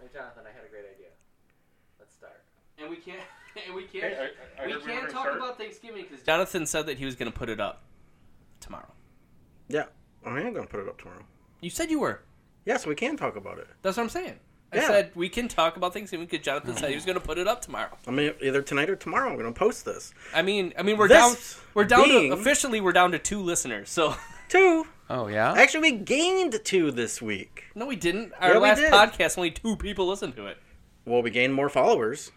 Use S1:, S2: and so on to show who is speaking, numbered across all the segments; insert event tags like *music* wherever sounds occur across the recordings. S1: Hey, Jonathan, I had a great idea. Let's start.
S2: and we can't *laughs* and we can't
S3: Hey, I, I
S2: we
S3: heard we were
S2: can't
S3: gonna
S2: talk
S3: start.
S2: about Thanksgiving because Jonathan said that he was going to put it up tomorrow.
S4: Yeah, I am gonna put it up tomorrow.
S2: You said you were.
S4: Yes, we can talk about it.
S2: That's what I'm saying. I
S4: Yeah.
S2: said we can talk about Thanksgiving because Jonathan said he was going to put it up tomorrow.
S4: I mean, either tonight or tomorrow, I'm gonna post this.
S2: I mean, I mean, we're
S4: This
S2: down, we're down
S4: being-
S2: to, officially, we're down to two listeners. So
S4: Two.
S1: *laughs* Oh yeah.
S4: Actually, we gained two this week.
S2: no, we didn't. Our
S4: Yeah, we
S2: last
S4: did.
S2: podcast, only two people listened to it.
S4: Well, we gained more followers.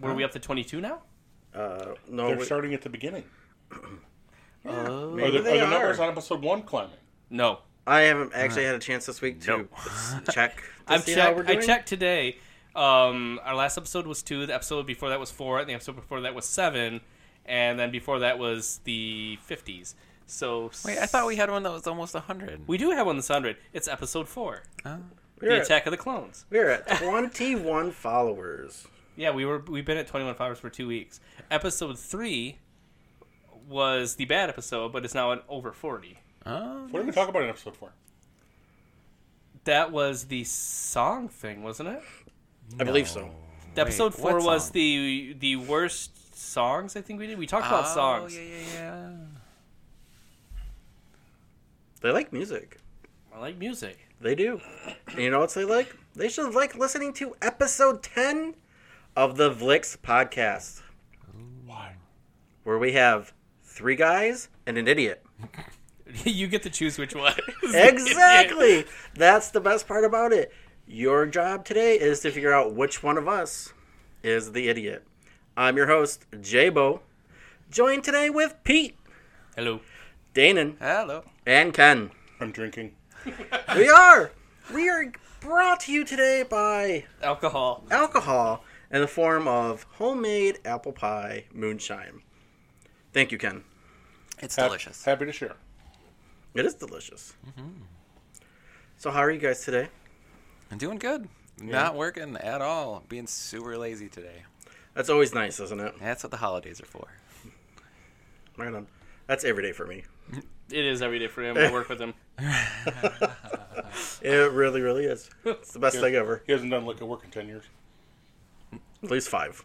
S2: Were we up to 22 now?
S4: Uh, no,
S3: They're
S4: we-
S3: starting at the beginning.
S2: Oh.
S3: Are
S4: maybe
S3: the,
S4: they
S3: are the
S4: are.
S3: numbers on episode one climbing?
S2: no,
S4: I haven't actually had a chance this week to s-
S3: *laughs*
S4: check. to
S2: I've
S4: see how
S2: checked.
S4: we're
S2: I
S4: doing.
S2: checked today. Um, our last episode was two. The episode before that was four, and the episode before that was seven, and then before that was the fifties. So
S1: Wait, I thought we had one that was almost hundred.
S2: we do have one that's hundred. It's episode four,
S4: We're
S2: the
S4: at-
S2: Attack of the Clones.
S4: *laughs* We're at 21 followers.
S2: Yeah, we were we've been at twenty one hours for two weeks. Episode three was the bad episode, but it's now at over forty.
S1: Oh,
S3: What did we talk about in episode four?
S2: That was the song thing, wasn't it?
S4: I believe so.
S2: The episode
S1: Wait,
S2: four
S1: what
S2: was
S1: song?
S2: the the worst songs. I think we did. We talked about songs.
S1: Oh, yeah, yeah, yeah.
S4: They like music.
S2: I like music.
S4: They do. And you know what they like? They should like listening to episode 10 of the Vlix podcast,
S3: Why?
S4: where we have three guys and an idiot.
S2: *laughs* you get to choose which one. *laughs*
S4: Exactly. That's the best part about it. Your job today is to figure out which one of us is the idiot. I'm your host, Jabo, joined today with Pete,
S2: Hello.
S4: Danon,
S1: Hello.
S4: and Ken.
S3: I'm drinking.
S4: We are. We are brought to you today by
S2: Alcohol.
S4: alcohol in the form of homemade apple pie moonshine. Thank you, Ken.
S1: It's
S3: Hap-
S1: delicious.
S3: Happy to share.
S4: It is delicious. So, how are you guys today?
S1: I'm doing good. Not working at all. Being super lazy today.
S4: That's always nice, isn't it?
S1: That's what the holidays are for.
S4: Right on. That's every day for me.
S2: It is every day for him. I work with him.
S4: It really, really is. It's the
S3: *laughs*
S4: best thing ever.
S3: He hasn't done liquor work in ten years.
S4: At least five.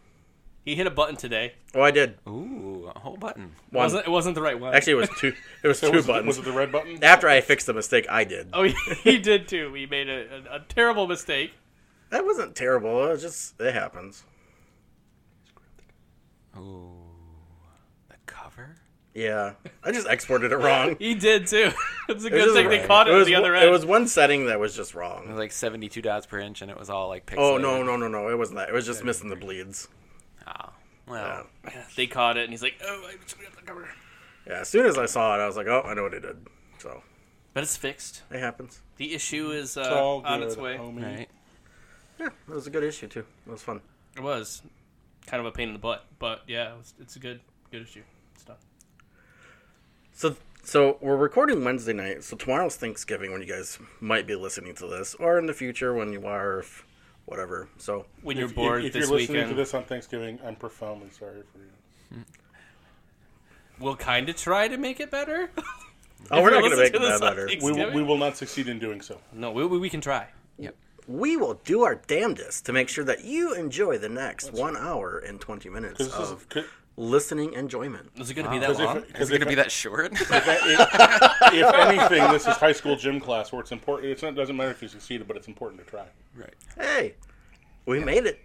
S2: He hit a button today.
S4: Oh, I did.
S1: Ooh, a whole button.
S4: One.
S2: Wasn't it wasn't the right one?
S4: Actually, it was two. It was
S3: So
S4: two
S3: was, *laughs* it,
S4: buttons.
S3: was it the red button?
S4: After I fixed the mistake, I did.
S2: *laughs* oh, he, he did too. He made a, a, a terrible mistake.
S4: That wasn't terrible. It was just it happens.
S1: Ooh, the cover.
S4: Yeah, I just
S2: *laughs*
S4: exported it wrong.
S2: He did too. *laughs* it's a
S4: It
S2: good
S4: was
S2: thing
S4: just-
S2: they caught it,
S4: was,
S2: on the other
S4: one-
S2: end.
S4: It was one setting that was just
S1: It
S4: wrong.
S1: was like 72 dots per inch, and it was all like pixelated.
S4: Oh no no no no! It wasn't that. It was just missing the bleeds.
S1: Oh, well,
S2: They caught it, and he's like, "Oh, I screwed up the cover."
S4: Yeah. As soon as I saw it, I was like, "Oh, I know what he did." So
S2: But it's fixed.
S4: it happens.
S2: The issue is uh,
S3: It's all
S2: on
S3: good, Oh.
S2: its way.
S3: homie.
S1: right.
S4: Yeah, it was a good issue too. It was fun.
S2: It was kind of a pain in the butt, but yeah, it was, it's a good good issue. It's done.
S4: So so we're recording Wednesday night. So tomorrow's Thanksgiving when you guys might be listening to this, or in the future when you are, if, whatever. So oh,
S2: When
S3: If-
S2: you're
S3: if-
S2: bored
S3: if,
S2: this
S3: you're listening
S2: weekend,
S3: to this on Thanksgiving, I'm profoundly sorry for you.
S2: we'll kind of try to make it better.
S4: oh,
S2: *laughs* you're
S4: we're not going to
S2: listening
S4: make
S2: to
S4: that
S2: this on
S4: better.
S2: Thanks-
S3: We will,
S2: Thanksgiving?
S3: we will not succeed in doing so.
S2: no, we, we, we can try.
S4: We will do our damnedest to make sure that you enjoy the next one hour and twenty minutes
S3: Because
S4: of
S3: this is
S4: listening enjoyment.
S2: Is it going to be that long?
S3: because
S1: Is it gonna be that short?
S3: if, if anything, this is high school gym class where it's important. It's not, it doesn't matter if you succeeded, but it's important to try.
S1: right.
S4: Hey, we made it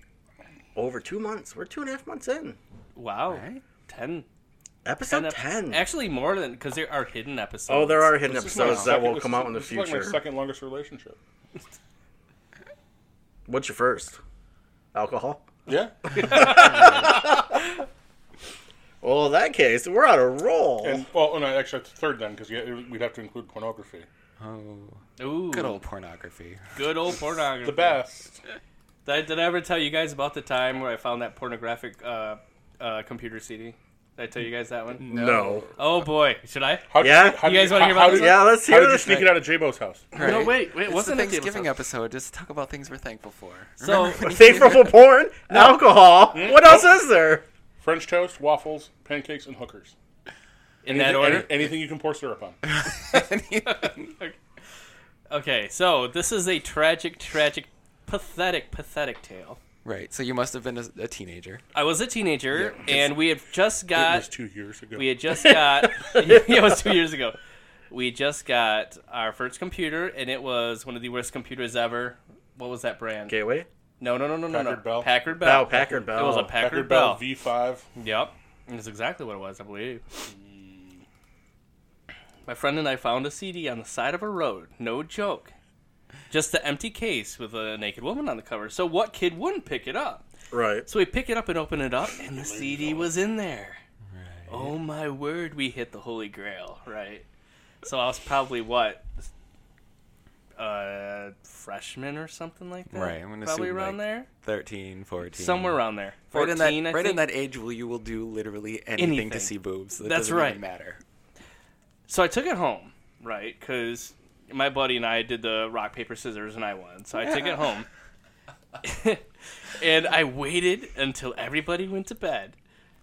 S4: over two months. We're two and a half months in.
S2: Wow,
S1: Right?
S2: ten.
S4: Episode
S2: ep-
S4: 10.
S2: Actually, more than because there are hidden episodes.
S4: oh, there are hidden
S3: This is my
S4: episodes that
S3: second-
S4: will
S3: this
S4: come
S3: is-
S4: out in the
S3: this is like my
S4: future.
S3: second longest relationship.
S4: What's your first? Alcohol?
S3: Yeah,
S4: Well, in that case, we're on a roll.
S3: and well, no, actually, it's third then because we'd have to include pornography.
S1: Oh,
S2: Ooh,
S1: good old pornography.
S2: good old pornography.
S3: The best.
S2: Did I, did I ever tell you guys about the time where I found that pornographic uh, uh, computer CD? Did I tell you guys that one?
S4: no.
S2: Oh boy, should I?
S3: How did
S4: Yeah?
S3: how
S2: You
S3: did
S2: guys wanna hear
S3: how
S2: about
S3: did-
S2: this one?
S4: Yeah, let's
S3: How
S4: hear
S3: did you
S4: this.
S3: sneak it out of Jabo's house?
S2: No, wait, wait, it
S1: It's
S2: wasn't
S1: the
S2: a table
S1: Thanksgiving
S2: top.
S1: episode. Just talk about things we're thankful for.
S2: So
S4: *laughs* Favorable porn, alcohol. What else is there?
S3: French toast, waffles, pancakes, and hookers.
S2: in that order. Uh,
S3: Any- anything you can pour syrup on.
S2: Okay, so this is a tragic, tragic pathetic, pathetic tale.
S1: *laughs* Right. So you must have been a, a teenager.
S2: I was a teenager,
S1: Yeah.
S2: and we had just
S3: it
S2: got
S3: was two years ago.
S2: we had just
S3: *laughs*
S2: got *laughs* yeah, it was two years ago. We just got our first computer, and it was one of the worst computers ever. What was that brand?
S4: Gateway?
S2: No, no, no, no, no, no.
S3: Packard Bell.
S2: Packard Bell.
S4: Bell, Packard Oh, Bell.
S2: It was a Packard,
S3: Packard
S2: Bell.
S3: Bell V5.
S2: Yep, that's exactly what it was. I believe. My friend and I found a CD on the side of a road. No joke. Just the empty case with a naked woman on the cover. So what kid wouldn't pick it up?
S4: Right.
S2: So we pick it up and open it up, and the CD was in there. Oh my word, we hit the holy grail, right? So I was probably what, uh, freshman or something like that,
S1: Right, I'm gonna
S2: probably
S1: assume,
S2: around
S1: like,
S2: there,
S1: 13, 14.
S2: somewhere around there,
S1: Right
S2: fourteen.
S1: in that,
S2: I
S1: right
S2: think.
S1: in that age where you will do literally anything, to
S2: Anything.
S1: see boobs. That
S2: That's
S1: doesn't
S2: right.
S1: Even matter.
S2: So I took it home, right? Because my buddy and I did the rock paper scissors, and I won. So I took it home, *laughs* and I waited until everybody went to bed,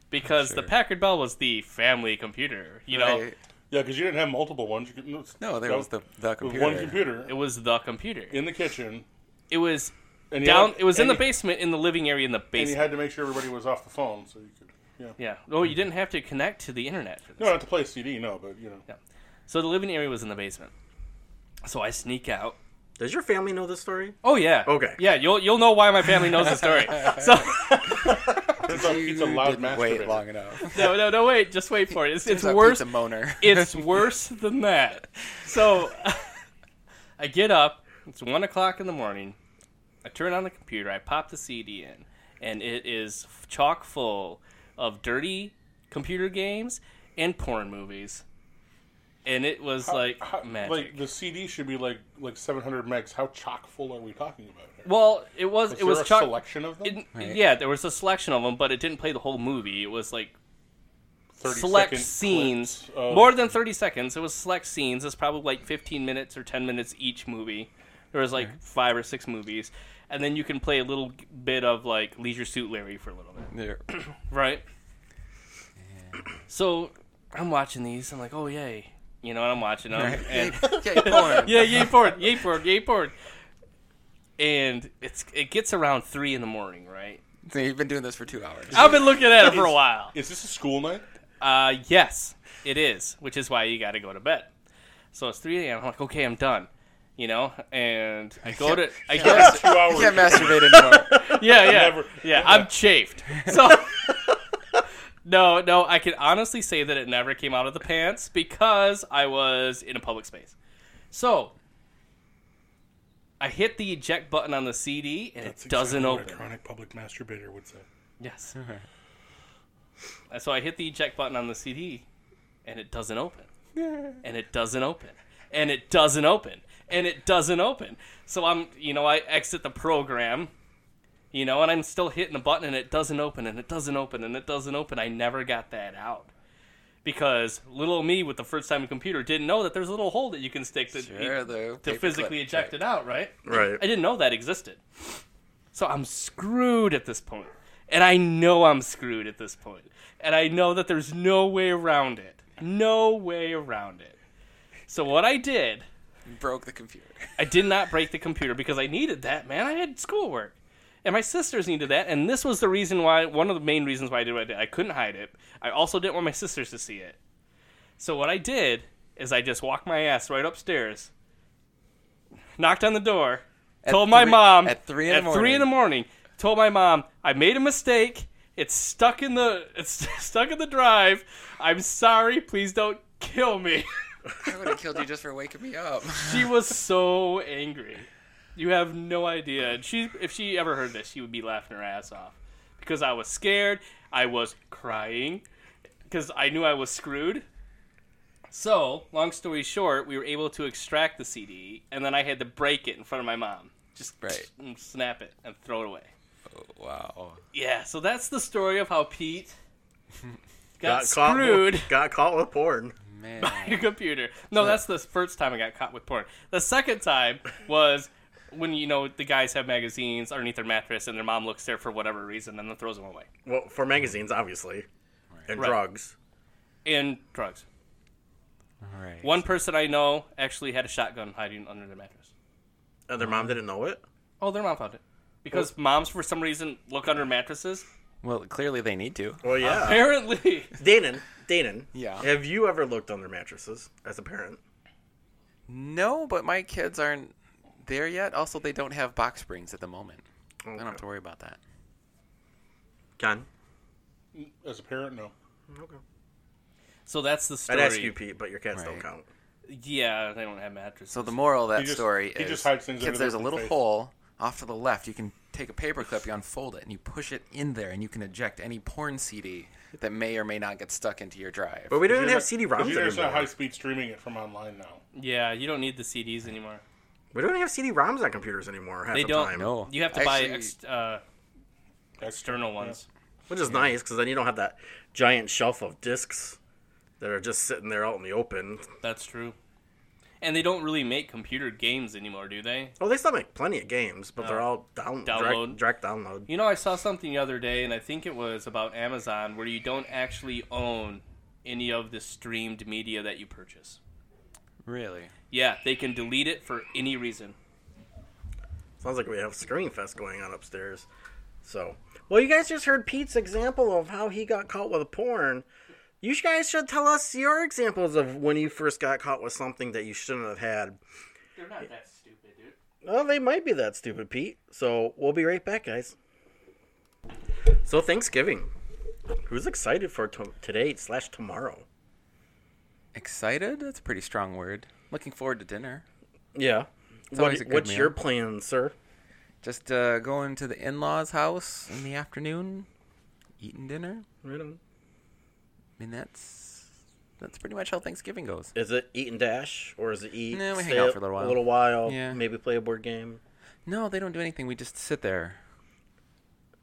S2: because the
S1: Sure.
S2: Packard Bell was the family computer. You know,
S1: Right.
S3: Yeah, because you didn't have multiple ones. You could, no,
S1: No, there
S3: that
S1: was the the
S3: was
S1: computer.
S3: one computer
S2: it was the computer.
S3: in the kitchen.
S2: It was
S3: And you
S2: down.
S3: had-
S2: It was in
S3: and
S2: the
S3: you-
S2: basement, in the living area, in the
S3: And you
S2: basement.
S3: had to make sure everybody was off the phone, so you could. Yeah.
S2: yeah. Well, you didn't have to connect to the internet for this.
S3: No, not to play CD. No, but you know.
S2: So the living area was in the basement. So I sneak out.
S4: Does your family know this story?
S2: Oh yeah.
S4: Okay.
S2: Yeah, you'll you'll know why my family knows the
S3: *laughs*
S2: story. So *laughs*
S3: It's a, it's a
S1: You
S3: loud
S1: didn't wait
S3: masturbator.
S1: long enough.
S2: no no no wait, just wait for it. It's, it's
S1: That
S2: worse.
S1: pizza
S2: *laughs*
S1: moaner.
S3: *laughs*
S2: It's worse than that. So *laughs* I get up. It's one o'clock in the morning. I turn on the computer. I pop the CD in, and it is chock full of dirty computer games and porn movies. And it was like
S3: How-
S2: magic.
S3: like the CD should be like like 700 megs. How chock full are we talking about here?
S2: well, it was
S3: Was
S2: it was
S3: there a
S2: chock.
S3: selection of them.
S2: it-
S1: Right.
S2: Yeah, there was a selection of them, but it didn't play the whole movie. It was like
S3: 30
S2: select
S3: second
S2: scenes
S3: clips of-
S2: more than 30 seconds it was select scenes it's probably like 15 minutes or 10 minutes each movie there was like five or six movies and then you can play a little bit of like leisure suit larry for a little bit *laughs*
S1: There-
S2: right so i'm watching these i'm like oh yay you know and i'm watching them
S1: *laughs*
S2: and
S1: Yay, porn.
S2: yeah yay forward yay forward yay forward and it's it gets around three in the morning right
S1: So you've been doing this for two hours.
S2: i've been looking at it for a while
S3: Is this a
S2: *laughs*
S3: school night?
S2: Uh, yes, it is, which is why you got to go to bed. So it's 3 a.m. I'm like, okay, I'm done. You know, and I go
S3: *laughs*
S2: to, I go,
S1: Yeah.
S3: Two hours.
S1: You can't masturbate
S2: *laughs*
S1: anymore.
S2: yeah, yeah,
S3: Never-
S2: yeah. I'm chafed. So, *laughs* no, no, I can honestly say that it never came out of the pants because I was in a public space. So, I hit the eject button on the CD and
S3: That's
S2: it doesn't
S3: exactly what
S2: open.
S3: A chronic public masturbator would say.
S2: *laughs* Yes. And So I hit the eject button on the CD, and it doesn't open. and it doesn't open. And it doesn't open. And it doesn't open. So I'm, you know, I exit the program, you know, and I'm still hitting the button, and it doesn't open, and it doesn't open, and it doesn't open. I never got that out. Because little me with the first time computer didn't know that there's a little hole that you can stick to,
S1: Sure, the
S2: to
S1: paperclip
S2: physically
S1: trick.
S2: eject it out, right?
S4: Right.
S2: I didn't know that existed. So I'm screwed at this point. And I know I'm screwed at this point. And I know that there's no way around it. No way around it. So what I did,
S1: Broke the computer. *laughs*
S2: I did not break the computer because I needed that, man. I had schoolwork. And my sisters needed that, and this was the reason why one of the main reasons why I did what I did. I couldn't hide it. I also didn't want my sisters to see it. So what I did is I just walked my ass right upstairs, knocked on the door, told my
S1: three-
S2: mom
S1: at three in the
S2: at three in the morning, told my mom I made a mistake. It's stuck in the *laughs* it's stuck in the drive. I'm sorry. Please don't kill me. *laughs*
S1: I would have killed you just for waking me up. *laughs*
S2: She was so angry. You have no idea. And she, if she ever heard this, she would be laughing her ass off because I was scared. I was crying because I knew I was screwed. So, long story short, we were able to extract the CD, and then I had to break it in front of my mom, just
S1: Right. Oh,
S2: and snap it and throw it away.
S1: Wow.
S2: Yeah. So that's the story of how
S4: *laughs*
S2: Pete got,
S4: Got caught,
S2: screwed.
S4: with- got caught with porn.
S2: *laughs*
S1: Man.
S2: your computer. No, that's the first time I got caught with porn. The second time was when you know the guys have magazines underneath their mattress and their mom looks there for whatever reason and then throws them away.
S4: Well, for magazines, obviously, and
S2: Right.
S4: drugs.
S2: And drugs.
S1: All right.
S2: One person I know actually had a shotgun hiding under their mattress.
S4: Mm-hmm. And their Uh, mom didn't know it.
S2: Oh, they're mom found it. Because moms, for some reason, look under mattresses. *laughs*
S1: Well, clearly they need to.
S4: Well, *laughs* yeah.
S2: Apparently.
S4: Danon, Danon.
S1: Yeah.
S4: Have you ever looked under mattresses as a parent?
S1: No, but my kids aren't there yet. Also, they don't have box springs at the moment. I don't have to worry about that.
S4: Ken.
S3: As a parent, no.
S4: Okay.
S2: So that's the
S4: I'd
S2: story.
S4: ask you, Pete, but your cats don't
S1: Right.
S4: count.
S2: Yeah, they don't have mattresses.
S1: So the moral of that
S3: He just-
S1: story
S3: he
S1: is:
S3: just hides things under
S1: kids, there's a
S3: their
S1: little
S3: face.
S1: hole off to the left. You can take a paper clip, you unfold it, and you push it in there, and you can eject any porn CD that may or may not get stuck into your drive.
S4: But we don't even
S3: You're
S4: have
S3: not-
S4: CD-ROMs
S3: There's
S4: anymore.
S3: not high speed streaming it from online now.
S2: yeah, you don't need the CDs anymore.
S4: We don't even have CD-ROMs on computers anymore half
S2: They
S4: the
S2: don't.
S4: time.
S1: No.
S2: You have to buy
S1: Actually-
S2: ex- uh, external ones.
S4: Which is nice because then you don't have that giant shelf of discs that are just sitting there out in the open.
S2: That's true. And they don't really make computer games anymore, do they?
S4: Oh, they still make plenty of games, but they're all down,
S2: Download.
S4: direct, direct download.
S2: You know, I saw something the other day, and I think it was about Amazon, where you don't actually own any of the streamed media that you purchase.
S1: Really?
S2: Yeah, they can delete it for any reason.
S4: Sounds like we have Screen Fest going on upstairs. So, well, you guys just heard Pete's example of how he got caught with porn. You guys should tell us your examples of when you first got caught with something that you shouldn't have had.
S2: They're not that stupid, dude.
S4: Well, they might be that stupid, Pete. So we'll be right back, guys. So Thanksgiving. Who's excited for to- today slash tomorrow?
S1: Excited? That's a pretty strong word. Looking forward to dinner.
S4: Yeah.
S1: always a
S4: What,
S1: good
S4: what's
S1: meal.
S4: your plan, sir?
S1: Just uh, going to the in-laws' house in the afternoon, eating dinner.
S4: Right on.
S1: I mean, that's that's pretty much how Thanksgiving goes.
S4: Is it eat and dash, or is it eat?
S1: No, we hang
S4: stay
S1: out
S4: up
S1: for a little while.
S4: while,
S1: Yeah.
S4: Maybe play a board game.
S1: No, they don't do anything. We just sit there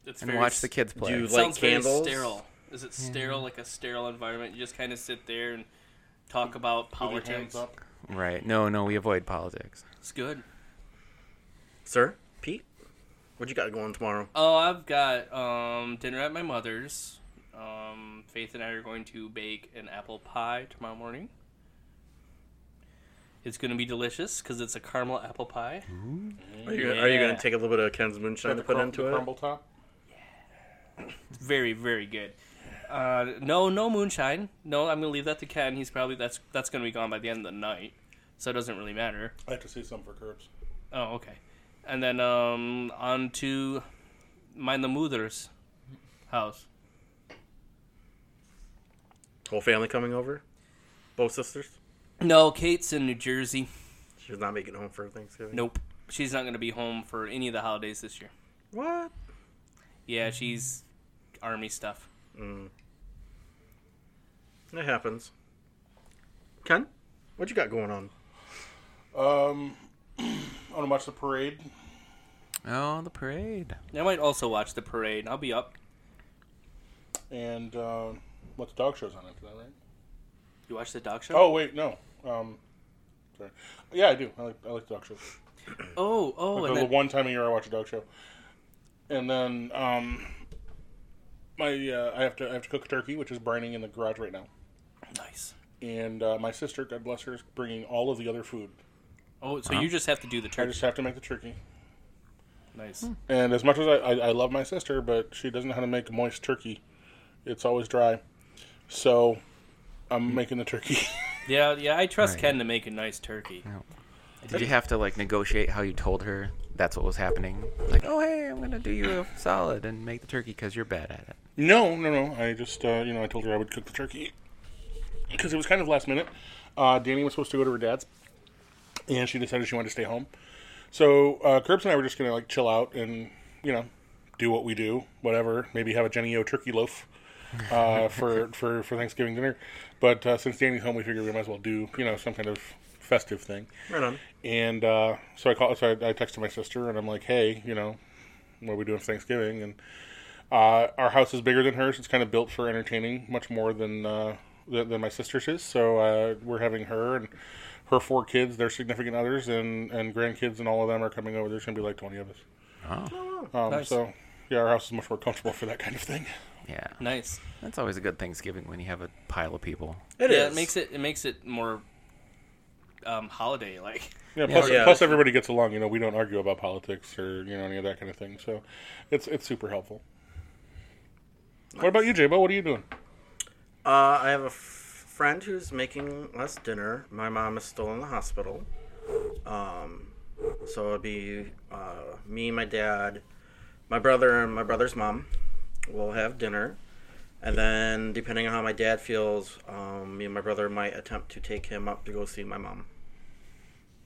S2: It's
S1: and
S2: very
S1: watch the kids play.
S4: do you
S2: It
S4: like
S2: sounds very
S4: candles?
S2: sterile. Is it sterile, like a sterile environment? You just kind of sit there and talk about
S3: With your hands
S2: politics.
S3: up.
S1: Right? No, no, we avoid politics.
S2: It's good.
S4: Sir, Pete, what you got going tomorrow?
S2: Oh, I've got um, dinner at my mother's. Um, Faith and I are going to bake an apple pie tomorrow morning. It's going to be delicious because it's a caramel apple pie.
S4: Are you, are you
S2: Yeah.
S4: going to take a little bit of Ken's moonshine to
S3: The
S4: put
S3: crum-
S4: into
S3: the
S4: it?
S3: crumble top.
S2: It's very, very good. Uh, no, no moonshine. No, I'm going to leave that to Ken. He's probably that's that's going to be gone by the end of the night, so it doesn't really matter.
S3: I have to see some for curbs.
S2: Oh, okay. And then um, on to my the mother's house.
S4: Whole family coming over? Both sisters?
S2: No, Kate's in New Jersey.
S4: She's not making it home for Thanksgiving?
S2: Nope. She's not going to be home for any of the holidays this year.
S4: What?
S2: Yeah, she's army stuff.
S4: It happens. Ken, what you got going on?
S3: Um, *clears throat* I want to watch the parade.
S1: Oh, the parade.
S2: I might also watch the parade. I'll be up.
S3: and um, what the dog show's on after that, right?
S2: You watch the dog show?
S3: Oh wait, no. Um, sorry. Yeah, I do. I like I like dog shows.
S2: Oh, oh,
S3: the
S2: and
S3: the
S2: then,
S3: one time a year I watch a dog show, and then um, my uh, I have to I have to cook turkey, which is brining in the garage right now,
S2: nice.
S3: and uh, my sister, God bless her, is bringing all of the other food.
S2: Oh, so you just have to do the
S3: I
S2: turkey.
S3: just have to make the turkey.
S2: Nice.
S3: And as much as I, I, I love my sister, but she doesn't know how to make moist turkey. It's always dry. So I'm making the turkey. *laughs*
S2: Yeah, yeah. I trust
S1: Right.
S2: Ken to make a nice turkey.
S1: Did you have to like negotiate how you told her that's what was happening? Like, oh hey, I'm gonna do you a solid and make the turkey because you're bad at it.
S3: No, no, no. I just, uh, you know, I told her I would cook the turkey because it was kind of last minute. Uh, Danny was supposed to go to her dad's, and she decided she wanted to stay home. So uh, Curbs and I were just gonna like chill out and, you know, do what we do, whatever. Maybe have a Jenny O turkey loaf uh, for, for for Thanksgiving dinner. But uh, since Danny's home, we figured we might as well do, you know, some kind of festive thing.
S4: Right on.
S3: And uh, so I call, so I, I texted my sister, and I'm like, "Hey, you know, what are we doing for Thanksgiving?" And uh, our house is bigger than hers. It's kind of built for entertaining much more than uh, than, than my sister's is. So uh, we're having her and her four kids, their significant others, and and grandkids, and all of them are coming over. There's gonna be like 20 of us. Oh, um,
S2: Nice.
S3: so yeah, our house is much more comfortable for that kind of thing.
S1: Yeah,
S2: Nice.
S1: that's always a good Thanksgiving when you have a pile of people.
S4: It is.
S2: yeah, it makes it it makes it more um, holiday. Like,
S3: Yeah, plus,
S4: Yeah.
S3: plus everybody gets along. You know, we don't argue about politics or you know any of that kind of thing. So, it's it's super helpful. What about you, Jabo? What are you doing?
S4: Uh, I have a f- friend who's making us dinner. My mom is still in the hospital. Um, so it'll be uh, me, my dad, my brother, and my brother's mom will have dinner. And then, depending on how my dad feels, um, me and my brother might attempt to take him up to go see my mom.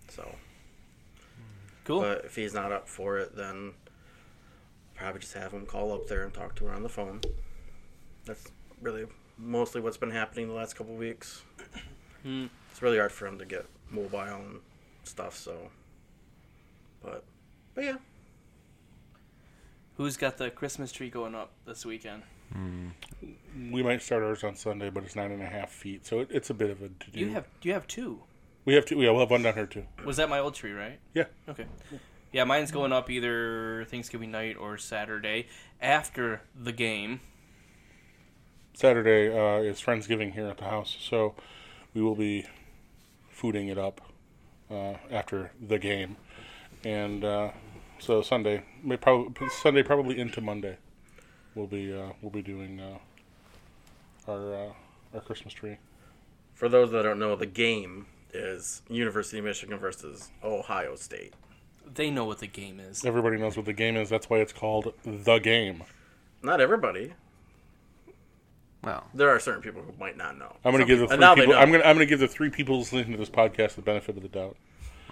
S4: So,
S2: cool.
S4: but if he's not up for it, then probably just have him call up there and talk to her on the phone. That's really mostly what's been happening the last couple weeks.
S2: Hmm.
S4: It's really hard for him to get mobile and stuff, so. But, but yeah.
S2: Who's got the Christmas tree going up this weekend?
S3: We might start ours on Sunday, but it's nine and a half feet, so it, it's a bit of a. To-do.
S2: You have you have two.
S3: we have two. Yeah, we'll have one down here too.
S2: Was that my old tree, right?
S3: Yeah,
S2: Okay. Yeah, mine's going up either Thanksgiving night or Saturday after the game.
S3: Saturday uh, is Friendsgiving here at the house, so we will be fooding it up uh, after the game, and uh, so Sunday, may probably Sunday probably into Monday, we'll be uh, we'll be doing uh, our uh, our Christmas tree.
S4: For those that don't know, the game is University of Michigan versus Ohio State.
S2: They know what the game is.
S3: Everybody knows what the game is. That's why it's called the game.
S4: Not everybody.
S1: Well,
S4: There are certain people who might not know.
S3: I'm going to give the
S4: people-
S3: three
S4: and now they
S3: people.
S4: know.
S3: I'm going to I'm going to give the three people listening to this podcast the benefit of the doubt.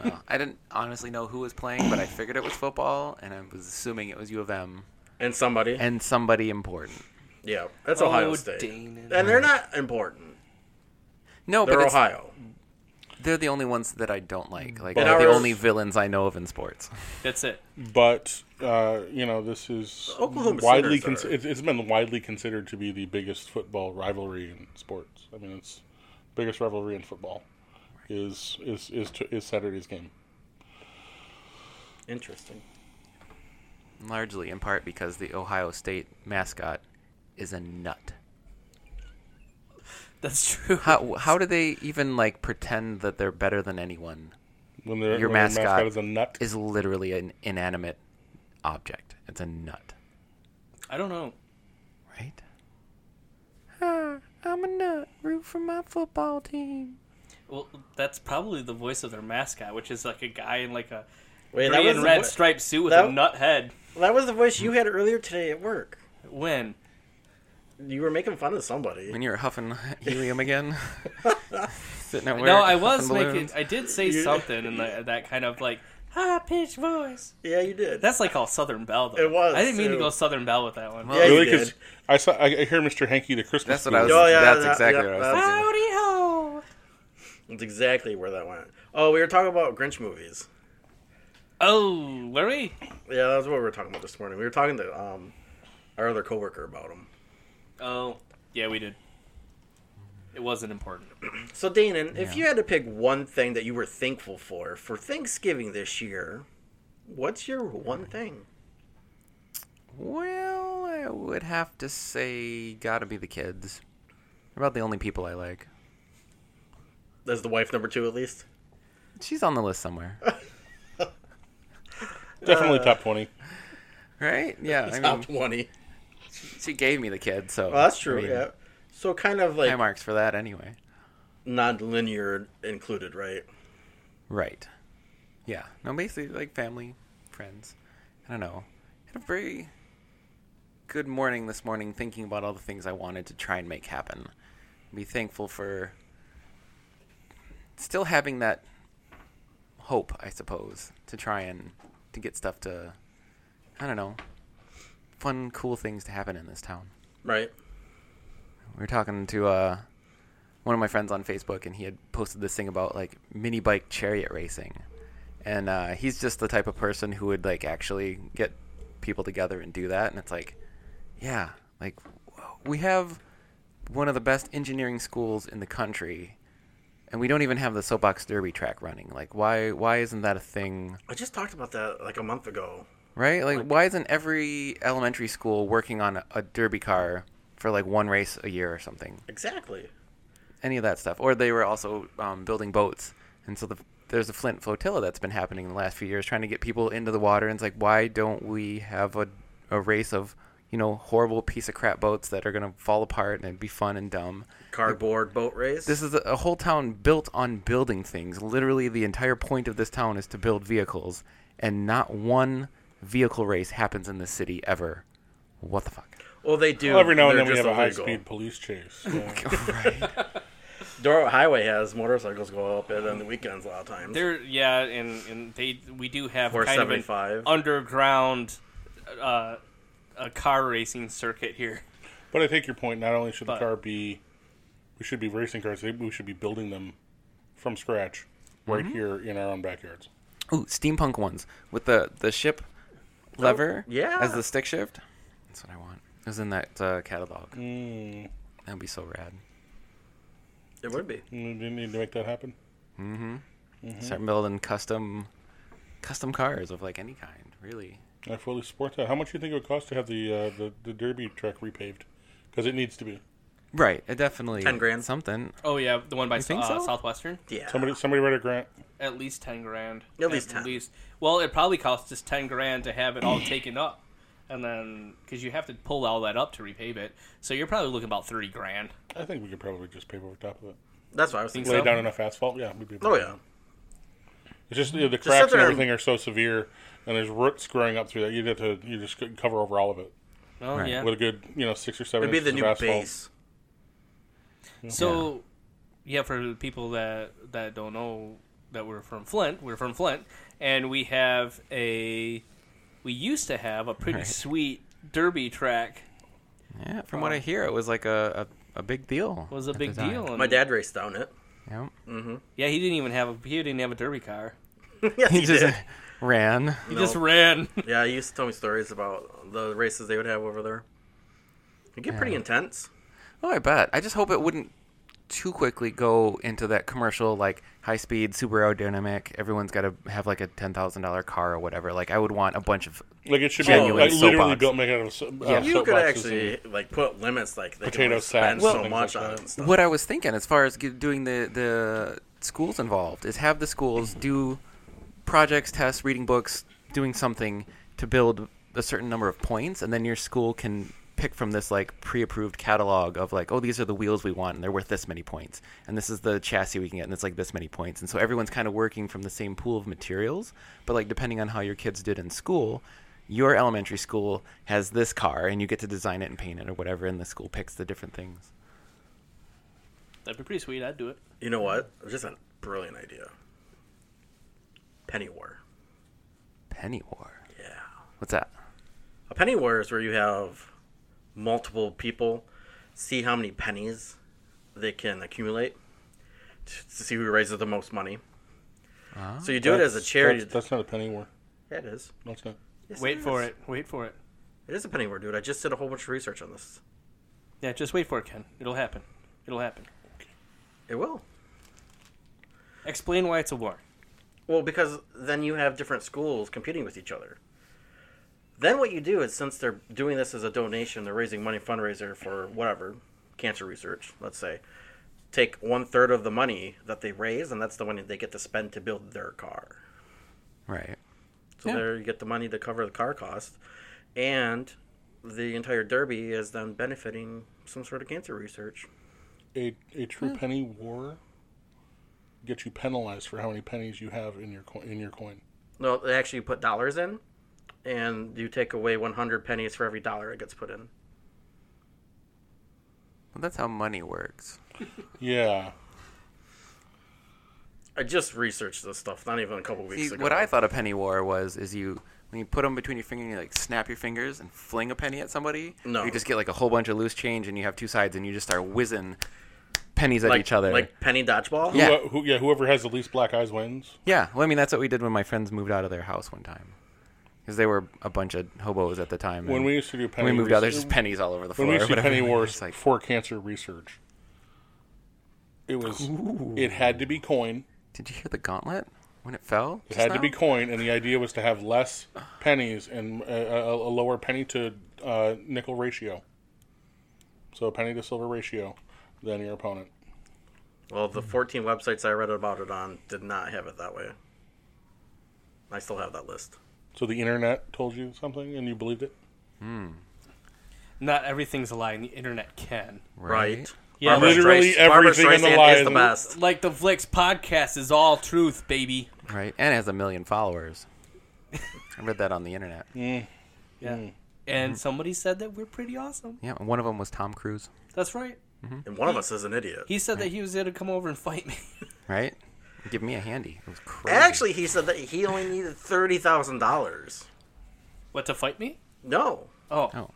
S1: well, I didn't honestly know who was playing, but I figured it was football, and I was assuming it was U of M
S4: And somebody.
S1: and somebody important.
S4: yeah, that's
S2: Oh,
S4: Ohio State.
S2: dang it.
S4: And they're not important.
S1: No,
S4: They're
S1: but it's,
S4: Ohio.
S1: they're the only ones that I don't like. Like
S4: But
S1: they're the
S4: ours-
S1: only villains I know of in sports.
S2: That's it.
S3: but uh, you know this is
S4: Oklahoma
S3: widely
S4: Sooners
S3: cons-
S4: are-
S3: it's, it's been widely considered to be the biggest football rivalry in sports. I mean, it's biggest rivalry in football is is is to, is Saturday's game.
S4: Interesting.
S1: Largely in part because the Ohio State mascot is a nut.
S2: That's *laughs* true.
S1: How how do they even like pretend that they're better than anyone?
S3: When their
S1: Your
S3: when their
S1: mascot
S3: is a nut.
S1: Is literally an inanimate object. It's a nut,
S2: I don't know.
S1: right? Ah, I'm a nut. Root for my football team.
S2: Well, that's probably the voice of their mascot, which is like a guy in like a
S4: Wait,
S2: green and
S4: the
S2: red
S4: vo-
S2: striped suit with a
S4: that-
S2: nut head.
S4: That was the voice you had earlier today at work.
S2: When
S4: You were making fun of somebody.
S1: When you're huffing *laughs*
S4: *laughs*
S1: helium again, sitting at work.
S2: no, I was
S1: huffing
S2: making.
S1: balloons.
S2: I did say
S4: You-
S2: something in the, that kind of like high pitched voice.
S4: Yeah, you did.
S2: That's like all Southern Belle though.
S4: It was,
S2: I didn't mean to
S4: too.
S2: go Southern Belle with that one.
S1: Well,
S4: yeah, you
S3: really?
S4: did.
S3: Because I saw I I hear Mr. Hanky the Christmas.
S1: That's what I was.
S3: movie.
S4: Oh, yeah,
S1: that's
S4: that-
S1: exactly
S4: yeah,
S1: what I was
S4: that's-
S1: thinking.
S2: Howdy ho!
S4: That's exactly where that went. Oh, we were talking about Grinch movies.
S2: Oh, were we?
S4: Yeah, that's what we were talking about this morning. We were talking to um, our other coworker about them.
S2: Oh, yeah, we did. It wasn't important.
S4: So, Danon, if you had to pick one thing that you were thankful for for Thanksgiving this year, what's your one thing?
S1: Well, I would have to say, gotta be the kids. They're about the only people I like.
S4: As the wife number two, at least.
S1: She's on the list somewhere,
S4: *laughs*
S1: uh,
S3: definitely top twenty.
S1: right? Yeah, I
S4: Top
S1: mean,
S4: twenty.
S1: she gave me the kid, so
S4: Well, that's true.
S1: I mean,
S4: yeah. So, kind of
S1: High
S4: like
S1: marks for that, anyway.
S4: non-linear included, right?
S1: Right. Yeah. No, basically, like family, friends. I don't know. had a very good morning this morning thinking about all the things I wanted to try and make happen. Be thankful for still having that hope, I suppose, to try and to get stuff to, I don't know, fun, cool things to happen in this town.
S4: Right.
S1: We were talking to uh, one of my friends on Facebook, and he had posted this thing about like mini bike chariot racing, and uh, he's just the type of person who would like actually get people together and do that. And it's like, yeah, like w- we have one of the best engineering schools in the country, and we don't even have the soapbox derby track running. Like, why why isn't that a thing?
S4: I just talked about that like a month ago.
S1: Right? Like, why isn't every elementary school working on a, a derby car for like one race a year or something?
S4: Exactly.
S1: any of that stuff. Or they were also um, building boats And so the, there's a Flint flotilla that's been happening in the last few years, trying to get people into the water. And it's like, why don't we have a, a race of you know horrible piece of crap boats that are gonna fall apart and it'd be fun and dumb?
S4: Cardboard boat race.
S1: This is a, a whole town built on building things. Literally, the entire point of this town is to build vehicles, and not one vehicle race happens in this city ever. What the fuck?
S4: well, they do.
S3: Well, every now and
S4: they're
S3: then we have
S4: just
S3: a high
S4: illegal.
S3: speed police
S4: *laughs*
S3: chase. Yeah.
S4: Doral Highway has motorcycles go up it on the weekends a lot of times.
S2: There, yeah, and and they we do have kind of an
S4: 475.
S2: underground uh, a car racing circuit here.
S3: but I take your point. Not only should the
S2: But-
S3: car be, we should be racing cars. We should be building them from scratch right
S1: Mm-hmm.
S3: here in our own backyards.
S1: Ooh, steampunk ones with the the ship lever
S4: yeah.
S1: as the stick shift. That's what I want. It was in that uh, catalog. That'd be so rad.
S4: it would be.
S3: Mm, We need to make that happen.
S1: Start building custom custom cars of like any kind, really.
S3: I fully support that. How much do you think it would cost to have the uh, the, the Derby track repaved? Because it needs to be.
S1: Right. It definitely
S4: 10 grand.
S1: something.
S2: Oh yeah, the one by
S1: think
S2: uh,
S1: so?
S2: Southwestern.
S4: Yeah.
S3: Somebody somebody write a grant.
S2: At least ten grand.
S4: At least 10.
S2: Well, it probably costs us ten grand to have it all taken up, and then because you have to pull all that up to repave it, so you're probably looking about thirty grand.
S3: I think we could probably just pave over top of it.
S4: That's what I was
S2: Think
S3: Lay
S4: thinking.
S2: So-
S3: down enough asphalt. Yeah, we'd be.
S4: Oh yeah.
S3: It's just you know, the cracks
S4: sit
S3: and
S4: there and-
S3: everything are so severe, and there's roots growing up through that. You'd have to you just couldn't cover over all of it
S2: Oh
S1: Right.
S2: yeah.
S3: with a good you know six or seven.
S4: It'd be the
S3: inches
S4: new
S3: of asphalt.
S4: base.
S2: So, yeah, for the people that that don't know that we're from Flint, we're from Flint, and we have a we used to have a pretty
S1: Right.
S2: sweet derby track.
S1: Yeah, from what I hear it was like a, a, a big deal.
S2: Was a
S1: at
S2: big
S1: the time.
S2: deal. and-
S4: My dad raced down it. *laughs*
S1: Yeah.
S2: Yeah, he didn't even have a he didn't have a derby car.
S4: yes, he,
S1: He just
S4: did.
S1: *laughs* ran.
S2: He just ran. *laughs*
S4: Yeah, he used to tell me stories about the races they would have over there. It'd get pretty intense.
S1: Oh, I bet. I just hope it wouldn't too quickly go into that commercial, like high speed, super aerodynamic. Everyone's got to have like a ten thousand dollar car or whatever. Like I would want a bunch of.
S3: Like it should be
S4: Genuine
S3: like literally
S1: soapbox.
S3: built made out of so, uh,
S1: Yeah.
S4: You could
S3: soapboxes
S4: actually
S3: and-
S4: like put limits like they
S3: Potato
S4: can only
S3: sacks and
S4: spend so
S3: things
S4: much
S3: like
S4: on
S3: that.
S4: it and stuff.
S1: What I was thinking, as far as g- doing the the schools involved, is have the schools do projects, tests, reading books, doing something to build a certain number of points, and then your school can pick from this like pre-approved catalog of like oh these are the wheels we want and they're worth this many points and this is the chassis we can get and it's like this many points and so everyone's kind of working from the same pool of materials but like depending on how your kids did in school your elementary school has this car and you get to design it and paint it or whatever and the school picks the different things
S2: That'd be pretty sweet. I'd do it.
S4: You know what? Just a brilliant idea. Penny war.
S1: Penny War.
S4: Yeah.
S1: What's that?
S4: A penny war is where you have multiple people see how many pennies they can accumulate t- to see who raises the most money. so you do it as
S3: Ah.
S4: a
S3: That's-
S4: charity.
S3: That's, that's not a penny war.
S4: Yeah, it is.
S3: No, it's not.
S4: Yes,
S2: Wait for
S4: is.
S2: it. Wait for it.
S4: It is a penny war, dude. I just did a whole bunch of research on this.
S2: Yeah, just wait for it, Ken. It'll happen. It'll happen.
S4: It will.
S2: Explain why it's a war.
S4: Well, because then you have different schools competing with each other. Then what you do is, since they're doing this as a donation, they're raising money fundraiser for whatever cancer research. Let's say, take one third of the money that they raise, and that's the money they get to spend to build their car.
S1: Right.
S4: So
S1: Yeah.
S4: there you get the money to cover the car cost, and the entire derby is then benefiting some sort of cancer research.
S3: A a true penny war gets you penalized for how many pennies you have in your coin, in your coin.
S4: No, they actually put dollars in, and you take away 100 pennies for every dollar it gets put in.
S1: Well, that's how money works.
S3: Yeah.
S4: I just researched this stuff not even a couple
S1: See,
S4: weeks ago.
S1: what I thought a penny war was is you when you put them between your finger and you like snap your fingers and fling a penny at somebody.
S4: No.
S1: Or you just get like a whole bunch of loose change and you have two sides and you just start whizzing pennies at
S4: like,
S1: each other.
S4: like penny dodgeball.
S1: Yeah.
S3: Who, who, yeah. Whoever has the least black eyes wins.
S1: yeah. Well, I mean that's what we did when my friends moved out of their house one time. Because they were a bunch of hobos at the time.
S3: When
S1: and
S3: we used to do penny,
S1: when we moved out,
S3: res-
S1: there's just pennies all over the floor.
S3: when we used
S1: or
S3: to do
S1: whatever.
S3: penny wars
S1: *laughs* It's like,
S3: for cancer research, it was it had to be coin.
S1: did you hear the gauntlet when it fell?
S3: It
S1: just
S3: had to
S1: now?
S3: be coin, and the idea was to have less pennies and a, a, a lower penny to uh, nickel ratio. So a penny to silver ratio than your opponent.
S4: Well, the 14 websites I read about it on did not have it that way. I still have that list.
S3: So the internet told you something and you believed it?
S2: Not everything's a lie, and the internet can.
S4: Right.
S2: Yeah,
S4: Barbra
S2: like,
S3: Literally
S4: Streisand- Barbra
S3: everything in the
S4: Streisand
S3: lie
S4: is
S3: is
S4: the
S3: a-
S4: best.
S2: like the Flicks podcast is all truth, baby.
S1: Right. And it has a million followers. I read that on the internet.
S2: Yeah. And somebody said that we're pretty awesome.
S1: Yeah. and One of them was Tom Cruise.
S2: That's right.
S4: And one of us is an idiot.
S2: He said that he was going to come over and fight me. *laughs*
S1: Right. Give me a handy. It was crazy.
S4: Actually, he said that he only needed thirty thousand dollars.
S2: what to fight me?
S4: No,
S2: Oh,
S1: Oh.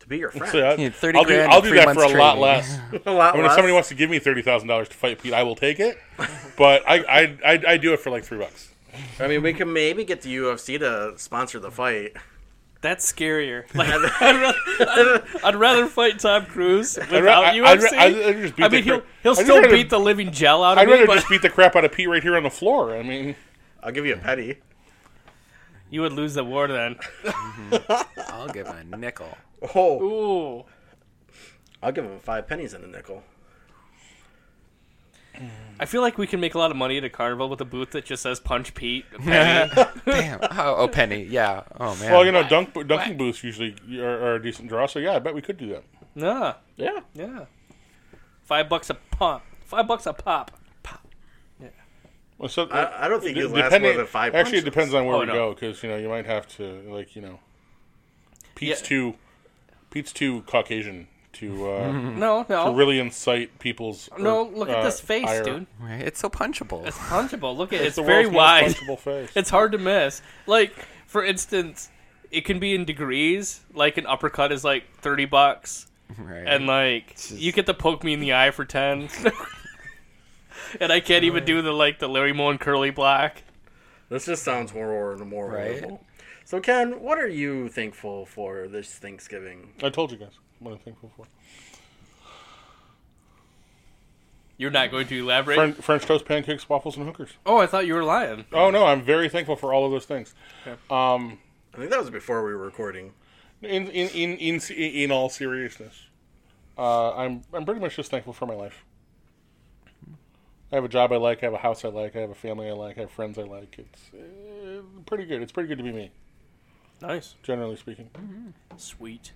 S4: to be your friend.
S3: So I,
S4: *laughs*
S1: Yeah, 30
S3: I'll do,
S1: grand
S3: I'll
S1: and
S3: do
S1: three
S3: that for a
S1: months
S3: lot
S1: training.
S3: less.
S4: a lot
S3: I mean, if
S4: less.
S3: somebody wants to give me thirty thousand dollars to fight Pete, I will take it. But I, I, I, I do it for like three bucks.
S4: I mean, we can maybe get the UFC to sponsor the fight.
S2: that's *laughs* scarier. Like, I'd, rather, I'd- I'd rather fight Tom Cruise without
S3: ra- I- I'd ra-
S2: UFC.
S3: I'd rather just beat
S2: I
S3: the
S2: mean, he'll,
S3: crap-
S2: he'll
S3: I'd
S2: still
S3: rather-
S2: beat the living gel out of
S3: I'd
S2: me,
S3: rather
S2: but
S3: just beat the crap out of Pete right here on the floor. I mean,
S4: I'll give you a penny.
S2: you would lose the war then.
S1: I'll give a nickel.
S4: Oh,
S2: Ooh.
S4: I'll give him five pennies and a nickel.
S2: I feel like we can make a lot of money at a carnival with a booth that just says Punch
S3: *laughs*
S2: Pete. Penny.
S1: *laughs* Damn. Oh, oh, Penny. Yeah. Oh, man.
S3: well, you know, dunk, dunking booths usually are, are a decent draw. So yeah, I bet we could do that.
S2: nah,
S3: Yeah,
S2: yeah. Five bucks a pop. Five bucks a pop.
S3: Well, so,
S4: I- I don't think
S3: de-
S4: you'd last more
S3: depending-
S4: than five
S3: Actually, it
S4: punches.
S3: depends on where
S2: Oh,
S3: we
S2: no.
S3: go because you know you might have to like you know, Pete's
S2: Yeah.
S3: too, Pete's too Caucasian to
S4: *laughs*
S3: uh,
S2: No, no.
S3: to really incite people's.
S2: Oh. no,
S3: er-
S2: look at
S3: uh,
S2: this face,
S3: ire.
S2: dude.
S1: Right, It's so punchable.
S2: It's punchable. Look at it. It's,
S3: the
S2: very
S3: world's most
S2: wide.
S3: punchable face.
S2: It's hard to miss. Like, for instance, it can be in degrees. Like, an uppercut is like 30 bucks.
S1: *laughs* Right.
S2: And, like, you get to poke me in the eye for 10. *laughs* and I can't even do the, like, the Larry Moan curly black.
S4: This just sounds more and more
S1: Right.
S4: horrible. So, Ken, what are you thankful for this Thanksgiving?
S3: I told you guys what I'm thankful for.
S2: You're not going to elaborate?
S3: French, French toast, pancakes, waffles, and hookers.
S2: oh, I thought you were lying.
S3: Oh no, I'm very thankful for all of those things.
S4: I think that was before we were recording.
S3: In in in in, in all seriousness, uh, I'm I'm pretty much just thankful for my life. I have a job I like. I have a house I like. I have a family I like. I have friends I like. It's uh, pretty good. It's pretty good to be me,
S2: Nice.
S3: generally speaking.
S2: Sweet.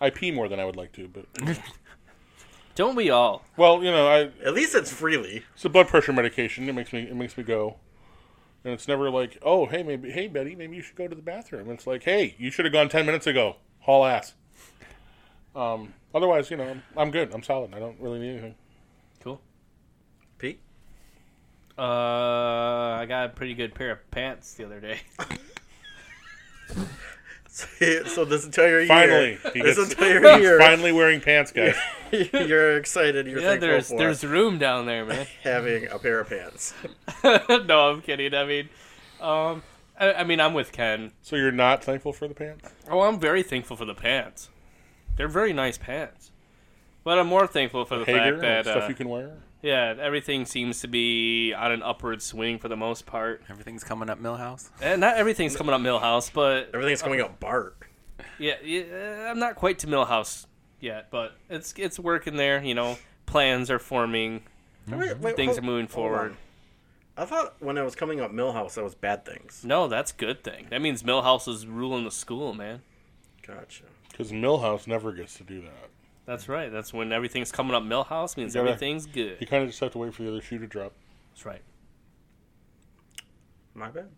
S3: I pee more than I would like to, but *laughs*
S2: Don't we all?
S3: well, you know, I,
S4: At least it's freely. *laughs*
S3: it's a blood pressure medication. It makes me it makes me go, and it's never like, oh, hey, maybe, hey, Betty, maybe you should go to the bathroom. It's like, hey, you should have gone ten minutes ago. Haul ass. Um, otherwise, you know, I'm, I'm good. I'm solid. I don't really need anything.
S2: Cool.
S4: Pete?
S2: Uh, I got a pretty good pair of pants the other day.
S4: so, this entire year.
S3: Finally, he
S4: This
S3: gets-
S4: entire
S3: He's
S4: year.
S3: finally wearing pants, guys.
S4: *laughs* You're excited.
S2: *laughs*
S4: You're
S2: yeah,
S4: thankful
S2: there's
S4: for
S2: there's room down there, man.
S4: having a pair of pants.
S2: *laughs* no, I'm kidding. I mean, um, I, I mean, I'm with Ken.
S3: So you're not thankful for the pants?
S2: Oh, I'm very thankful for the pants. They're very nice pants. But I'm more thankful for the
S3: Hager,
S2: fact that,
S3: stuff
S2: uh,
S3: you can wear.
S2: yeah, everything seems to be on an upward swing for the most part.
S1: Everything's coming up, Millhouse.
S2: And not everything's coming up Millhouse, but
S4: Everything's coming up Bart.
S2: yeah, yeah, I'm not quite to Millhouse yet, but it's it's working there. You know, plans are forming,
S4: Wait, wait,
S2: Mm-hmm. things
S4: hold-
S2: are moving
S4: hold
S2: forward.
S4: on. I thought when I was coming up Millhouse, that was bad things.
S2: No, that's a good thing. That means Millhouse is ruling the school, man.
S4: Gotcha.
S3: Because Millhouse never gets to do that.
S2: That's right. That's when everything's coming up Millhouse means
S3: You gotta-
S2: everything's good.
S3: You kind of just have to wait for the other shoe to drop.
S2: That's right.
S4: My bad.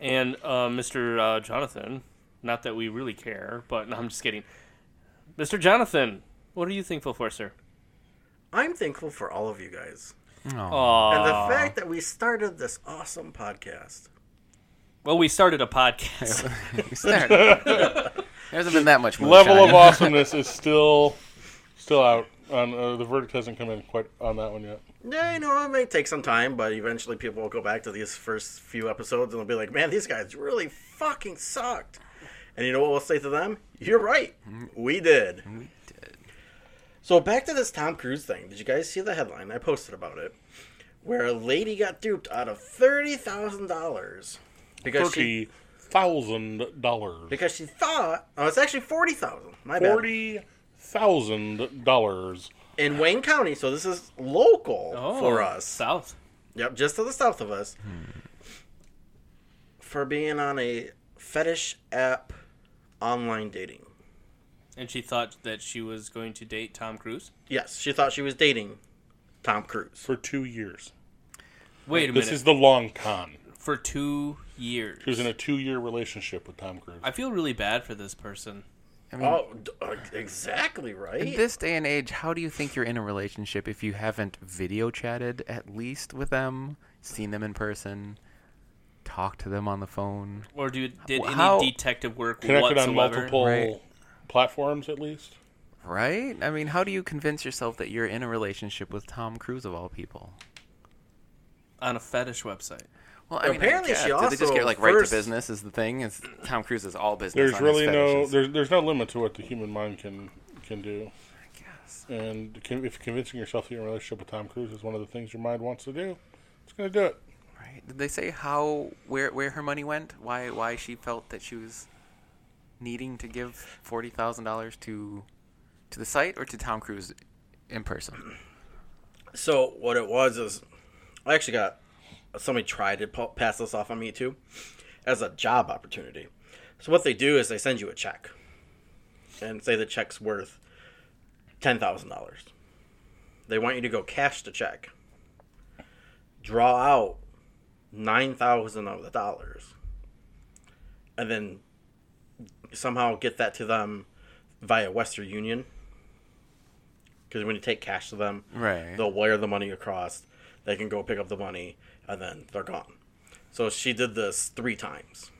S2: And uh, Mr. Uh, Jonathan, not that we really care, but no, I'm just kidding. Mr. Jonathan, what are you thankful for, sir?
S4: I'm thankful for all of you guys.
S1: Oh.
S2: Aw.
S4: And the fact that we started this awesome podcast.
S2: well, we started a
S3: *laughs*
S2: podcast.
S1: *laughs* there hasn't been that much
S3: Level
S1: moonshine.
S3: of awesomeness is still still out. On, uh, the verdict hasn't come in quite on that one yet.
S4: Yeah, you know, it may take some time, but eventually people will go back to these first few episodes and they'll be like, man, these guys really fucking sucked. And you know what we'll say to them? You're right. We did.
S1: Mm-hmm. We did.
S4: So back to this Tom Cruise thing. Did you guys see the headline? I posted about it. Where a lady got duped out of $30,000 because she,
S3: Thirty thousand dollars.
S4: because she thought, oh, it's actually 40000 My bad.
S3: Forty thousand dollars
S4: in Wayne County, so this is local
S2: Oh,
S4: for us.
S2: south.
S4: Yep, just to the south of us. For being on a fetish app online dating.
S2: And she thought that she was going to date Tom Cruise.
S4: Yes, she thought she was dating Tom Cruise.
S3: for two years.
S2: Wait a
S3: This
S2: minute.
S3: is the long con.
S2: For two years.
S3: She was in a two-year relationship with Tom Cruise.
S2: I feel really bad for this person.
S1: I mean,
S4: Oh, d- uh, exactly
S1: in
S4: right.
S1: this day and age, how do you think you're in a relationship if you haven't video chatted at least with them, seen them in person, talked to them on the phone?
S2: Or do, did
S1: Wh- how-
S2: any detective work
S3: Connected
S2: whatsoever?
S3: on multiple
S1: Right.
S3: platforms, at least.
S1: Right? I mean, how do you convince yourself that you're in a relationship with Tom Cruise of all people?
S2: On a fetish website.
S1: Well, I mean, I
S4: Apparently
S1: guess.
S4: she
S1: Did they just
S4: also
S1: get like right to
S4: first-
S1: business is the thing. Is Tom Cruise is all business.
S3: There's
S1: on his
S3: really no
S1: fetishes.
S3: there's, there's no limit to what the human mind can can do.
S1: Yes.
S3: And con- if convincing yourself that you're in a relationship with Tom Cruise is one of the things your mind wants to do, it's going to do it.
S1: Right? Did they say how where where her money went? Why why she felt that she was needing to give forty thousand dollars to to the site or to Tom Cruise in person?
S4: So what it was is, I actually got somebody tried to pa- pass this off on me too, as a job opportunity. So what they do is they send you a check, and say the check's worth ten thousand dollars. They want you to go cash the check, draw out nine thousand of the dollars, and then somehow get that to them via Western Union. Because when you take cash to them,
S1: Right.
S4: they'll wire the money across. They can go pick up the money, and then they're gone. So she did this three times.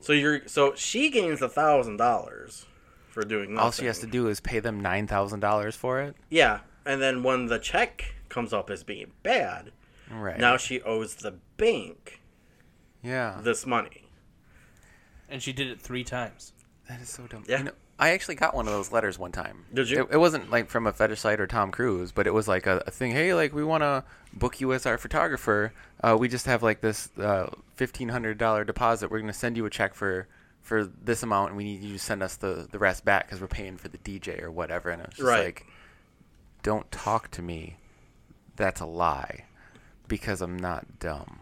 S4: So you're so she gains a thousand dollars for doing nothing.
S1: All she has to do is pay them nine thousand dollars for it.
S4: Yeah, and then when the check comes up as being bad,
S1: Right.
S4: now she owes the bank
S1: yeah.
S4: this money.
S2: And she did it three times.
S1: That is so dumb.
S4: Yeah.
S1: You know, I actually got one of those letters one time.
S4: Did you?
S1: It, it wasn't like from a fetish site or Tom Cruise, but it was like a, a thing. Hey, like we want to book you as our photographer. Uh, we just have like this uh, fifteen hundred dollar deposit. We're going to send you a check for for this amount, and we need you to send us the the rest back because we're paying for the DJ or whatever. And it was just
S4: Right.
S1: like, don't talk to me. That's a lie, because I'm not dumb.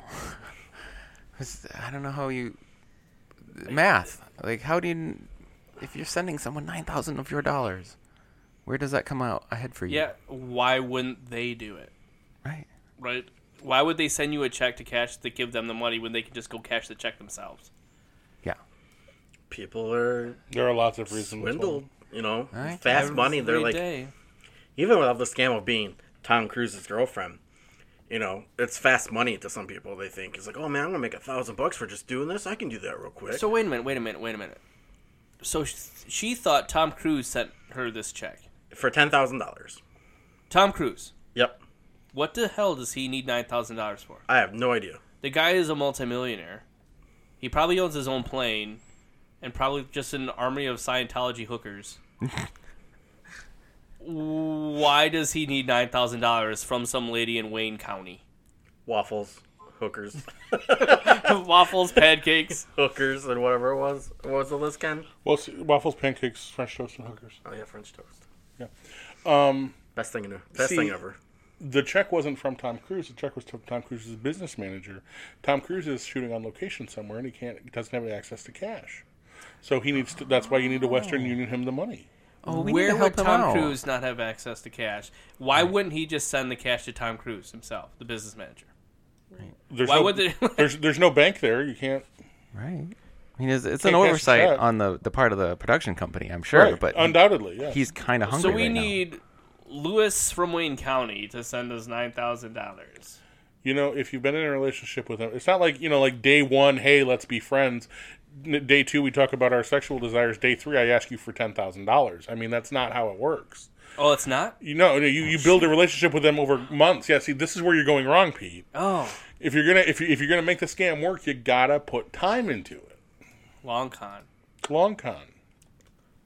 S1: It's- I don't know how you math. Like, how do you? If you're sending someone nine thousand of your dollars, where does that come out ahead for you?
S2: Yeah, why wouldn't they do it?
S1: Right.
S2: Right? Why would they send you a check to cash to give them the money when they could just go cash the check themselves?
S1: Yeah.
S4: People are
S3: There are lots of reasons. why.
S4: swindled, you know,
S1: Right.
S4: fast money. They're
S2: Every
S4: like,
S2: day.
S4: even without the scam of being Tom Cruise's girlfriend, you know, it's fast money to some people. They think it's like, oh man, I'm gonna make a thousand bucks for just doing this. I can do that real quick.
S2: So wait a minute, wait a minute, wait a minute. So she, she thought Tom Cruise sent her this check.
S4: for ten thousand dollars.
S2: Tom Cruise.
S4: Yep,
S2: What the hell does he need nine thousand dollars for?
S4: I have no idea.
S2: The guy is a multimillionaire. He probably owns his own plane, and probably just an army of Scientology hookers. Why does he need nine thousand dollars from some lady in Wayne County? *laughs*
S4: Waffles, *laughs* hookers,
S2: Waffles, pancakes.
S4: hookers, and whatever it was. What was the list, Ken?
S3: Well, it's waffles, pancakes, French toast, and hookers.
S4: Oh yeah, French toast.
S3: Um,
S4: Best thing ever. Best
S3: See-
S4: thing ever.
S3: the check wasn't from Tom Cruise. The check was from Tom Cruise's business manager. Tom Cruise is shooting on location somewhere, and he can't he doesn't have access to cash. So he needs. To, that's why you need to Western Union him the money.
S1: Oh, we
S2: Where
S1: need to
S2: would
S1: help
S2: Tom
S1: him out.
S2: Cruise not have access to cash? Why wouldn't he just send the cash to Tom Cruise himself, the business manager?
S3: There's
S2: Why
S3: no,
S2: would they-
S3: *laughs* there's there's no bank there. You can't.
S1: Right. I mean, it's, it's
S3: Take
S1: an
S3: cash and
S1: oversight
S3: check.
S1: on the the part of the production company, I'm sure,
S3: right,
S1: but he-
S3: undoubtedly, yeah.
S1: he's kind of hungry.
S2: So we
S1: right now.
S2: need Lewis from Wayne County to send us nine thousand dollars.
S3: you know, if you've been in a relationship with him, it's not like you know, like day one, hey, let's be friends. N- Day two, we talk about our sexual desires. Day three, I ask you for ten thousand dollars. I mean, that's not how it works.
S2: Oh, it's not.
S3: You know, you,
S1: Oh,
S3: you build a relationship with them over months. Yeah, see, this is where you're going wrong, Pete.
S2: Oh,
S3: if you're gonna if, you, if you're gonna make the scam work, you gotta put time into it.
S2: long con.
S3: Long con.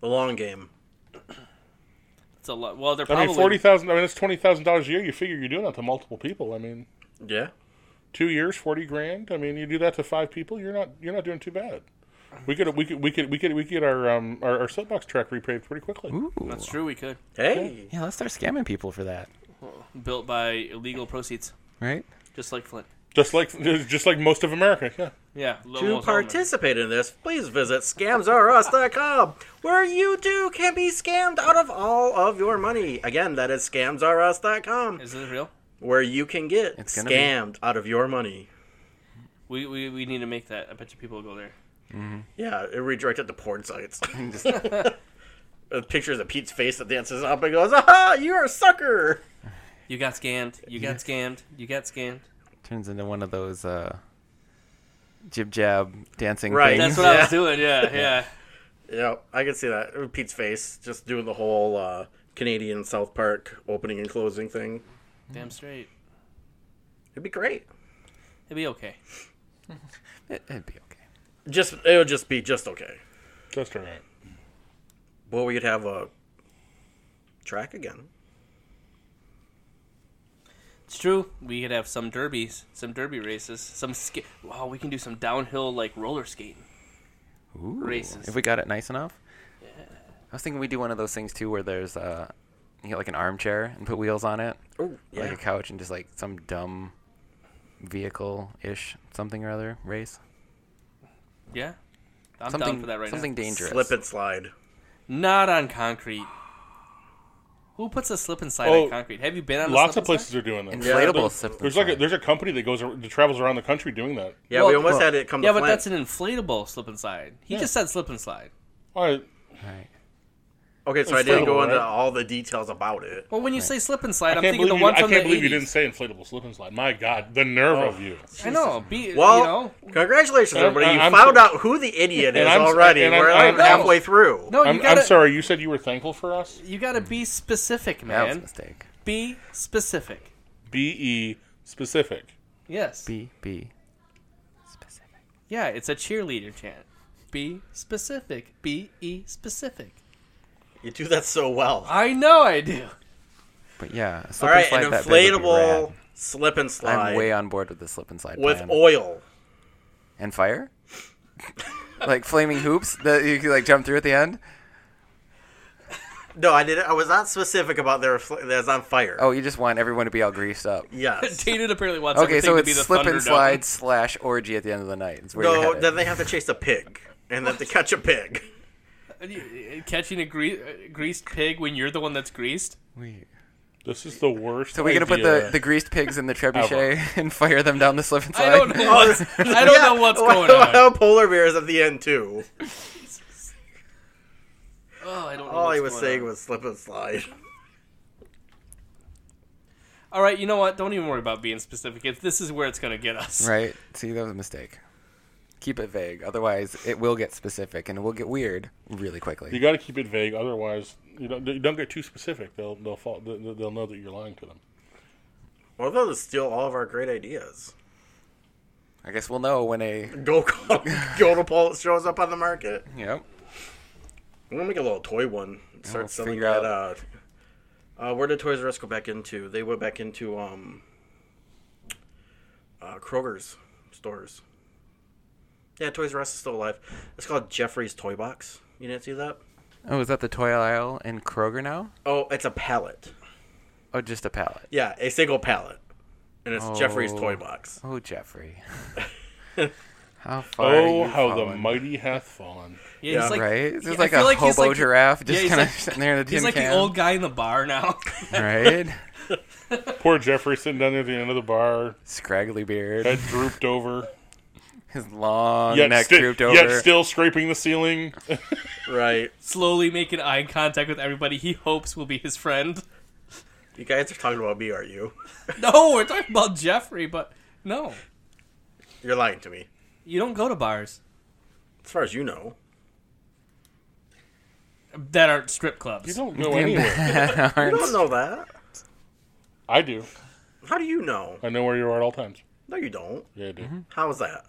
S4: The long game.
S2: It's a lot. Well, they're
S3: I
S2: probably
S3: mean, forty thousand. I mean, that's twenty thousand dollars a year. You figure you're doing that to multiple people. I mean,
S4: Yeah.
S3: two years, forty grand. I mean, you do that to five people, you're not you're not doing too bad. We could we could we could we could we could get our um our, our soapbox track repaved pretty quickly.
S1: Ooh.
S2: That's true. We could
S4: Hey,
S1: Yeah, let's start scamming people for that,
S2: built by illegal proceeds,
S3: *laughs*
S1: right?
S2: just like Flint.
S3: Just like just like most of America. Yeah.
S2: Yeah.
S4: to
S2: almost all of it.
S4: participate in this, please visit scamsrus.com, where you too can be scammed out of all of your money. Again, that is scamsrus.com,
S2: Is this real?
S4: where you can get
S1: It's gonna be-
S4: scammed out of your money.
S2: We, we we need to make that. I bet you people will go there.
S4: Yeah, it redirected to porn sites.
S1: Just-
S4: Uh, Pictures of Pete's face that dances up and goes, "Aha, you're a sucker!"
S2: You got scammed. You got scammed. You got scammed.
S1: turns into one of those uh, jib jab dancing
S4: Right.
S1: things.
S2: That's what I
S4: Yeah.
S2: was doing. Yeah, yeah.
S4: Yeah, I can see that. Uh, Pete's face just doing the whole uh, Canadian South Park opening and closing thing.
S2: Damn straight.
S4: It'd be great.
S2: It'd be okay.
S1: It, it'd be okay.
S4: Just it would just be just okay.
S3: Just all right.
S4: Well, we'd have a track again.
S2: It's true. We could have some derbies, some derby races, some sk- wow. We can do some downhill like roller skating.
S1: Ooh,
S2: Races.
S1: If we got it nice enough. I was thinking we do one of those things too, where there's uh, you know, like an armchair and put wheels on it,
S4: Oh, yeah.
S1: like a couch, and just like some dumb vehicle ish something or other race.
S2: Yeah, I'm
S1: Something
S2: down for that right
S1: something
S2: now.
S1: dangerous.
S4: Slip and slide.
S2: Not on concrete. Who puts a slip and slide
S3: Oh,
S2: on concrete? Have you been on a
S3: Lots
S2: slip and
S3: of
S2: slide?
S3: places are doing that.
S1: Inflatable
S3: There-
S1: slip and
S3: There's like a,
S1: slide.
S3: there's a company that goes ar- that travels around the country doing that.
S4: Yeah, we
S2: Well-
S4: almost
S1: well-
S4: had it come.
S2: Yeah,
S4: to
S2: but
S4: Flint.
S2: that's an inflatable slip and slide. He just said slip and slide.
S3: All right.
S1: Right.
S4: okay. So I didn't go
S3: inflatable,
S4: into
S3: right?
S4: all the details about it.
S2: Well, when you say slip and slide,
S3: I
S2: I'm
S3: can't
S2: thinking
S3: believe,
S2: the
S3: you,
S2: one
S3: I
S2: from
S3: can't
S2: the
S3: believe you
S2: 80s.
S3: didn't say inflatable slip and slide. My God, the nerve of you!
S2: I know. Be,
S4: Well,
S2: you know.
S4: Congratulations,
S3: And
S4: everybody!
S3: I-
S4: You
S3: I'm
S4: found
S3: so-
S4: out who the idiot
S3: And
S4: is
S3: I'm so-
S4: already.
S3: and I'm-
S4: We're
S3: I'm-
S4: like
S2: I'm-
S4: halfway through.
S2: No, Oh, you
S3: I'm,
S2: gotta.
S3: I'm sorry. You said you were thankful for us.
S2: You gotta be specific,
S1: That was a
S2: man.
S1: mistake.
S2: Be specific.
S3: B E specific.
S2: Yes.
S1: B B. Specific.
S2: Yeah, it's a cheerleader chant. Be specific. Be e specific.
S4: You do that so well.
S2: I know I do. *laughs*
S1: But yeah, a
S4: All
S1: slip
S4: right,
S1: and
S4: an
S1: slide that big would be rad.
S4: inflatable slip and slide
S1: I'm way on board with the slip and slide
S4: with
S1: plan.
S4: oil.
S1: and fire, *laughs* like flaming hoops that you could like jump through at the end.
S4: No, I didn't. I was not specific about their. fl- That's on fire.
S1: Oh, you just want everyone to be all greased up.
S2: *laughs*
S4: yes.
S2: Dated apparently wants
S1: Okay,
S2: everything
S1: so
S2: to be
S1: it's
S2: the
S1: slip and
S2: Thunderdome. *laughs*
S1: slide slash orgy at the end of the night. It's where you're
S4: No,
S1: headed.
S4: then they have to chase a pig, and then to catch a pig.
S2: uh, Catching a gre- greased pig when you're the one that's greased.
S1: We-
S3: This is the worst.
S1: So we're gonna put the, the greased pigs in the trebuchet *laughs* and fire them down the slip and slide.
S2: I don't
S4: *laughs*
S2: know.
S4: Oh,
S2: What's, I don't know what's
S4: Well,
S2: going on.
S4: well, polar bears at the end too.
S2: Oh, I don't know.
S4: All he
S2: what's
S4: was
S2: going
S4: saying
S2: on.
S4: was slip and slide. *laughs*
S2: All right, you know what? Don't even worry about being specific. If this is where it's going to get us.
S1: *laughs* Right? See, that was a mistake. Keep it vague, otherwise it will get specific and it will get weird really quickly.
S3: You got to keep it vague, otherwise you don't, you don't get too specific. They'll they'll fall, they'll they'll know that you're lying to them.
S4: Well, they'll just steal all of our great ideas. *laughs*
S1: I guess we'll know when a
S2: *laughs*
S4: Go call, go to Paul shows up on the market.
S1: yep.
S4: I'm gonna make a little toy one. and Start
S1: we'll
S4: selling
S1: figure
S4: that. Uh, uh, where did Toys R Us go back into? They went back into um, uh, Kroger's stores. Yeah, Toys R Us is still alive. It's called Jeffrey's Toy Box. You didn't see that?
S1: Oh, is that the toy aisle in Kroger now?
S4: Oh, it's a pallet.
S1: Oh, just a pallet.
S4: Yeah, a single pallet, and it's Jeffrey's
S1: Oh.
S4: Toy Box.
S2: *laughs*
S1: Oh, Jeffrey. how far?
S3: oh,
S1: are you
S3: how the
S1: falling?
S3: mighty hath fallen.
S2: Yeah,
S4: Yeah.
S2: he's like,
S1: right? It's
S2: yeah, I
S1: just like
S2: feel
S1: a
S2: he's
S1: hobo
S2: like-
S1: giraffe just
S2: yeah, he's
S1: kind of
S2: like-
S1: sitting there in a tin
S2: He's like
S1: can,
S2: the old guy in the bar
S1: *laughs*
S2: now. *laughs*
S1: right?
S3: Poor Jeffrey sitting down there at the end of the bar,
S1: Scraggly beard, *laughs*
S3: head drooped over,
S1: his long
S3: yet,
S1: neck
S3: sti-
S1: drooped over.
S3: yet
S1: *laughs*
S3: still scraping the ceiling. *laughs*
S4: Right.
S2: Slowly making eye contact with everybody he hopes will be his friend. *laughs*
S4: You guys are talking about me, aren't you?
S2: No, we're talking about Jeffrey, but no.
S4: You're lying to me.
S2: You don't go to bars
S4: As far as you know.
S2: that aren't strip
S3: You
S2: clubs.
S3: don't go
S1: *laughs*
S3: anywhere.
S4: You don't know that.
S3: I do.
S4: How do you know?
S3: I know where you are at all times.
S4: No, you don't.
S3: Yeah, I do.
S1: Mm-hmm.
S4: How is that?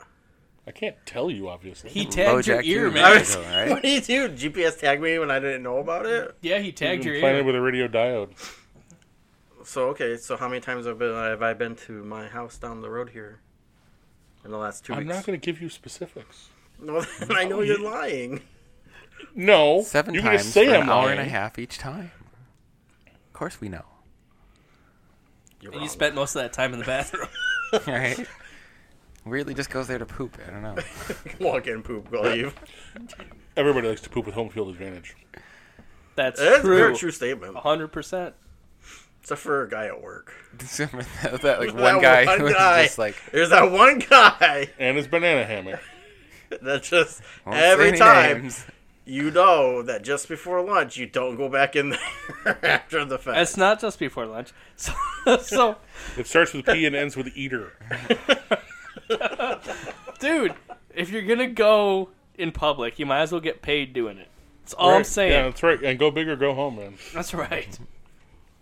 S3: I can't tell you, obviously.
S2: He
S1: Low
S2: tagged your
S1: Jack
S2: ear,
S1: Hughes.
S2: man.
S4: *laughs*
S1: There you go, right?
S4: What do you do? GPS tag me when I didn't know about it?
S2: *laughs* Yeah, he tagged your
S3: planted
S2: ear.
S3: with a radio diode.
S4: So okay, so how many times have, been, have I been to my house down the road here in the last 2
S3: I'm
S4: weeks?
S3: not going to give you specifics.
S4: Well, then *laughs* I know you're lying.
S3: No,
S1: Seven
S3: you can
S1: times
S3: just say
S1: for
S3: I'm
S1: an hour
S3: lying.
S1: and a half each time. Of course we know. *laughs*
S4: You're
S2: And
S4: wrong.
S2: you
S4: *laughs*
S2: spent most of that time in the bathroom. *laughs*
S1: Right? Weirdly just goes there to poop. I don't know. *laughs*
S4: walk in poop, believe.
S3: Everybody likes to poop with home field advantage.
S2: That's
S4: That's a
S2: true.
S4: very true statement.
S2: 100%.
S4: Except for a guy at work.
S1: that, *laughs* that, like
S4: That
S1: one guy
S4: one
S1: who was
S3: *laughs*
S4: guy.
S1: just like
S4: There's that one guy *laughs*
S3: And his banana hammock.
S4: that just
S1: "Won't say
S4: every
S1: any
S4: time
S1: names."
S4: you know that just before lunch you don't go back in *laughs* there after the fact.
S2: It's not just before lunch. *laughs* So, so
S3: It starts with P and ends with eater.
S2: dude, if you're going to go in public, you might as well get paid doing it. That's all I'm
S3: Right.
S2: saying.
S3: Yeah, that's right. And go big or go home, man.
S2: That's right.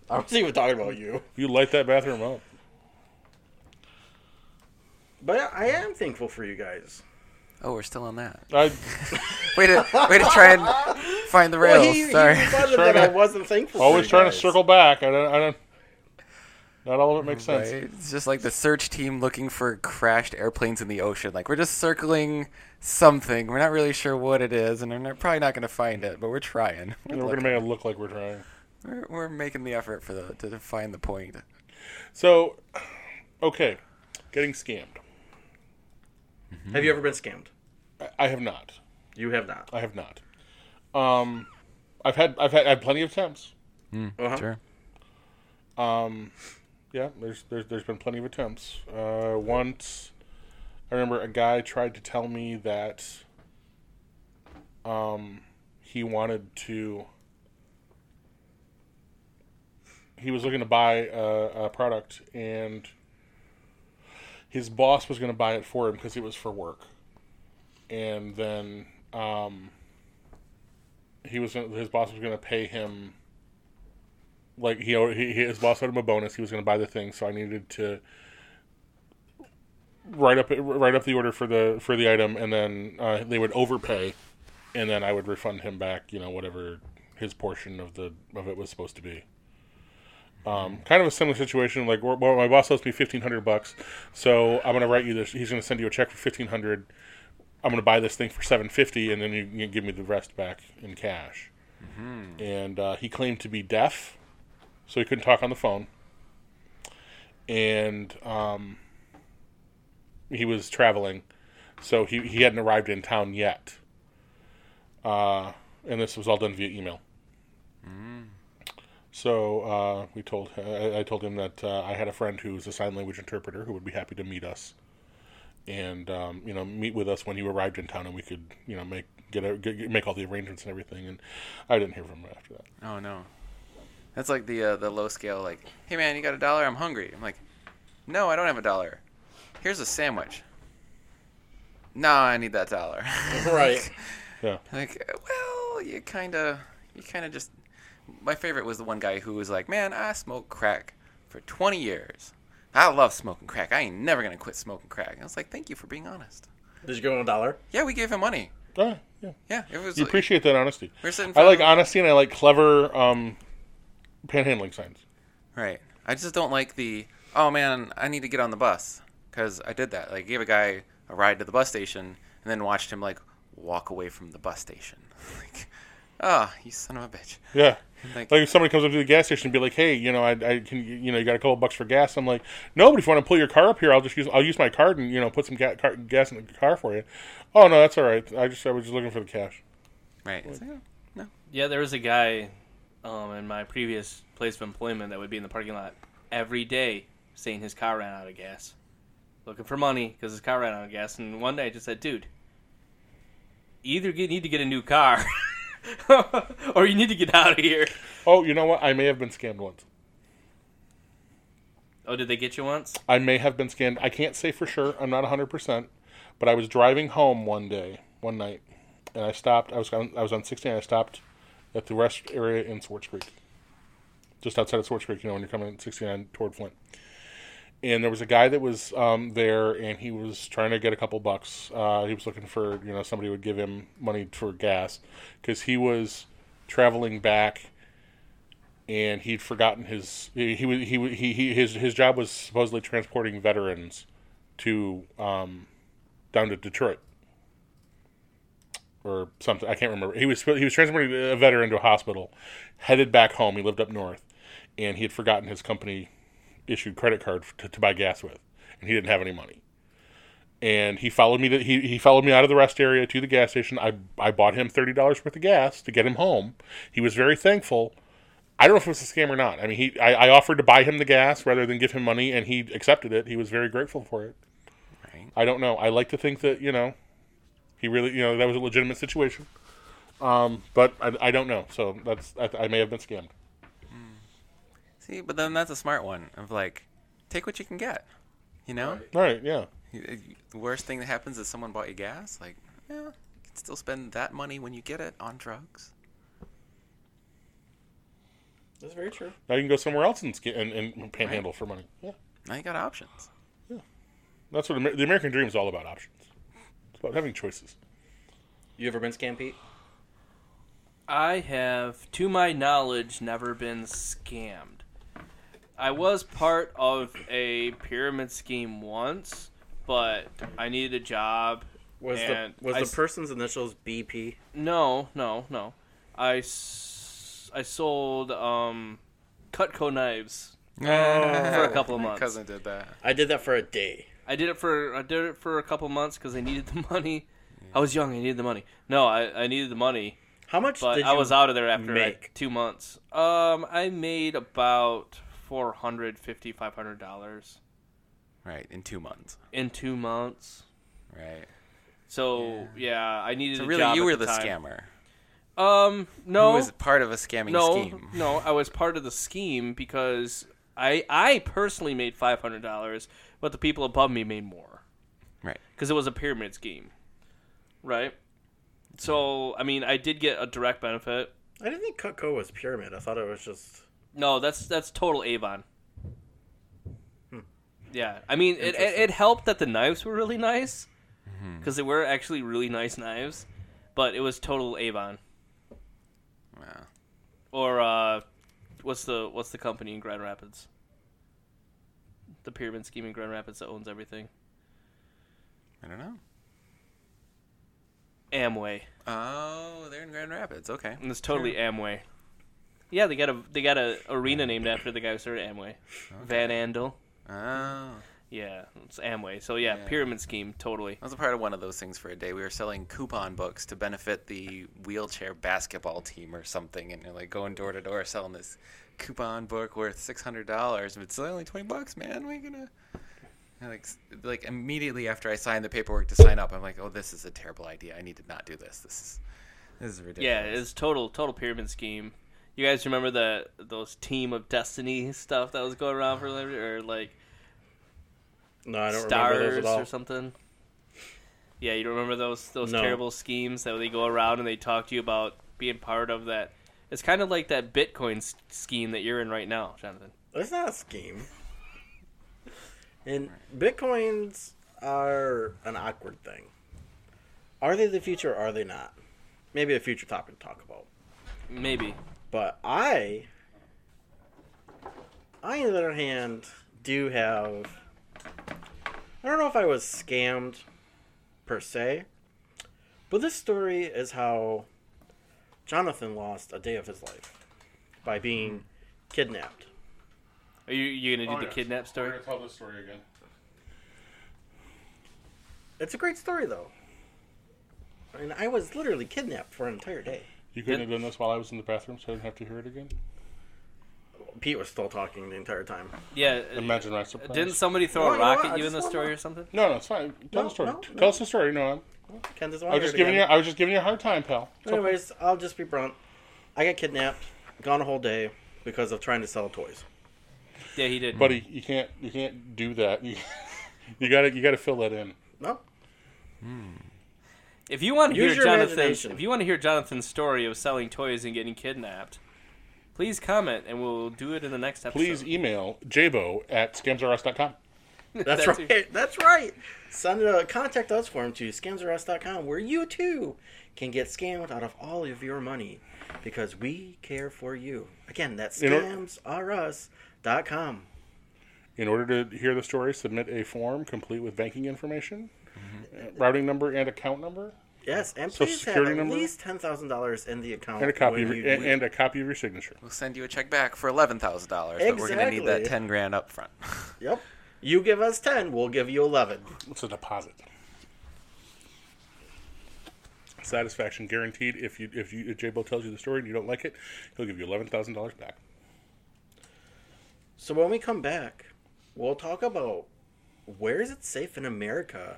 S4: I was even talking about you.
S3: You light that bathroom up.
S4: But I am thankful for you guys.
S1: Oh, we're still on that. *laughs*
S3: I
S1: Way to way to
S3: *laughs*
S1: try and find the rails.
S4: he, he
S1: Sorry.
S4: responded
S3: Trying
S4: that I
S3: to-
S4: wasn't thankful.
S3: always
S4: for you
S3: trying
S4: guys.
S3: to circle back. I don't. I don't. Not all of it makes sense.
S1: Right? It's just like the search team looking for crashed airplanes in the ocean. Like we're just circling something. We're not really sure what it is, and we're not- probably not going to find it, but we're trying. *laughs* We're,
S3: And we're gonna
S1: looking.
S3: make it look like we're trying.
S1: We're- we're making the effort for the to find the point.
S3: So, okay, getting scammed.
S4: Have you ever been scammed?
S3: I- I have not.
S4: You have not.
S3: I have not. Um, I've had I've had, had plenty of attempts.
S4: Uh-huh.
S1: Sure.
S3: Yeah, there's there's there's been plenty of attempts. Uh, once, I remember a guy tried to tell me that, um, he wanted to. He was looking to buy a, a product, and his boss was going to buy it for him because it was for work. And then um, he was gonna- his boss was going to pay him like he, owe- he he- his boss owed him a bonus. He was going to buy the thing, so I needed to write up write up the order for the for the item, and then uh, they would overpay, and then I would refund him back, you know, whatever his portion of the of it was supposed to be. Um, kind of a similar situation. Like, wh- well, my boss owes me fifteen hundred bucks, so I'm going to write you this. He's going to send you a check for fifteen hundred. I'm going to buy this thing for seven fifty, and then you, you give me the rest back in cash. And uh, he claimed to be deaf so he couldn't talk on the phone. And um, he was traveling, so he, he hadn't arrived in town yet. Uh, and this was all done via email. So uh, we told I, I told him that uh, I had a friend who's a sign language interpreter who would be happy to meet us, and um, you know meet with us when you arrived in town, and we could you know make get, a, get make all the arrangements and everything. And I didn't hear from him after that.
S1: Oh no. That's like the uh, the low scale. Like, hey man, you got a dollar? I'm hungry. I'm like, no, I don't have a dollar. Here's a sandwich. No, I need that dollar. *laughs*
S4: Right.
S3: Yeah.
S1: Like, uh, well, you kind of, you kind of just. My favorite was the one guy who was like, "Man, I smoked crack for 20 years. I love smoking crack. I ain't never gonna quit smoking crack." And I was like, "Thank you for being honest."
S4: *laughs* Did you give him a dollar?
S1: Yeah, we gave him money.
S3: Ah, yeah.
S1: Yeah, it was.
S3: You appreciate that honesty.
S1: We're sitting
S3: I like
S1: front-
S3: honesty and I like clever um, panhandling signs.
S1: Right. I just don't like the oh man, I need to get on the bus because I did that. Like, gave a guy a ride to the bus station and then watched him like walk away from the bus station. *laughs* like, ah, you son of a bitch.
S3: Yeah.
S1: Like-
S3: Like, if somebody comes up to the gas station and be like, "Hey, you know, I, I can, you know, you got a couple bucks for gas." I'm like, "No, but if you want to pull your car up here, I'll just use, I'll use my card and you know, put some ga- car, gas in the car for you." Oh no, that's all right. I just, I was just looking for the cash.
S1: Right. It's like, oh, no.
S2: Yeah, there was a guy um, in my previous place of employment that would be in the parking lot every day saying his car ran out of gas, looking for money because his car ran out of gas. And one day I just said, dude, you either get, need to get a new car *laughs* or you need to get out of here.
S3: Oh, you know what? I may have been scammed once.
S2: Oh, did they get you once?
S3: I may have been scammed. I can't say for sure. I'm not 100%, but I was driving home one day, one night, and I stopped. I was on, I was on 16. I stopped at the rest area in Swartz Creek, just outside of Swartz Creek. You know, when you're coming 69 toward Flint. And there was a guy that was um, there, and he was trying to get a couple bucks. Uh, he was looking for you know somebody who would give him money for gas because he was traveling back and he'd forgotten his he he was- he was- he, he his his job was supposedly transporting veterans to um down to Detroit. or something. I can't remember. He was he was transporting a veteran to a hospital, headed back home. He lived up north, and he had forgotten his company issued credit card to, to buy gas with, and he didn't have any money. And he followed me. To, he, he followed me out of the rest area to the gas station. I I bought him thirty dollars worth of gas to get him home. He was very thankful. I don't know if it was a scam or not. I mean, he I, I offered to buy him the gas rather than give him money, and he accepted it. He was very grateful for it.
S1: Right.
S3: I don't know. I like to think that you know, he really you know that was a legitimate situation. Um, but I, I don't know. So that's I, I may have been scammed.
S1: See, but then that's a smart one of like, take what you can get. You know,
S3: All right. Yeah.
S1: You- you- the worst thing that happens is someone bought you gas. Like, yeah, you can still spend that money when you get it on drugs.
S4: That's very true.
S3: Now you can go somewhere else and sca- and, and panhandle for money. Yeah.
S1: Now you got options.
S3: That's what Amer- the American dream is all about. Options. It's about having choices.
S4: You ever been scammed, Pete?
S2: I have, to my knowledge, never been scammed. I was part of a pyramid scheme once, but I needed a job.
S4: Was
S2: and
S4: the was
S2: I
S4: the
S2: s-
S4: person's initials BP?
S2: No, no, no. I, s- I sold um, Cutco knives.
S1: for
S2: a couple of months.
S1: My cousin did that.
S4: I did that for a day.
S2: I did it for I did it for a couple months because I needed the *laughs* money. I was young. I needed the money. No, I, I needed the money,
S4: How much
S2: but
S4: did
S2: I
S4: you
S2: was out of there after like,
S4: make?
S2: two months. Um, I made about four hundred fifty five hundred dollars
S1: Right in two months.
S2: in two months.
S1: Right.
S2: So yeah, I needed.
S1: So
S2: a
S1: really,
S2: job
S1: you
S2: at
S1: were
S2: the,
S1: the,
S2: time.
S1: scammer.
S2: Um, no,
S1: Who was part of a scamming
S2: no,
S1: scheme.
S2: no. I was part of the scheme because I I personally made five hundred dollars, but the people above me made more.
S1: Right.
S2: because it was a pyramid scheme, right? So I mean, I did get a direct benefit.
S4: I didn't think Cutco was pyramid. I thought it was just
S2: No, that's that's total Avon. Yeah, I mean, it, it it helped that the knives were really nice
S1: Mm-hmm.
S2: because they were actually really nice knives, but it was total Avon
S1: Wow.
S2: or uh, what's the what's the company in Grand Rapids? The pyramid scheme in Grand Rapids that owns everything.
S1: I don't know.
S2: Amway.
S1: Oh, they're in Grand Rapids. Okay.
S2: And it's totally Amway. Yeah, they got a they got a arena named after the guy who started Amway, Van Andel.
S1: Oh, I
S2: Yeah, it's Amway. So yeah,
S1: Yeah.
S2: pyramid scheme, totally.
S1: was a part of one of those things for a day. We were selling coupon books to benefit the wheelchair basketball team or something, and they're like going door to door selling this coupon book worth six hundred dollars. It's only twenty bucks, man. We gonna And, like s- like immediately after I signed the paperwork to sign up, I'm like, oh, this is a terrible idea. I need to not do this. This is this is ridiculous.
S2: Yeah, it's total total pyramid scheme. You guys remember the those team of destiny stuff that was going around for like- or like
S4: no. I don't remember those
S2: stars
S4: at all.
S2: or something? Yeah, you remember those those
S4: No.
S2: terrible schemes that they go around and they talk to you about being part of that. It's kind of like that Bitcoin s- scheme that you're in right now, Jonathan.
S4: It's not a scheme. And bitcoins are an awkward thing. Are they the future? or Are they not? Maybe a future topic to talk about.
S2: Maybe.
S4: But I, I on the other hand, do have. I don't know if I was scammed, per se, but this story is how Jonathan lost a day of his life by being kidnapped.
S2: Are you you gonna do
S4: Oh,
S3: Oh,
S2: the kidnap story?
S3: tell this story again.
S4: It's a great story though. I mean, I was literally kidnapped for an entire day.
S3: You couldn't
S2: Yep.
S3: have done this while I was in the bathroom, so I didn't have to hear it again.
S4: Pete was still talking the entire time.
S2: Yeah. uh,
S3: Imagine my surprise.
S2: Didn't somebody throw
S4: No,
S2: a
S4: you know
S2: rock
S4: what? I
S2: at you in
S4: just
S2: the
S4: wanna-
S2: story or something?
S3: No, no, it's fine. Tell
S4: No,
S3: the story.
S4: no,
S3: Tell
S4: no.
S3: us the story. No, I'm,
S4: Ken doesn't
S3: I
S4: want
S3: was just
S4: to hear it
S3: giving you.
S4: again.
S3: I was just giving you a hard time, pal. It's okay.
S4: Anyways, I'll just be blunt. I got kidnapped, gone a whole day because of trying to sell toys.
S2: Yeah, he did.
S3: buddy, you can't. You can't do that. You, *laughs* you gotta. You gotta fill that in. *laughs*
S4: No,
S2: if you want to
S4: Use
S2: hear
S4: your
S2: Jonathan's,
S4: imagination.
S2: if you want to hear Jonathan's story of selling toys and getting kidnapped, please comment and we'll do it in the next episode.
S3: Please
S4: e-
S3: email jbo at scamsrs.com.
S4: that's,
S2: That's
S4: right. That's right. Send a contact us form to scamsrs.com where you too can get scammed out of all of your money because we care for you. Again, that's
S3: You know-
S4: scamsrs.com.
S3: In order to hear the
S4: Mm-hmm.
S3: story, submit a form complete with banking information, uh, routing number, and account number.
S4: Yes, and
S3: Social
S4: please have
S3: Security
S4: at
S3: number?
S4: least ten thousand dollars in the account.
S3: and a copy of
S4: when
S3: your,
S4: you
S3: and, and a copy of your signature.
S1: We'll send you a check back for eleven thousand dollars, but we're gonna need that
S4: Exactly.
S1: ten grand up front.
S4: Yep. You give us 10, we'll give you 11.
S3: It's a deposit. Satisfaction guaranteed. If you if you if J-Bo tells you the story and you don't like it, he'll give you eleven thousand dollars back.
S4: So when we come back, we'll talk about where is it safe in America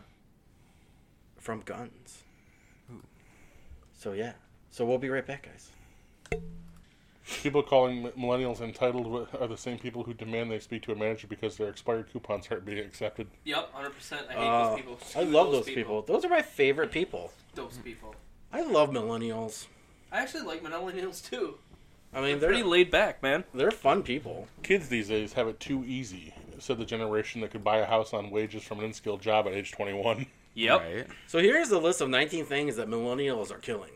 S4: from guns. So yeah. So we'll be right back, guys.
S3: People calling m- millennials entitled w- are the same people who demand they speak to a manager because their expired coupons aren't being accepted.
S2: Yep, 100%. I hate
S4: Uh,
S2: those people.
S4: I
S2: Screw
S4: love those people. Those are my favorite people.
S2: Those people.
S4: I love millennials.
S2: I actually like millennials too.
S4: I mean,
S2: Pretty
S4: they're
S2: laid back, man.
S4: they're fun people.
S3: Kids these days have it too easy," said the generation that could buy a house on wages from an unskilled job at age twenty-one. *laughs*
S2: Yep.
S1: Right?
S4: So here's the list of 19 things that millennials are killing.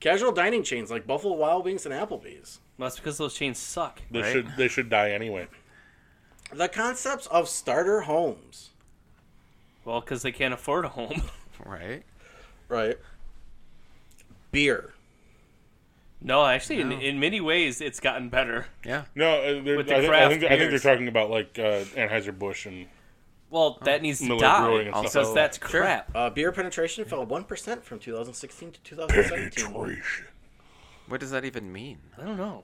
S4: Casual dining chains like Buffalo Wild Wings and Applebee's.
S2: Well, that's because those chains suck.
S3: They
S1: Right.
S3: should they should die anyway.
S4: The concepts of starter homes.
S2: Well, because they can't afford a home.
S1: *laughs*
S2: *laughs*
S1: Right?
S4: Right. Beer.
S2: no, actually, In, in many ways, it's gotten better.
S1: Yeah.
S3: No, uh, they're-
S2: With the
S3: I, think, I,
S2: craft
S3: think, I think they're
S2: beers.
S3: talking about like uh, Anheuser Busch
S4: *laughs*
S3: and
S2: Well, that needs to
S3: Miller Brewing
S2: die
S3: and stuff.
S2: because
S1: Also-
S3: like
S2: that's
S1: Sure.
S2: crap.
S4: Uh, beer penetration fell 1% from 2016 to 2017.
S3: Penetration.
S1: What does that even mean?
S2: I don't know.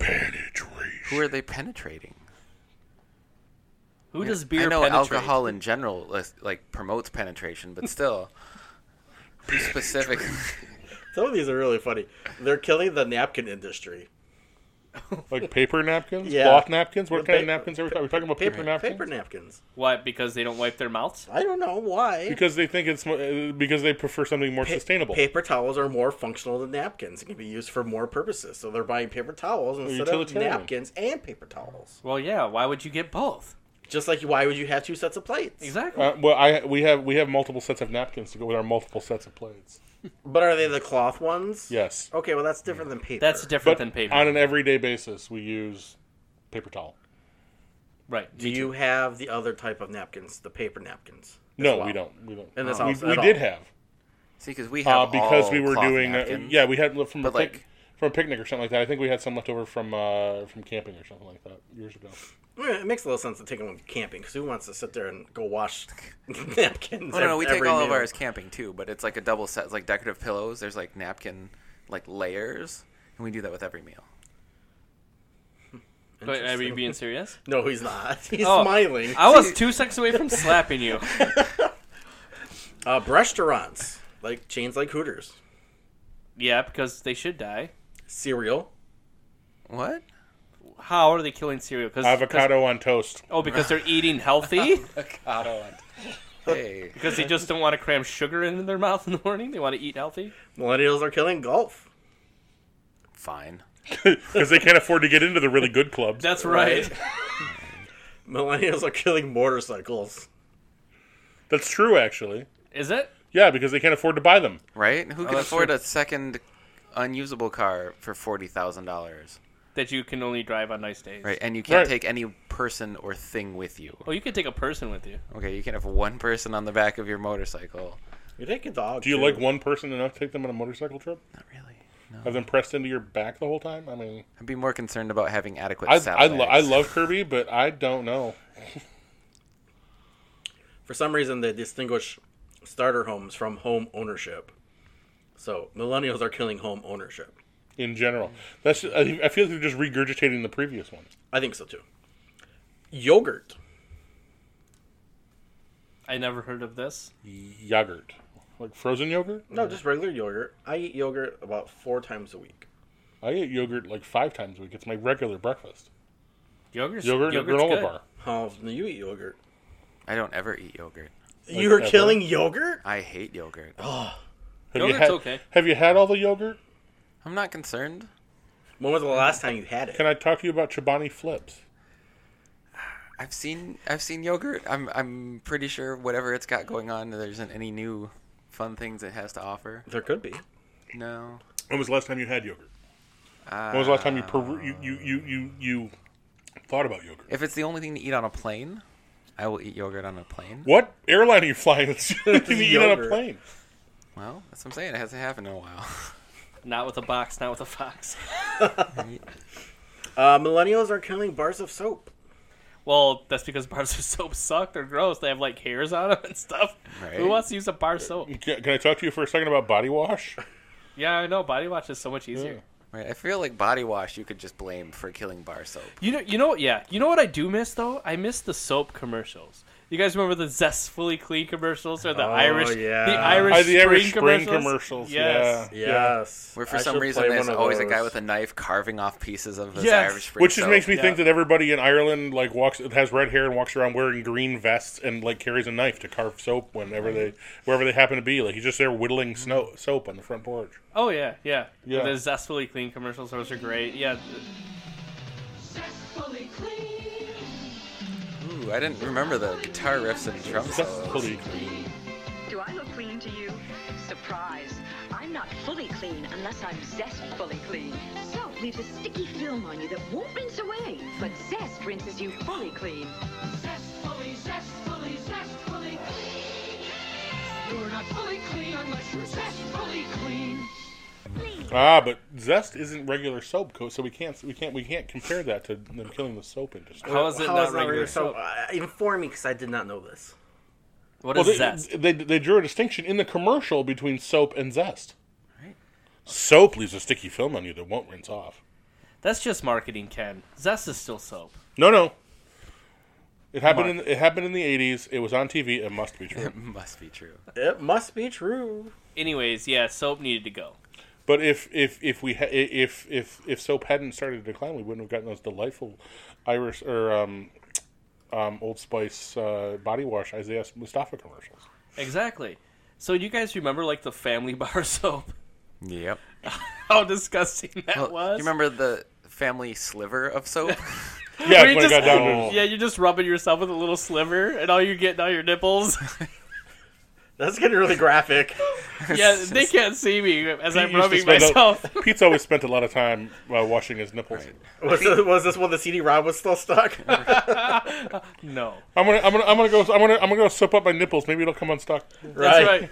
S1: Who are they penetrating?
S2: Who does beer
S1: I know
S2: penetrate?
S1: alcohol in general like, like promotes penetration, but still, who specific? *laughs*
S4: Some of these are really funny. They're killing the napkin industry.
S3: Like paper napkins,
S4: Yeah.
S3: cloth napkins. What
S4: The
S3: kind of
S4: pa-
S3: napkins are we, talking- are we talking about? Paper,
S4: Paper,
S3: napkins.
S4: paper napkins.
S2: Why? Because they don't wipe their mouths?
S4: I don't know why.
S3: Because they think it's mo- uh, because they prefer something more sustainable.
S4: Paper towels are more functional than napkins and can be used for more purposes. So they're buying paper towels instead of
S3: utilitarian.
S4: napkins and paper towels.
S2: Well, yeah. Why would you get both?
S4: Just like why would you have two sets of plates?
S2: Exactly.
S3: Uh, well, I we have we have multiple sets of napkins to go with our multiple sets of plates.
S4: But are they the cloth ones?
S3: Yes,
S4: Okay, well that's different than paper.
S2: that's different
S3: but
S2: than paper.
S3: on an everyday basis, we use paper towel.
S2: right.
S4: Do you have the other type of napkins, the paper napkins? as
S3: No,
S4: well?
S3: we don't. We don't. Uh,
S4: And that's
S3: we,
S4: also-
S3: we
S4: at
S3: did
S4: all.
S3: have
S1: See, because we
S3: uh,
S1: have
S3: because
S1: all
S3: we were
S1: cloth
S3: doing uh,
S1: napkins.
S3: yeah we had from a
S1: But,
S3: pic-
S1: like-
S3: from a picnic or something like that. I think we had some left over from uh, from camping or something like that years
S4: *laughs*
S3: ago.
S4: Yeah, Eh, It makes a little sense to take them camping because who wants to sit there and go wash *laughs* napkins?
S1: Oh, no, no, we take
S4: every
S1: all of
S4: meal?
S1: ours camping too, but it's like a double set, it's like decorative pillows. There's like napkin like layers, and we do that with every meal.
S2: Wait, are you being serious?
S4: No, he's not. *laughs* He's
S2: Oh.
S4: smiling.
S2: I was two seconds away from slapping you.
S4: Uh, restaurants like chains like Hooters,
S2: Yeah, because they should die.
S4: cereal.
S1: What?
S2: How are they killing cereal? Because
S3: Avocado on toast.
S2: Oh, because they're eating healthy.
S1: *laughs* Hey,
S2: Because they just don't want to cram sugar into their mouth in the morning. They want to eat healthy.
S4: Millennials are killing golf.
S1: fine.
S3: because they can't afford to get into the really good
S4: *laughs*
S3: clubs.
S2: That's right.
S4: Millennials are *laughs* killing motorcycles.
S3: That's true, actually.
S2: Is it?
S3: Yeah, because they can't afford to buy them.
S1: Right? Who can
S2: that's
S1: afford a second unusable car for forty thousand dollars?
S2: That you can only drive on nice days.
S1: Right, and you can't
S3: Right.
S1: take any person or thing with you.
S2: Well, you could take a person with you.
S1: Okay, you can have one person on the back of your motorcycle.
S4: You take a dog.
S3: Do you
S4: too.
S3: like one person enough to take them on a motorcycle trip?
S1: Not really. No,
S3: Have them pressed into your back the whole time? I mean,
S1: I'd be more concerned about having adequate.
S3: I I,
S1: saddlebags.
S3: lo- I love Kirby, but I don't know.
S4: For some reason, they distinguish starter homes from home ownership. So millennials are killing home ownership.
S3: In general, that's I, think- I feel like they're just regurgitating the previous one.
S4: I think so too. Yogurt.
S2: I never heard of this.
S3: Yogurt, like frozen yogurt.
S4: No, just regular yogurt. I eat yogurt about four times a week.
S3: I eat yogurt like five times a week. It's my regular breakfast.
S2: Yogurt's,
S3: Yogurt and a
S2: yogurt's
S3: granola
S2: good.
S3: bar.
S4: How often do you eat yogurt?
S1: I don't ever eat yogurt.
S4: You're
S3: ever.
S4: killing yogurt?
S1: I hate yogurt.
S3: Oh. Have you
S2: Yogurt's
S3: had,
S2: okay.
S3: Have you had all the yogurt?
S1: I'm not concerned.
S4: When was the last time you had it?
S3: Can I talk to you about Chobani flips?
S1: I've seen I've seen yogurt. I'm I'm pretty sure whatever it's got going on, there isn't any new fun things it has to offer.
S4: There could be.
S1: No.
S3: When was the last time you had yogurt? when was the last time you,
S2: Uh,
S3: per- you, you, you, you, you thought about yogurt?
S1: If it's the only thing to eat on a plane, I will eat yogurt on a plane.
S3: What airline are *laughs* you flying? That's the only thing that you eat on a
S4: Yogurt.
S3: plane.
S1: Well, that's what I'm saying. It hasn't happened in a while. *laughs*
S2: Not with a box, not with a fox. *laughs*
S4: Uh, millennials are counting bars of soap.
S2: Well, that's because bars of soap suck. They're gross. They have like hairs on them and stuff.
S1: Right.
S2: Who wants to use a bar soap?
S3: Can, can I talk to you for a second about body wash?
S2: Yeah, I know. Body wash is so much easier.
S3: Yeah.
S1: Right. I feel like body wash you could just blame for killing bar soap.
S2: You know, you know what? Yeah, you know what I do miss though. I miss the soap commercials. You guys remember the Zestfully Clean commercials or the Irish,
S4: yeah.
S2: the Irish,
S3: Uh, the
S2: Spring
S3: Irish Spring
S2: commercials?
S3: commercials,
S2: Yes.
S3: yeah.
S4: Yes.
S1: Where for
S4: I
S1: some
S4: should
S1: reason
S4: play
S1: there's
S4: one of
S1: always a
S4: those.
S1: guy with a knife carving off pieces of this
S2: Yes.
S1: Irish spring
S3: Which just
S1: soap.
S3: makes me think
S2: Yeah.
S3: that everybody in Ireland like walks has red hair and walks around wearing green vests and like carries a knife to carve soap whenever they wherever they happen to be. Like he's just there whittling snow soap on the front porch.
S2: Oh yeah, yeah,
S3: Yeah.
S2: The Zestfully Clean commercials. Those are great. Yeah,
S5: Successfully clean.
S1: Ooh, I didn't remember the guitar riffs and drum solos.
S3: Zestfully clean.
S6: Do I look clean to you? Surprise. I'm not fully clean unless I'm zestfully clean. Soap leaves a sticky film on you that won't rinse away, but zest rinses you fully clean.
S5: Zestfully, zestfully, zestfully clean. You're not fully clean unless you're zestfully clean.
S3: Ah, but zest isn't regular soap, co- so we can't we can't we can't compare that to them killing the soap industry.
S2: how is it
S4: How
S2: not
S4: is that
S2: regular
S4: regular
S2: soap?
S4: soap? Uh, inform me because I did not know this.
S2: What
S3: Well,
S2: is
S3: they,
S2: zest?
S3: they they drew a distinction in the commercial between soap and zest. Soap leaves a sticky film on you that won't rinse off.
S2: That's just marketing, Ken. Zest is still soap.
S3: No, no. It happened in it happened in the eighties. It was on TV. It must be true.
S1: It *laughs* must be true.
S4: It must be true.
S2: Anyways, yeah, soap needed to go.
S3: but if if if we ha- if if if soap hadn't started to decline, we wouldn't have gotten those delightful Irish or um, um, Old Spice uh, body wash Isaiah Mustafa commercials.
S2: Exactly. So you guys remember like the Family *laughs* Bar soap?
S1: Yep.
S2: How disgusting that
S1: Well,
S2: was.
S1: You remember the family sliver
S2: *laughs*
S1: of soap?
S3: *laughs*
S1: *laughs*
S3: Yeah,
S2: Where you
S3: when it
S2: just-
S3: got down
S2: *laughs*
S3: to
S2: Yeah, you're just rubbing yourself with a little sliver, and all you're getting are your
S4: *laughs*
S2: nipples. *laughs*
S4: That's getting really graphic.
S2: yeah, they can't see me as I'm
S3: used to
S2: rubbing
S3: spend a- *laughs*
S2: myself.
S3: Pete's always spent a lot of time uh, washing his nipples.
S4: Was this, was this when the CD-ROM was
S2: *laughs*
S4: still stuck?
S2: no,
S3: I'm gonna, I'm gonna, I'm gonna go, I'm gonna, I'm gonna go soap up my nipples. Maybe it'll come unstuck.
S2: that's right.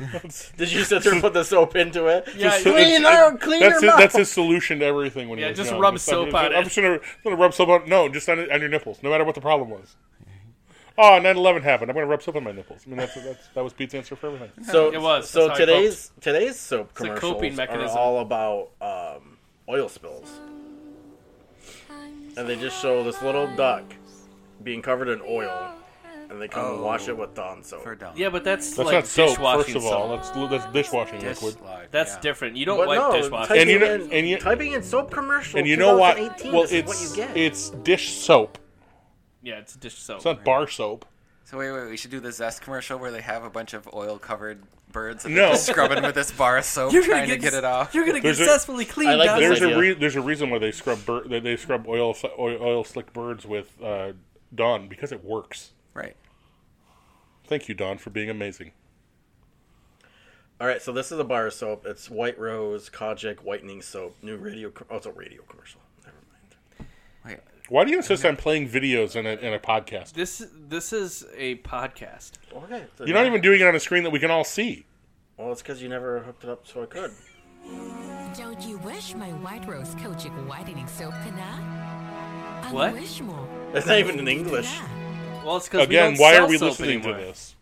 S4: Did you sit there and put the soap into it?
S2: Yeah,
S3: So
S2: you-
S3: it's-
S4: Clean out, clean
S3: that's
S4: your
S3: his,
S2: *laughs*
S3: that's
S4: mouth.
S3: his solution to everything. When he
S2: Yeah,
S3: was
S2: just
S3: young.
S2: rub
S3: I'm
S2: soap
S3: gonna-
S2: on
S3: I'm
S2: it.
S3: just gonna, I'm gonna rub soap on. No, just on, on your nipples, no matter what the problem was. Oh, 9-11 happened. I'm gonna rub soap on my nipples. I mean, that's, that's that was Pete's answer for everything.
S4: so
S2: It was.
S4: So
S2: That's how I
S4: today's today's soap
S2: a
S4: commercials
S2: coping mechanism.
S4: are all about um, oil spills, and they just show this little duck being covered in oil, and they come and wash
S3: Oh.
S4: it with Dawn soap.
S1: For dumb.
S2: yeah, but that's,
S3: That's
S2: like
S3: not soap.
S2: dishwashing
S3: First of
S2: soap.
S3: all, that's that's dishwashing liquid.
S1: Dislodge,
S2: That's
S1: yeah.
S2: different. You don't
S4: But
S2: wipe
S4: no,
S2: dishwashing.
S4: typing,
S3: And you know-
S4: in,
S3: and you-
S4: typing in soap commercial.
S3: And you know what?
S4: 2018
S3: Well,
S4: is what
S3: it's
S4: you get.
S3: it's dish soap.
S2: yeah, it's dish soap.
S3: It's not bar soap.
S1: So wait, wait, we should do the Zest commercial where they have a bunch of oil-covered birds and
S3: No.
S1: they're just scrubbing with this bar
S2: *laughs*
S1: of soap trying to get it off.
S2: You're gonna
S3: There's
S2: get
S3: a-
S2: zestfully clean.
S4: like this
S3: There's
S4: idea.
S3: a re- there's a reason why they scrub bir- they, they scrub oil, sli- oil oil slick birds with uh, Dawn because it works.
S1: Right.
S3: Thank you, Dawn, for being amazing.
S4: All right, so this is a bar of soap. It's White Rose Kojic Whitening Soap. New radio. co- Oh, it's a radio commercial. Never mind.
S1: Wait.
S3: Why do you insist on playing videos in a, in a podcast?
S2: This this is a podcast.
S4: Okay. so
S3: You're not
S4: now-
S3: even doing it on a screen that we can all see.
S4: Well, it's because you never hooked it up so I could.
S7: Don't you wish my White Rose Kojic whitening soap cannot? I
S2: What?
S7: wish more.
S4: That's not even in English.
S2: Well, it's because
S3: Again,
S2: we don't
S3: why
S2: sell
S3: are we
S2: soap
S3: listening
S2: anymore.
S3: to this?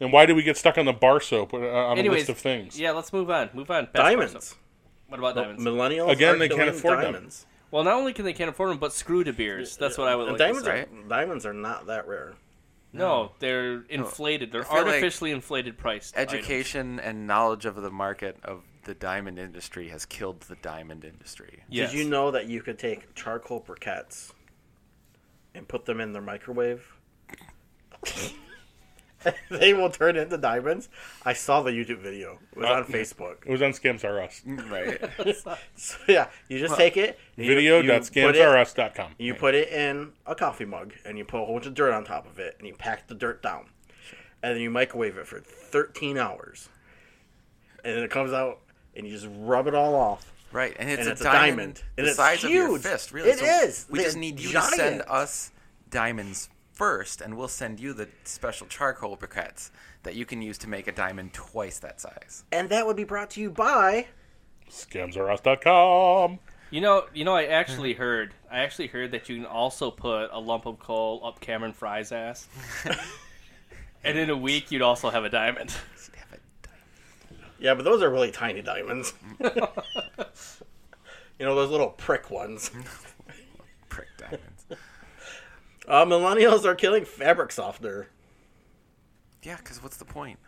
S3: And why do we get stuck on the bar soap uh, on a
S2: Anyways,
S3: list of things?
S2: Yeah, let's move on. Move on. Best bar
S4: Diamonds. Oh,
S2: soap. What about diamonds?
S4: Millennials
S3: Again,
S4: are
S3: they can't
S4: killing
S3: afford them.
S4: diamonds.
S2: Well, not only can they can't afford them, but screw to beers. That's what I would
S4: And
S2: like. to
S4: diamonds
S2: say.
S4: are diamonds are not that rare.
S2: No, they're inflated. They're
S1: Um, I feel like
S2: artificially inflated priced. items.
S1: Education and knowledge of the market of the diamond industry has killed the diamond industry.
S2: Yes.
S4: Did you know that you could take charcoal briquettes and put them in their microwave? *laughs* they will turn into diamonds. I saw the YouTube video. It
S3: Uh,
S4: was on Facebook.
S3: It was on Scams R Us.
S1: *laughs* Right.
S4: So, yeah, you just take it. you- you put it-
S3: Video.scamsrus.com.
S4: You put it in a coffee mug and you put a whole bunch of dirt on top of it and you pack the dirt down. And then you microwave it for 13 hours. And then it comes out and you just rub it all off.
S1: Right, and it's,
S4: And
S1: a,
S4: it's a
S1: diamond,
S4: diamond,
S1: the
S4: and it's
S1: size of your
S4: huge.
S1: fist. Really,
S4: It
S1: so
S4: is.
S1: We
S4: They're
S1: just need you to
S4: giant.
S1: send us diamonds first, and we'll send you the special charcoal briquettes that you can use to make a diamond twice that size.
S4: And that would be brought to you by.
S3: Scamsrus.com.
S2: You know, you know, I actually
S1: Hmm.
S2: heard, I actually heard that you can also put a lump of coal up Cameron Fry's
S1: *laughs*
S2: ass, and in a week you'd also have a diamond. *laughs*
S1: Have a diamond.
S4: Yeah, but those are really tiny *laughs* diamonds. you know, those little prick ones.
S1: Prick diamonds.
S4: Uh, millennials are killing fabric softener.
S1: *laughs* yeah, because what's the point?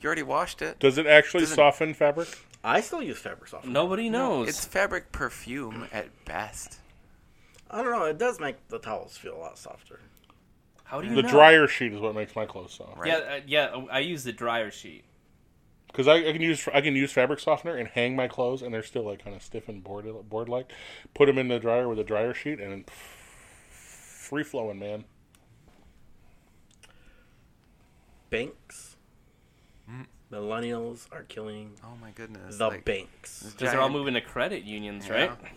S1: You already washed it.
S3: Does it actually
S1: Doesn't-
S3: soften fabric?
S4: I still use fabric softener.
S2: Nobody knows.
S1: It's fabric perfume at best.
S4: I don't know. It does make the towels feel a lot softer.
S2: How do you
S3: The
S2: know?
S3: dryer sheet is what makes my clothes soft.
S1: Right.
S2: Yeah, uh, yeah. I use the dryer sheet.
S3: Because I, I can use I can use fabric softener and hang my clothes, and they're still like kind of stiff and board board like. Put them in the dryer with a dryer sheet, and free flowing, man.
S4: Banks. Mm. Millennials are killing
S1: Oh my goodness.
S4: the
S1: like,
S4: banks.
S2: Because they're all
S1: giant-
S2: moving to credit unions,
S1: Yeah. Mm-hmm.
S2: right?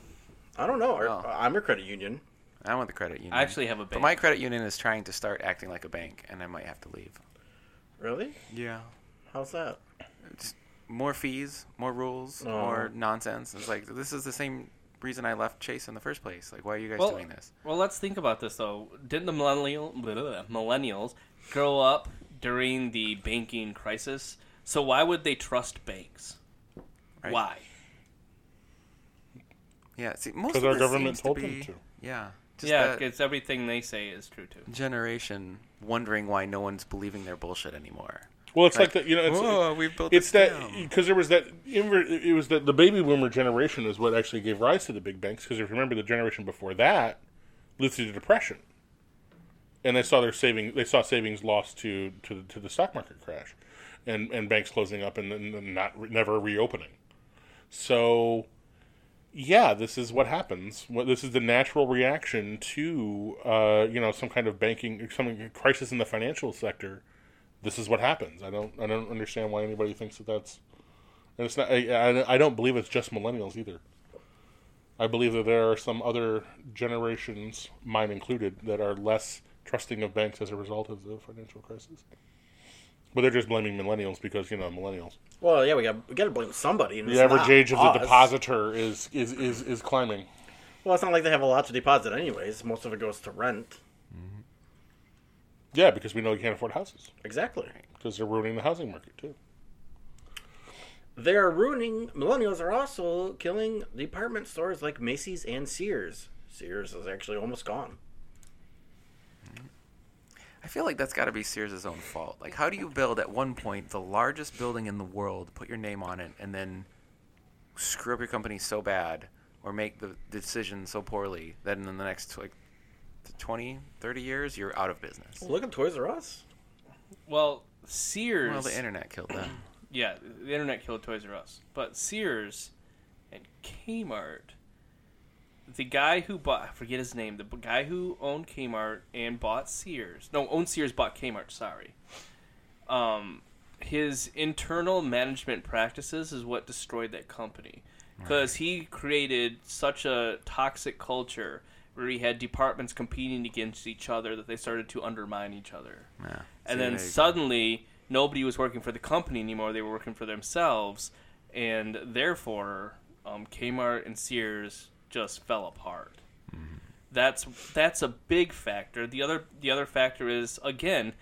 S4: I don't know. Are-
S1: Oh.
S4: I'm a credit union.
S1: I want the credit union.
S2: I actually have a
S1: But
S2: bank.
S1: my credit union is trying to start acting like a bank, and I might have to leave.
S4: Really?
S1: Yeah.
S4: How's that?
S1: Just more fees, more rules,
S4: Oh.
S1: more nonsense. It's like this is the same reason I left Chase in the first place. Like, why are you guys
S2: well,
S1: doing this?
S2: well, let's think about this though. Didn't the millennial blah, blah, blah, millennials grow up during the banking crisis? So why would they trust banks?
S1: Right?
S2: Why?
S1: Yeah. See, most
S3: Because
S1: of
S3: our
S1: this
S3: government
S1: seems
S3: told
S1: to
S3: them
S1: be-
S3: to.
S1: Yeah. Just
S2: Yeah,
S1: that
S2: because everything they say is true too.
S1: generation wondering why no one's believing their bullshit anymore.
S3: Well, it's like,
S1: Like,
S3: the you know, it's,
S1: "Whoa, we've built
S3: it's
S1: this
S3: that
S1: down."
S3: because there was that inver- it was that the baby boomer generation is what actually gave rise to the big banks. Because if you remember, the generation before that lived through the depression, and they saw their saving they saw savings lost to to the, to the stock market crash, and and banks closing up and, then not re- never reopening. So, yeah, this is what happens. What this is the natural reaction to uh, you know some kind of banking some crisis in the financial sector this is what happens. I don't I don't understand why anybody thinks that that's and it's not I, I, I don't believe it's just millennials either. I believe that there are some other generations, mine included, that are less trusting of banks as a result of the financial crisis. But they're just blaming millennials because you know millennials.
S4: Well, yeah, we got we got to blame somebody. And
S3: The
S4: it's
S3: average
S4: not
S3: age of the
S4: us.
S3: depositor is is, is is climbing.
S4: Well, it's not like they have a lot to deposit, anyways. Most of it goes to rent.
S3: Yeah, because we know you can't afford houses
S4: Exactly.
S3: because they're ruining the housing market too.
S4: They're ruining. Millennials are also killing department stores like Macy's and Sears. Sears is actually almost gone.
S1: I feel like that's got to be Sears' own fault. Like, how do you build at one point the largest building in the world, put your name on it, and then screw up your company so bad or make the decision so poorly that in the next like 20, 30 years you're out of business?
S4: Look at Toys R Us.
S2: Well, Sears.
S1: Well, the internet
S2: *clears throat*
S1: killed them.
S2: Yeah, the internet killed Toys R Us. But Sears and Kmart, the guy who bought, I forget his name, the b- guy who owned Kmart and bought Sears, no, owned Sears, bought Kmart, sorry. Um, his internal management practices is what destroyed that company. Because he created such a toxic culture where he had departments competing against each other that they started to undermine each other
S1: Yeah.
S2: and then
S1: See, there you go.
S2: suddenly nobody was working for the company anymore they were working for themselves and therefore um, kmart and sears just fell apart that's that's a big factor the other the other factor is again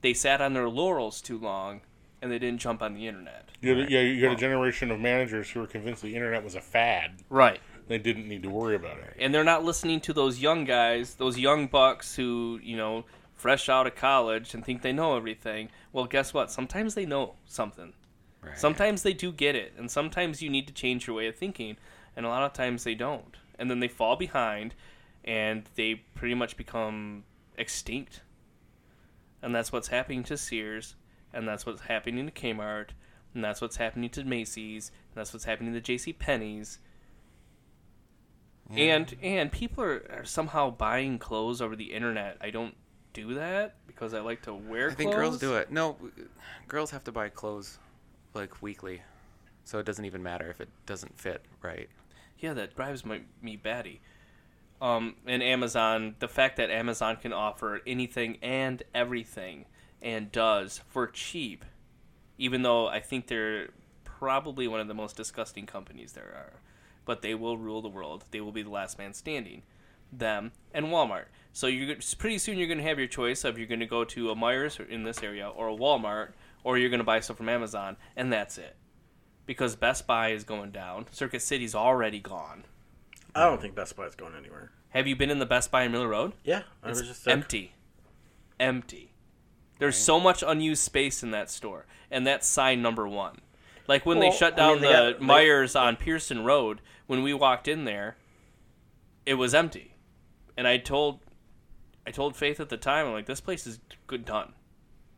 S2: they sat on their laurels too long and they didn't jump on the internet
S3: You had, Yeah, you had a generation of managers who were convinced the internet was a fad.
S2: right
S3: They didn't need to worry about it.
S2: and they're not listening to those young guys, those young bucks who, you know, fresh out of college and think they know everything. Well, guess what? Sometimes they know something.
S1: Right.
S2: Sometimes they do get it, and sometimes you need to change your way of thinking, and a lot of times they don't. And then they fall behind and they pretty much become extinct. And that's what's happening to Sears, and that's what's happening to Kmart, and that's what's happening to Macy's, and that's what's happening to JC Penney's. And and people are, are somehow buying clothes over the internet. I don't do that because I like to wear
S1: I think girls
S2: clothes.
S1: do it. No, w- girls have to buy clothes like weekly, so it doesn't even matter if it doesn't fit right.
S2: Yeah, that drives my, me batty. um, and Amazon, the fact that Amazon can offer anything and everything and does for cheap, even though I think they're probably one of the most disgusting companies there are, but they will rule the world. They will be the last man standing. Them and Walmart. So you pretty soon you're going to have your choice of you're going to go to a Myers in this area or a Walmart or you're going to buy stuff from Amazon and that's it. Because Best Buy is going down. Circuit City's already gone.
S4: I don't think Best Buy's going anywhere.
S2: Have you been in the Best Buy in Miller Road?
S4: Yeah, I
S2: It's
S4: was just there.
S2: empty. Empty. There's so much unused space in that store, and that's sign number one. Like when
S4: Well,
S2: they shut
S4: I
S2: down
S4: mean, they
S2: the
S4: got- they-
S2: Myers on Pearson Road, when we walked in there, it was empty, and I told, I told Faith at the time, I'm like, this place is good done,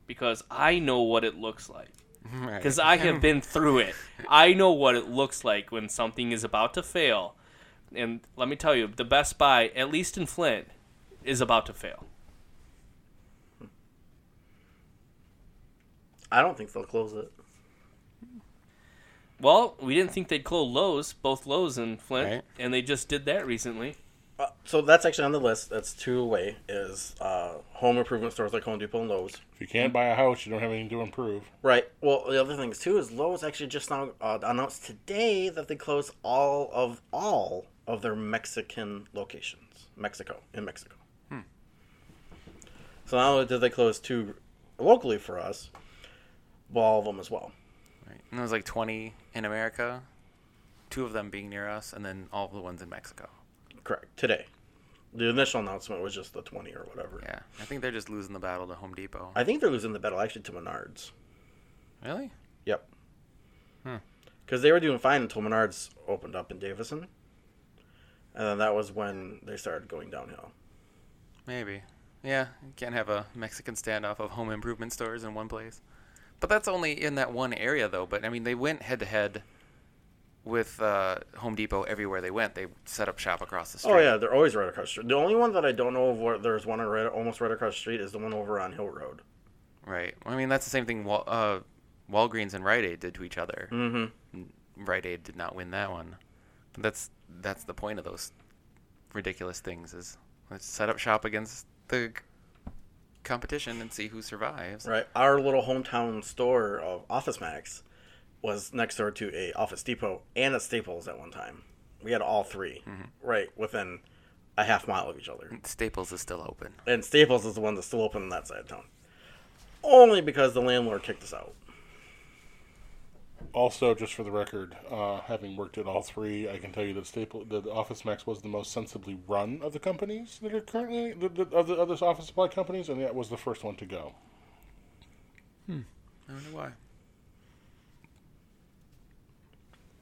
S2: because I know what it looks like.
S1: Right.
S2: Because I have been through it. I know what it looks like when something is about to fail. And let me tell you, the Best Buy, at least in Flint, is about to fail.
S4: I don't think they'll close it.
S2: Well, we didn't think they'd close Lowe's, both Lowe's in Flint,
S1: Right.
S2: and they just did that recently.
S4: Uh, so that's actually on the list. That's two away. Is uh, home improvement stores like Home Depot and Lowe's.
S3: If you can't buy a house, you don't have anything to improve.
S4: Right. Well, the other things too is Lowe's actually just now uh, announced today that they closed all of all of their Mexican locations, Mexico in Mexico. So not only did they close two locally for us, but all of them as well.
S1: Right. And there was like 20 in America, two of them being near us, and then all the ones in Mexico.
S4: Correct. Today, the initial announcement was just the twenty or whatever.
S1: Yeah. I think they're just losing the battle to Home Depot.
S4: I think they're losing the battle actually to Menards.
S1: Really?
S4: Yep. Because they were doing fine until Menards opened up in Davison, and then that was when they started going downhill.
S1: Maybe. Yeah. You can't have a Mexican standoff of home improvement stores in one place. But that's only in that one area, though. But I mean, they went head to head with uh, Home Depot everywhere they went. They set up shop across the street.
S4: Oh yeah, they're always right across the street. The only one that I don't know of where there's one right, almost right across the street is the one over on Hill Road.
S1: Right. I mean, that's the same thing Wal- uh, Walgreens and Rite Aid did to each other. Mm-hmm. Rite Aid did not win that one. But that's that's the point of those ridiculous things is let's set up shop against the c- competition and see who survives.
S4: Right, our little hometown store of Office Max was next door to a Office Depot and a Staples at one time. We had all 3 right within a half mile of each other.
S1: Staples is still open.
S4: And Staples is the one that's still open on that side of town, only because the landlord kicked us out.
S3: Also, just for the record, uh, having worked at all three, I can tell you that Staple, that Office Max was the most sensibly run of the companies that are currently the, the, of the other office supply companies, and that was the first one to go.
S1: I wonder why.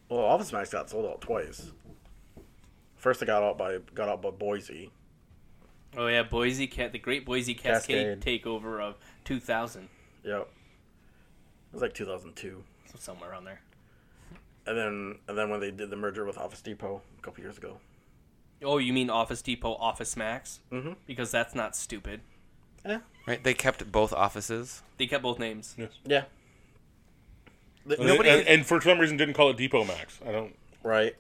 S4: Well, Office Max got sold out twice. First, it got out by got out by Boise.
S2: Oh, yeah, Boise Cat, the great Boise Cascade, takeover of 2000,
S4: Yep, it was like 2002.
S2: so somewhere around there.
S4: And then and then when they did the merger with Office Depot a couple years ago.
S2: Oh, you mean Office Depot, Office Max? Mm-hmm. Because that's not stupid.
S4: Yeah.
S1: Right. They kept both offices.
S2: They kept both names.
S4: Yeah. Th-
S3: And,
S4: nobody
S3: and, and for some reason, didn't call it Depot Max. I don't.
S4: right.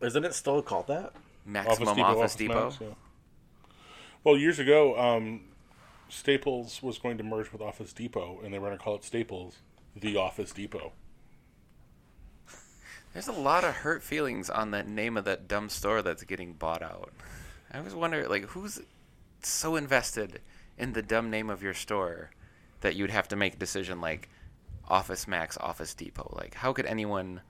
S4: Isn't it still called that?
S1: Maximum Office Depot.
S3: Max, yeah. Well, years ago, um, Staples was going to merge with Office Depot, and they were going to call it Staples the Office Depot.
S1: There's a lot of hurt feelings on that name of that dumb store that's getting bought out. I was wondering, like, who's so invested in the dumb name of your store that you'd have to make a decision like Office Max, Office Depot? Like, how could anyone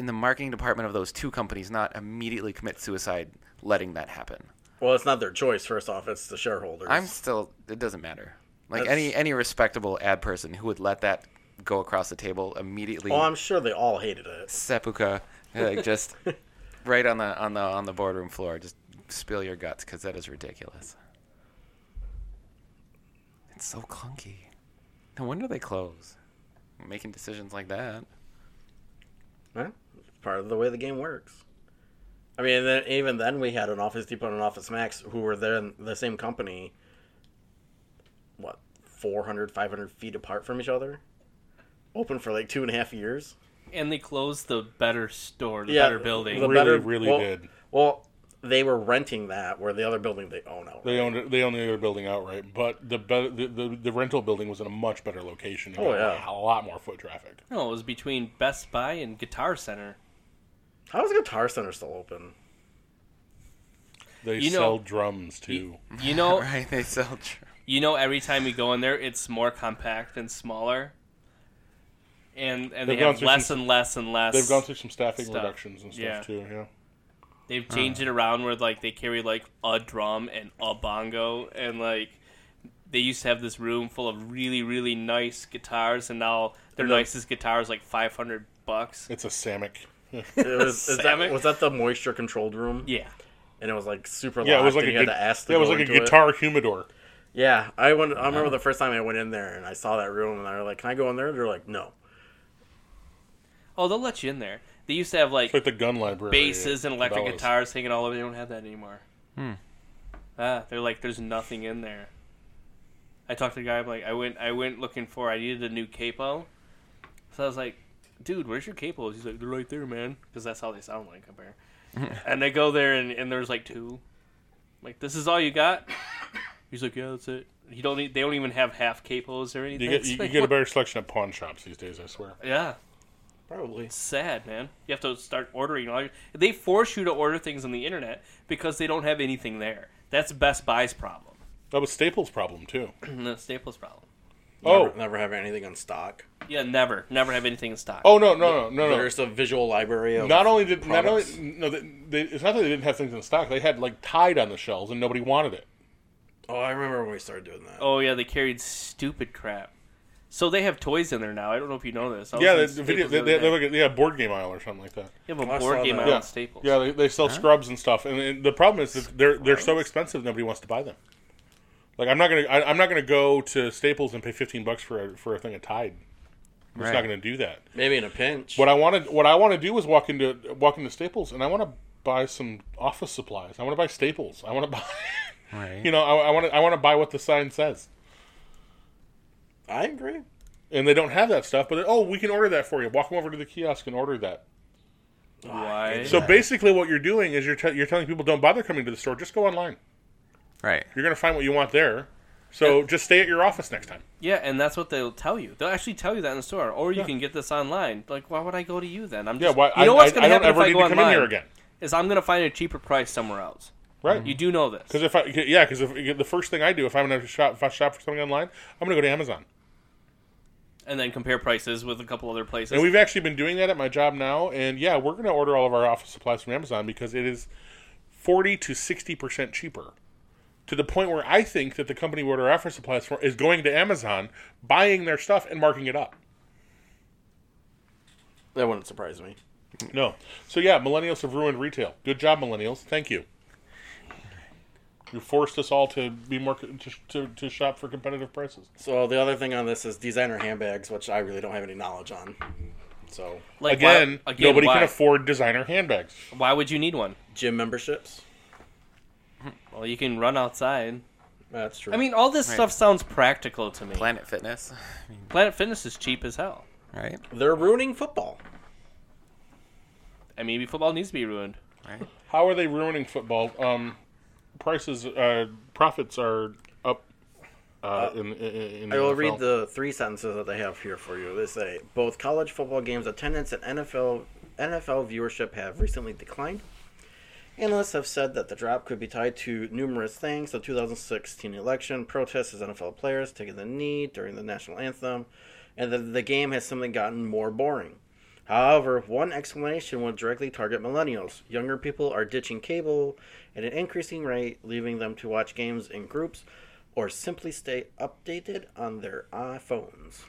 S1: in the marketing department of those two companies not immediately commit suicide letting that happen?
S4: Well, it's not their choice. First off, it's the shareholders.
S1: I'm still. It doesn't matter. Like
S4: That's-
S1: any any respectable ad person who would let that go across the table immediately.
S4: oh, I'm sure they all hated it.
S3: *laughs*
S1: seppuku, like just right on the on the on the boardroom floor. Just spill your guts because that is ridiculous. It's so clunky. No wonder they close. Making decisions like that.
S4: Huh? It's part of the way the game works. I mean, then, even then, we had an Office Depot and an Office Max who were there in the same company, what, 400, 500 feet apart from each other? Open for like two and a half years?
S2: And they closed the better store, the better building.
S4: the
S3: Really, really
S4: well-
S3: did.
S4: Well, they were renting that where the other building they own out.
S3: They owned they owned the other building outright, but the be- the, the the rental building was in a much better location. It
S4: Oh,
S3: had
S4: yeah.
S3: a lot more foot traffic.
S2: No, it was between Best Buy and Guitar
S3: *laughs*
S2: Center.
S4: How is Guitar Center still open?
S3: They
S2: You know-
S3: sell drums
S4: *laughs*
S3: too.
S2: You, you know,
S1: Right? They sell. Tr-
S2: you know. Every time we go in there, it's more compact and smaller, and and they
S3: They've gone
S2: have
S3: through
S2: less
S3: some-
S2: and less and less.
S3: They've gone through some staffing
S2: Stuff.
S3: reductions and stuff
S2: Yeah.
S3: too. Yeah.
S2: They've changed it around where like they carry like a drum and a bongo and like they used to have this room full of really really nice guitars and now their nicest guitar is like 500 bucks.
S3: It's a Samick.
S4: *laughs*
S3: *laughs* Yeah,
S4: It was, is that,
S2: Samick?
S4: was that the moisture controlled room?
S2: Yeah.
S4: And it was like super locked.
S3: yeah it was like
S4: and
S3: a
S4: you
S3: good,
S4: had to ask to
S3: yeah, it was
S4: go
S3: like a
S4: into it.
S3: guitar Uh-huh. humidor.
S4: Yeah, I went. I remember the first time I went in there and I saw that room and I was like, "Can I go in there?" They're like, "No."
S2: Oh, they'll let you in there. They used to have like
S3: It's like the gun library.
S2: basses and electric
S3: Cabela's.
S2: guitars hanging all over. They don't have that anymore. Ah, they're like, there's nothing in there. I talked to the guy. I'm like, I went, I went looking for. I needed a new capo, so I was like, dude, where's your capos? He's like, they're right there, man, because that's how they sound like up there. and I go there, and, and there's like 2 I'm like, this is all you got? He's like, yeah, that's it. You don't. Need, they don't even have half capos or anything.
S3: You get,
S2: It's
S3: you, you
S2: like,
S3: get a
S2: what-
S3: better selection at pawn shops these days. I swear.
S2: yeah.
S4: Probably.
S2: sad, man. You have to start ordering. all your- They force you to order things on the internet because they don't have anything there. That's Best Buy's problem,
S3: That was Staples' problem
S4: *clears throat*
S3: too.
S2: and the Staples' problem.
S3: Oh,
S4: never have anything in stock.
S2: Yeah, never, never have anything in stock.
S3: oh no, no, no, no, no.
S4: There's a visual library of
S3: Not only did not
S4: products.
S3: only no, they, they, it's not that they didn't have things in stock. They had like Tide on the shelves, and nobody wanted it.
S4: Oh, I remember when we started doing that.
S2: Oh yeah, they carried stupid crap. So they have toys in there now. I don't know if you know this. I was
S3: Yeah,
S2: in
S3: the, the video,
S2: Staples
S3: they,
S2: other
S3: they,
S2: day.
S3: they, like a, they have board game aisle or something like that.
S2: They have a
S4: I saw
S2: board game
S4: that.
S2: out
S4: Yeah.
S2: at Staples.
S3: Yeah, they, they sell scrubs and stuff, and, and the problem is that they're they're so expensive, nobody wants to buy them. Like I'm not gonna I, I'm not gonna go to Staples and pay 15 bucks for a, for a thing of Tide. I'm just not
S1: Right.
S3: gonna do that.
S4: Maybe in a pinch.
S3: What I want to what I want to do is walk into walk into Staples, and I want to buy some office supplies. I want to buy Staples. I want to *laughs* buy,
S1: right.
S3: you know, I want to I want to buy what the sign says.
S4: I agree.
S3: And they don't have that stuff, but they're, oh, we can order that for you. Walk 'em over to the kiosk and order that.
S2: Why?
S3: So basically, what you're doing is you're te- you're telling people don't bother coming to the store. Just go online.
S1: Right.
S3: You're gonna find what you want there. So just stay at your office next time.
S2: yeah, and that's what they'll tell you. They'll actually tell you that in the store, or you
S3: Yeah.
S2: can get this online. Like, why would I go to you then? I'm
S3: Yeah,
S2: just,
S3: why?
S2: you know
S3: I,
S2: what's
S3: I-
S2: gonna
S3: I don't
S2: happen
S3: ever
S2: if I
S3: need
S2: go
S3: to come
S2: online,
S3: in here again,
S2: Is I'm gonna find a cheaper price somewhere else.
S3: right?
S2: You do know this.
S3: Because Mm-hmm. if I yeah, because if the first thing I do if I'm gonna shop if I shop for something online, I'm gonna go to Amazon.
S2: and then compare prices with a couple other places.
S3: And we've actually been doing that at my job now. And yeah, we're gonna order all of our office supplies from Amazon because it is forty to sixty percent cheaper. To the point where I think that the company we order office supplies for is going to Amazon, buying their stuff and marking it up.
S4: That wouldn't surprise me.
S3: No. So yeah, millennials have ruined retail. Good job, millennials. Thank you. You forced us all to be more to, to, to shop for competitive prices.
S4: So the other thing on this is designer handbags, which I really don't have any knowledge on. So
S2: like
S3: again,
S2: why, again,
S3: nobody
S2: why,
S3: can afford designer handbags.
S2: Why would you need one?
S4: gym memberships.
S2: Well, you can run outside.
S4: That's true.
S2: I mean, all this stuff sounds practical to me.
S1: Planet Fitness.
S2: Planet Fitness is cheap as hell.
S1: Right.
S4: they're ruining football.
S2: And maybe football needs to be ruined.
S1: Right.
S3: How are they ruining football? Um, prices, uh, profits are up. Uh, in, in, in
S4: I
S3: the
S4: will
S3: NFL.
S4: read the three sentences that they have here for you. They say both college football games attendance and NFL NFL viewership have recently declined. Analysts have said that the drop could be tied to numerous things: the 2016 election, protests as NFL players taking the knee during the national anthem, and that the game has simply gotten more boring. However, one explanation would directly target millennials. Younger people are ditching cable at an increasing rate, leaving them to watch games in groups or simply stay updated on their iPhones.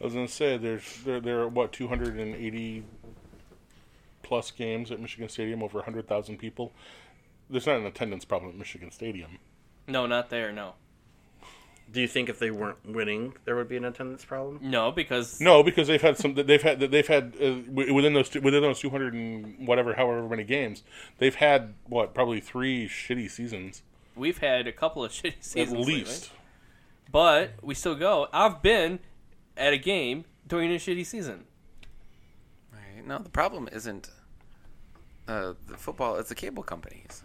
S3: I was gonna say there's there there are what 280 plus games at Michigan Stadium, over 100,000 people. There's not an attendance problem at Michigan Stadium.
S2: No, not there. No,
S4: Do you think if they weren't winning, there would be an attendance problem?
S2: no, because
S3: No, because they've had some. They've had. They've had uh, wi- within those two, within those 200 and whatever, however many games, they've had what probably three shitty seasons
S2: we've had a couple of *laughs* shitty seasons
S3: at least.
S2: lately, but we still go. I've been at a game during a shitty season.
S1: Right. No, the problem isn't uh, the football, it's the cable companies.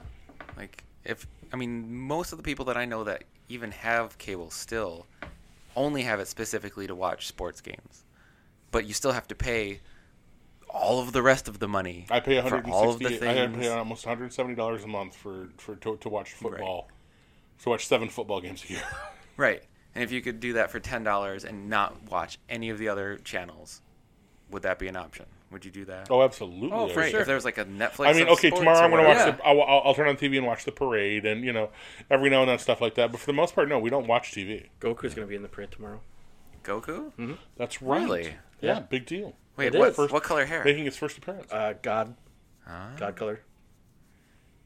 S1: Like, if I mean, most of the people that I know that even have cable still only have it specifically to watch sports games, but you still have to pay all of the rest of the money.
S3: I pay
S1: for
S3: 160.
S1: all of the things.
S3: I pay almost 170 dollars a month for for to, to watch football, to watch seven football games a year. *laughs*
S1: Right. And if you could do that for ten dollars and not watch any of the other channels, would that be an option? Would you do that?
S3: oh, absolutely.
S2: Oh,
S3: I
S2: for
S1: right.
S3: would.
S2: sure.
S1: If there's like a Netflix.
S3: I mean,
S1: of
S3: okay,
S1: sports
S3: tomorrow
S1: or
S3: I'm going to watch.
S1: whatever.
S3: The, I'll, I'll, I'll turn on TV and watch the parade, and you know, every now and then stuff like that. But for the most part, no, we don't watch TV.
S4: Goku's gonna be in the parade tomorrow.
S1: Goku.
S2: Mm-hmm.
S3: That's right.
S1: Really?
S3: Yeah,
S4: Yeah.
S3: big deal.
S1: Wait,
S4: It
S1: what?
S4: is.
S1: What color hair?
S3: Making its first appearance.
S4: Uh, God, God color.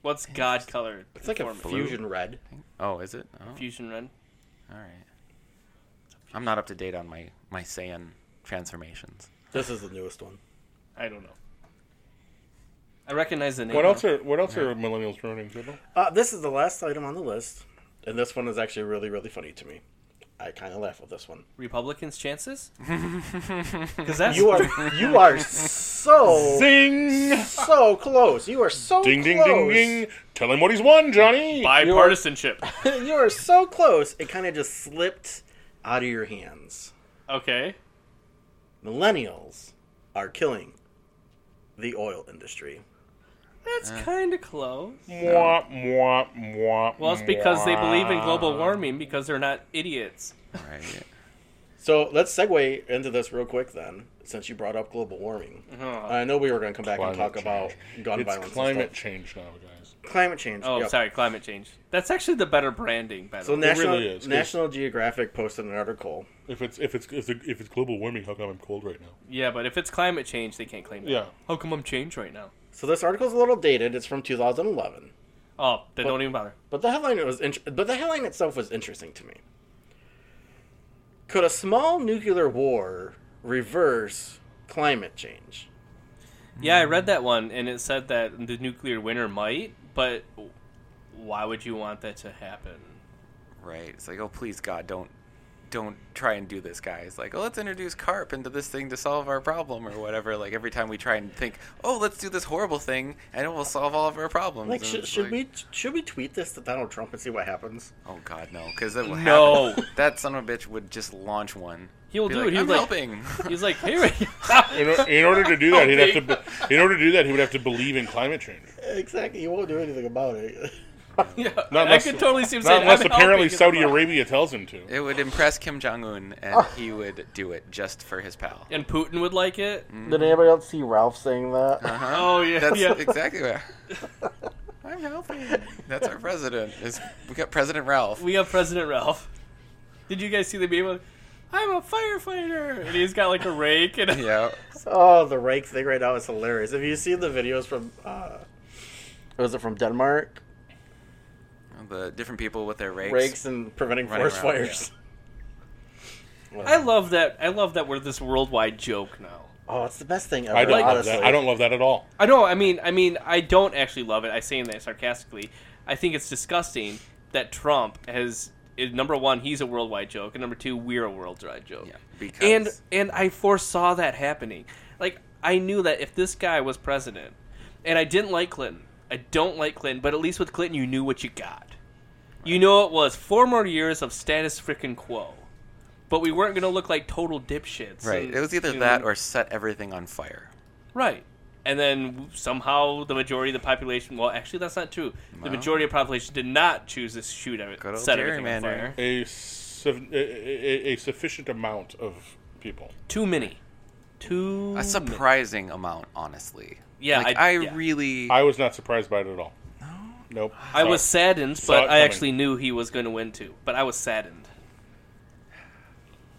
S2: What's God colored?
S4: It's like a
S2: Inform me.
S4: fusion red.
S1: Oh, is it? Oh,
S2: fusion red.
S1: all right. I'm not up to date on my my Saiyan transformations.
S4: This is the newest one.
S2: I don't know. I recognize the name.
S3: what else are What else are millennials ruining? Jibbo?
S4: Uh, this is the last item on the list, and this one is actually really, really funny to me. I kind of laugh with this one.
S2: Republicans'
S3: *laughs*
S2: chances? Because that's
S4: You are, you *laughs* are so,
S3: Ding,
S4: so close. You are so
S3: ding, ding,
S4: close.
S3: ding, ding. Tell him what he's won, Johnny.
S2: bipartisanship.
S4: *laughs* You are so close. It kind of just slipped out of your hands.
S2: okay.
S4: Millennials are killing the oil industry.
S2: That's kind of close.
S3: Mwah, mwah, mwah,
S2: Well, it's because they
S3: mwah.
S2: believe in global warming because they're not idiots.
S1: Right.
S4: So let's segue into this real quick then, since you brought up global warming. I know we were going to come back and talk
S3: Uh-huh. Climate
S4: about
S3: change.
S4: gun
S3: it's
S4: violence.
S3: climate
S4: and stuff.
S3: change now, guys.
S4: climate change.
S2: Oh,
S4: yep.
S2: sorry, climate change. That's actually the better branding, by the
S4: So
S2: way.
S4: National
S3: really is, 'cause-
S4: National Geographic posted an article.
S3: If it's if it's if, if it's global warming, how come I'm cold right now?
S2: Yeah, but if it's climate change, they can't claim that.
S3: Yeah.
S2: How come I'm changed right now?
S4: So this article's a little dated. It's from 2011,
S2: Oh, then don't even bother.
S4: but the headline was int- but the headline itself was interesting to me. Could a small nuclear war reverse climate change?
S2: Yeah, I read that one, and it said that the nuclear winter might, but why would you want that to happen?
S1: Right. It's like, oh, please God, don't don't try and do this, guys. Like, oh, let's introduce carp into this thing to solve our problem or whatever. Like every time we try and think, oh, let's do this horrible thing and it will solve all of our problems.
S4: Like,
S1: And
S4: should
S1: it's
S4: should
S1: like,
S4: we should we tweet this to Donald Trump and see what happens?
S1: Oh God, no, because it will
S2: No.
S1: happen. that son of a bitch would just launch one.
S2: He will
S1: Be
S2: do
S1: like,
S2: it. He
S1: I'm
S2: was like-
S1: helping.
S2: He's like, *laughs* here we
S3: In, or- in order to do that,
S2: *laughs*
S3: he'd have to. be- In order to do that, he would have to believe in climate change.
S4: Exactly. You won't do anything about it.
S2: Yeah,
S3: unless-
S2: I could totally see him
S3: Not
S2: saying,
S3: unless
S2: "I'm
S3: apparently
S2: helping."
S3: Saudi Arabia tells him to.
S1: it would impress Kim Jong Un,
S8: Oh.
S1: and he would do it just for his pal.
S2: and Putin would like it.
S4: Did anybody else see Ralph saying that? *laughs*
S2: Oh yeah, *laughs*
S1: That's
S2: yeah.
S8: *laughs*
S1: exactly where. I'm helping. That's our president. Is we got President Ralph.
S2: we have President Ralph. Did you guys see the meme? Of, I'm a firefighter, and he's got like a rake and
S1: *laughs* yeah.
S4: Oh, the rake thing right now is hilarious. Have you seen the videos from? uh Was it from Denmark?
S1: The different people with their rakes.
S4: Rakes and preventing
S1: Running
S4: forest
S1: around,
S4: fires. *laughs*
S2: I love that. I love that we're this worldwide joke now.
S4: Oh, it's the best thing ever.
S3: I don't love
S4: honestly,
S3: that. I don't love that at all.
S2: I know. I mean, I mean, I don't actually love it. I say that sarcastically. I think it's disgusting that Trump has is- number one, he's a worldwide joke, and number two, we're a worldwide joke.
S1: Yeah, because
S2: and and I foresaw that happening. Like I knew that if this guy was president, and I didn't like Clinton, I don't like Clinton, but at least with Clinton, you knew what you got. You know it was four more years of status freaking quo, but we weren't going to look like total dipshits.
S1: right,
S2: and,
S1: it was either
S2: you know,
S1: that or set everything on fire.
S2: Right. And then somehow the majority of the population, well, actually, that's not true. The majority of the population did not choose to shoot every,
S1: Good old
S2: set everything on fire.
S1: gerrymandering.
S3: A, su- a, a, a sufficient amount of people.
S2: Too many. Too
S8: Mm.
S1: A surprising amount, honestly.
S2: Yeah,
S1: like, I,
S2: I- yeah.
S1: really.
S3: I was not surprised by it at all. No. Nope.
S2: many. I was saddened,
S3: Saw it
S2: but I
S3: coming.
S2: actually knew he was going to win too. But I was saddened.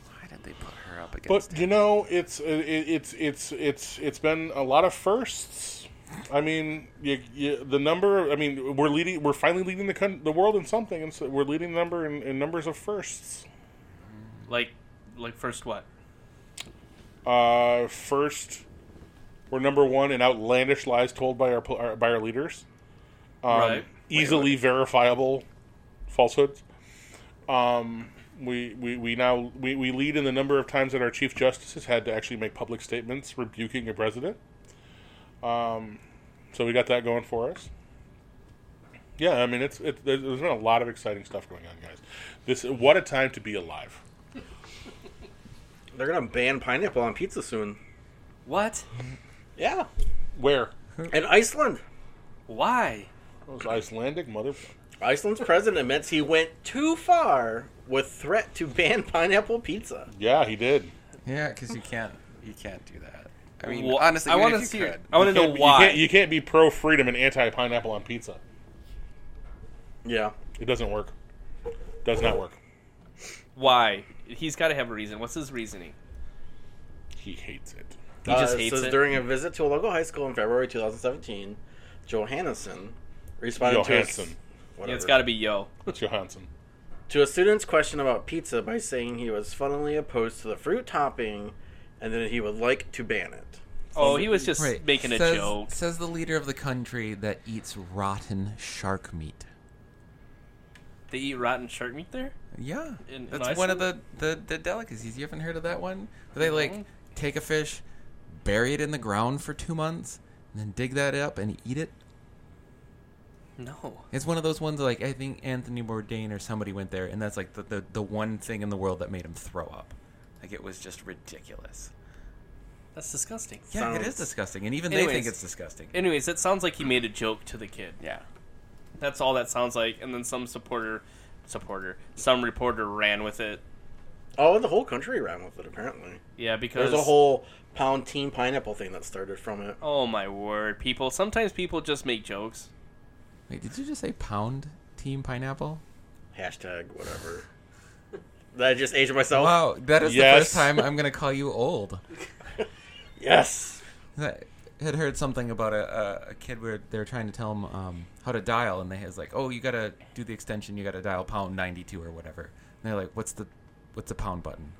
S1: why did they put her up against?
S3: But you know, it's uh, it, it's it's it's it's been a lot of firsts. I mean, you, you, the number. I mean, we're leading. We're finally leading the con- the world in something, and so we're leading the number in, in numbers of firsts.
S2: Like, like first what?
S3: Uh, first, we're number one in outlandish lies told by our, pol- our by our leaders. Um,
S2: Right.
S3: Easily verifiable falsehoods. Um, we, we, we now we, we lead in the number of times that our chief justice has had to actually make public statements rebuking a president. Um, So we got that going for us. Yeah, I mean, it's it, there's there's been a lot of exciting stuff going on, guys. This what a time to be alive.
S4: They're gonna ban pineapple on pizza soon.
S2: What?
S4: Yeah,
S3: Where
S4: and Iceland.
S2: Why?
S3: those Icelandic mother? *laughs*
S4: Iceland's president admits he went too far with threat to ban *laughs* pineapple pizza.
S3: Yeah, he did.
S8: Yeah, because you can't you can't do that. I mean,
S2: Wha-
S8: honestly,
S2: I
S8: even
S2: want
S8: if
S2: to
S8: you
S2: see.
S8: could.
S2: I want to know
S3: Can't be-
S2: why.
S3: You can't, you can't be pro freedom and anti pineapple on pizza.
S4: Yeah,
S3: It doesn't work. Does not work.
S2: Why? He's got to have a reason. What's his reasoning?
S3: He hates
S4: *laughs*
S3: it.
S2: He just
S4: Uh,
S2: hates
S4: says
S2: it.
S4: during a visit to a local high school in February 2017, Johannesson responded to
S3: Johansson.
S4: his, whatever,
S2: Yeah, it's got to be yo.
S3: It's Johansson.
S4: to a student's question about pizza by saying he was funnily opposed to the fruit topping, and that he would like to ban it.
S2: Oh, he was just
S1: Right.
S2: making a
S1: says,
S2: joke.
S1: Says the leader of the country that eats rotten shark meat.
S2: They eat rotten shark meat there.
S1: Yeah,
S2: In- in
S1: that's one of the, the the delicacies. You haven't heard of that one? Where they like take a fish, bury it in the ground for two months, and then dig that up and eat it.
S2: No.
S1: It's one of those ones like I think Anthony Bourdain or somebody went there, and that's like the the, the one thing in the world that made him throw up. Like it was just ridiculous.
S2: That's disgusting.
S1: Yeah, it is
S4: Sounds-
S1: disgusting, and even they think
S2: Anyways.
S1: it's disgusting.
S2: Anyways, it sounds like he made a joke to the kid.
S8: Yeah.
S2: That's all that sounds like. And then some supporter, supporter, some reporter ran with it.
S4: Oh, the whole country ran with it apparently.
S2: Yeah, because
S4: There's a whole pound team pineapple thing that started from it.
S2: Oh my word, people. Sometimes people just make jokes.
S1: Wait, did you just say pound team pineapple?
S4: Hashtag whatever. Did I just aged myself?
S1: Wow, that is
S3: Yes.
S1: the
S4: *laughs*
S1: first time I'm gonna call you old.
S4: Yes.
S1: I had heard something about a, a, a kid where they were trying to tell him um, how to dial, and they was like, "Oh, you gotta do the extension. You gotta dial pound ninety two or whatever." And they're like, "What's the what's the pound button?"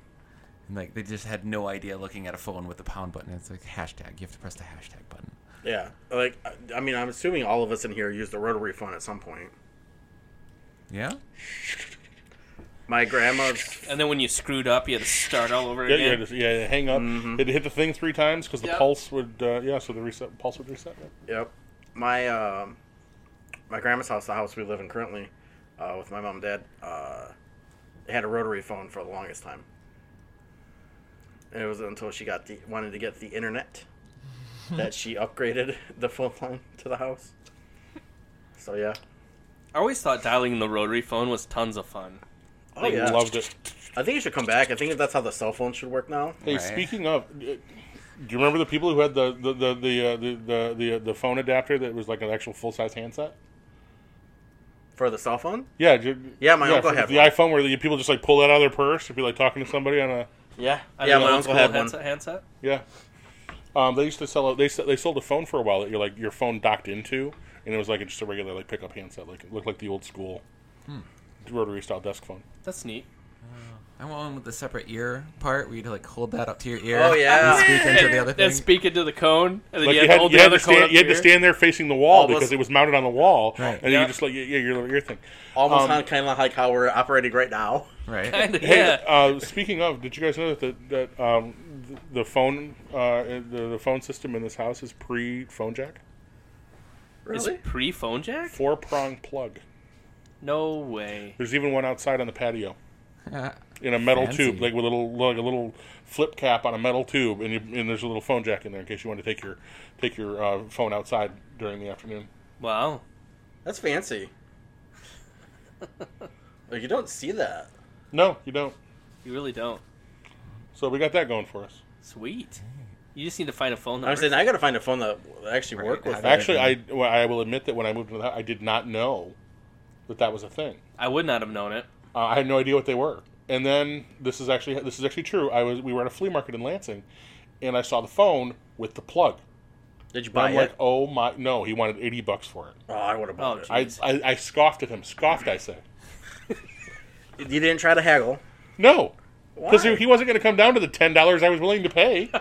S1: And like they just had no idea looking at a phone with the pound button. It's like hashtag. You have to press the hashtag button.
S4: Yeah. Like, I- I mean, I'm assuming all of us in here used the rotary phone at some point.
S1: Yeah.
S4: My grandma's.
S2: And then when you screwed up, you had to start all over
S3: Yeah,
S2: again.
S3: yeah, just, yeah. Hang up.
S4: Mm-hmm.
S3: Had to hit the thing three times because the
S2: Yep.
S3: pulse would. Uh, yeah, so the reset pulse would reset. yeah.
S4: Yep. My um, my grandma's house, the house we live in currently, uh, with my mom and dad, uh, they had a rotary phone for the longest time. And it was until she got the wanted to get the internet that she upgraded *laughs* the phone line to the house. So yeah.
S2: I always thought dialing the rotary phone was tons of fun.
S4: Oh yeah.
S3: Loved it.
S4: I think it should come back. I think that's how the cell phone should work now.
S3: Hey,
S8: Right.
S3: speaking of, uh, do you remember the people who had the the the the uh, the, the, the, uh, the phone adapter that was like an actual full size handset?
S4: For the cell phone?
S3: Yeah, ju-
S4: Yeah, my uncle
S3: for-
S4: had
S3: the
S4: one.
S3: iPhone where the people just like pull that out of their purse if you're like talking to somebody on a
S4: Yeah.
S2: I
S4: yeah,
S2: know
S4: my
S2: old
S4: uncle
S2: school
S4: had one.
S2: handset, handset.
S3: yeah. Um, they used to sell. A, they s- they sold a phone for a while that you're like your phone docked into, and it was like just a regular like pickup handset. Like it looked like the old school
S2: Hmm.
S3: rotary style desk phone.
S2: That's neat.
S1: I want one with the separate ear part where you like hold that up to your ear.
S4: Oh, yeah.
S1: And speak
S4: *laughs*
S1: into the other
S2: Then
S1: thing.
S2: speak into the cone, and then
S3: Like
S2: you had
S3: you
S2: to
S3: had,
S2: hold
S3: you
S2: the
S3: had,
S2: other
S3: to,
S2: cone. up
S3: stand, you had
S2: to
S3: to
S2: your-
S3: stand there facing the wall
S4: Almost-
S3: because it was mounted on the wall,
S1: Right.
S3: and
S2: Yeah.
S3: you just like yeah, yeah, your little ear thing.
S4: Almost
S3: Um,
S4: sound kind of like how we're operating right now.
S1: right.
S4: *laughs*
S2: *laughs*
S3: Hey,
S2: yeah.
S3: *laughs* uh, speaking of, did you guys know that the, that um, th- the phone uh, the, the phone system in this house is pre phone jack,
S4: Really?
S2: Is pre phone jack?
S3: four prong plug.
S2: No way.
S3: There's even one outside on the patio
S1: Yeah.
S3: in a metal
S1: Fancy.
S3: tube, like with a little like a little flip cap on a metal tube, and, you, and there's a little phone jack in there in case you want to take your take your uh, phone outside during the afternoon.
S2: Wow.
S3: *laughs*
S4: That's fancy. like you don't see that.
S3: No, you don't.
S2: You really don't.
S3: So we got that going for us.
S2: Sweet. You just need to find a phone
S4: I
S2: number.
S4: was saying I gotta find a phone that will actually work
S1: Right,
S4: with
S1: how
S4: that.
S1: do
S3: Actually, I well, I will admit that when I moved into the house, I did not know that that was a thing.
S2: I would not have known it.
S3: Uh, I had no idea what they were. And then this is actually this is actually true. I was we were at a flea market in Lansing, and I saw the phone with the plug.
S4: Did you
S3: And
S4: buy
S3: I'm
S4: it?
S3: like, oh my! No, he wanted eighty bucks for it.
S4: oh, I would have
S2: Oh,
S4: bought
S2: gee.
S3: I, I I scoffed at him. Scoffed, I say.
S4: it. You didn't try to haggle.
S3: No, because
S4: Why?
S3: he, he wasn't going to come down to the ten dollars I was willing to pay.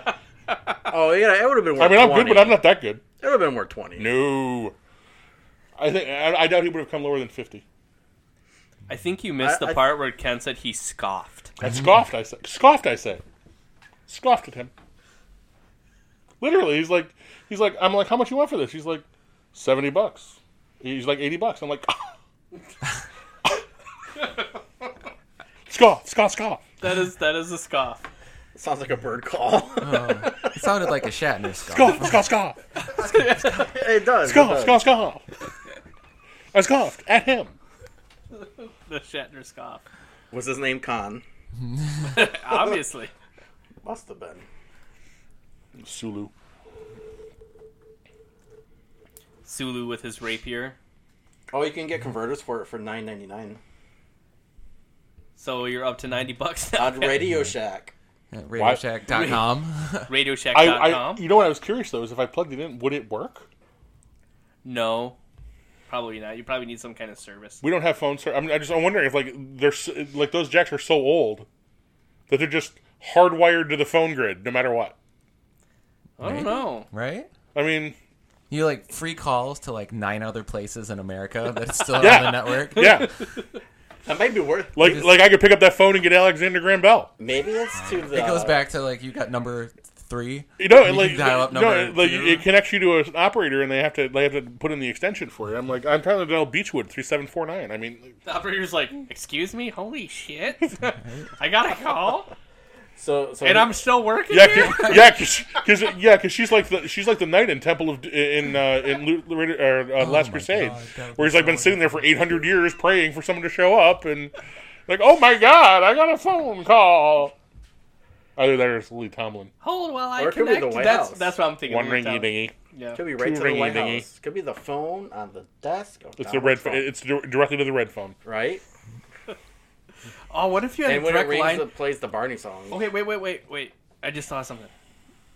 S4: Oh yeah, it would have been. Worth
S3: I mean, I'm
S4: 20.
S3: good, but I'm not that good.
S4: It would have been worth twenty.
S3: No, I think I, I doubt he would have come lower than fifty.
S2: I think you missed
S4: I-
S2: the
S4: I-
S2: part where Ken said he scoffed. *laughs*
S3: I scoffed, I say. Scoffed, I say. Scoffed at him. Literally, he's like, he's like, I'm like, how much you want for this? He's like, 70 bucks. He's like, 80 bucks. I'm like, *laughs* scoff, scoff, scoff.
S2: That is that is a scoff.
S4: Sounds like a bird call.
S9: It sounded like a Shatner scoff.
S3: Scoff, scoff, scoff.
S4: *laughs* it does. it
S3: Scoff,
S4: does.
S3: scoff, scoff. I scoffed at him.
S2: The Shatner
S4: *laughs*
S2: scoff.
S4: Was his name Khan?
S2: Obviously.
S4: Must have been.
S3: Sulu.
S2: Sulu with his rapier.
S4: Oh, you can get converters for it for nine ninety nine
S2: So you're up to 90 bucks now.
S4: on Radio Shack.
S9: At
S3: Why-
S9: RadioShack.com.
S3: I,
S2: RadioShack.com?
S3: I, you know what I was curious though is if I plugged it in, would it work?
S2: No. Probably not. You probably need some kind of service.
S3: We don't have phone service. I mean, I just I'm wondering if like they're s- like those jacks are so old that they're just hardwired to the phone grid no matter what.
S2: I don't know.
S9: right? *laughs*
S3: I mean,
S9: You like free calls to like nine other places in America that's
S3: *laughs*
S9: still on
S3: Yeah.
S9: the network.
S3: yeah,
S4: That might be worth.
S3: like like I could pick up that phone and get Alexander Graham Bell.
S4: Maybe it's to the.
S9: It goes back to like you got number three.
S3: You know,
S9: You
S3: and, like
S9: can dial up
S3: no,
S9: number
S3: like
S9: two.
S3: it connects you to an operator and they have to they have to put in the extension for you. I'm like I'm trying to dial Beechwood three seven four nine. I mean,
S2: The operator's like, "Excuse me, holy
S4: *laughs*
S2: shit! I got a call,
S4: So, so
S2: and I'm still working
S3: yeah,
S2: here."
S3: cause, yeah, cause, 'cause- yeah, 'cause she's like the she's like the knight in Temple of in uh, in Lu- Lu- or, uh,
S9: Oh
S3: Last
S9: my
S3: Crusade,
S9: God, that would
S3: where he's like
S9: be
S3: been
S9: so
S3: sitting there for eight hundred years praying for someone to show up, and like, oh my God, I got a phone call. Either that or it's Lily Tomlin.
S2: Hold while I
S4: Or it could be the
S2: connect.
S4: White
S2: That's
S4: House.
S2: that's what I'm thinking.
S3: One
S2: We're
S3: ringy
S2: down-
S3: dingy.
S2: Yeah.
S4: Could be right to the
S3: Ringy
S4: White
S3: dingy.
S4: House. Could be the phone on the desk. of
S3: It's the
S4: Donald
S3: red. Phone.
S4: Trump,
S3: It's dir- directly to the red phone.
S4: right.
S2: Oh, what if you had
S4: And
S2: a
S4: when it
S2: direct
S4: rings,
S2: line?
S4: it plays the Barney song.
S2: Okay, wait, wait, wait, wait. I just thought of something.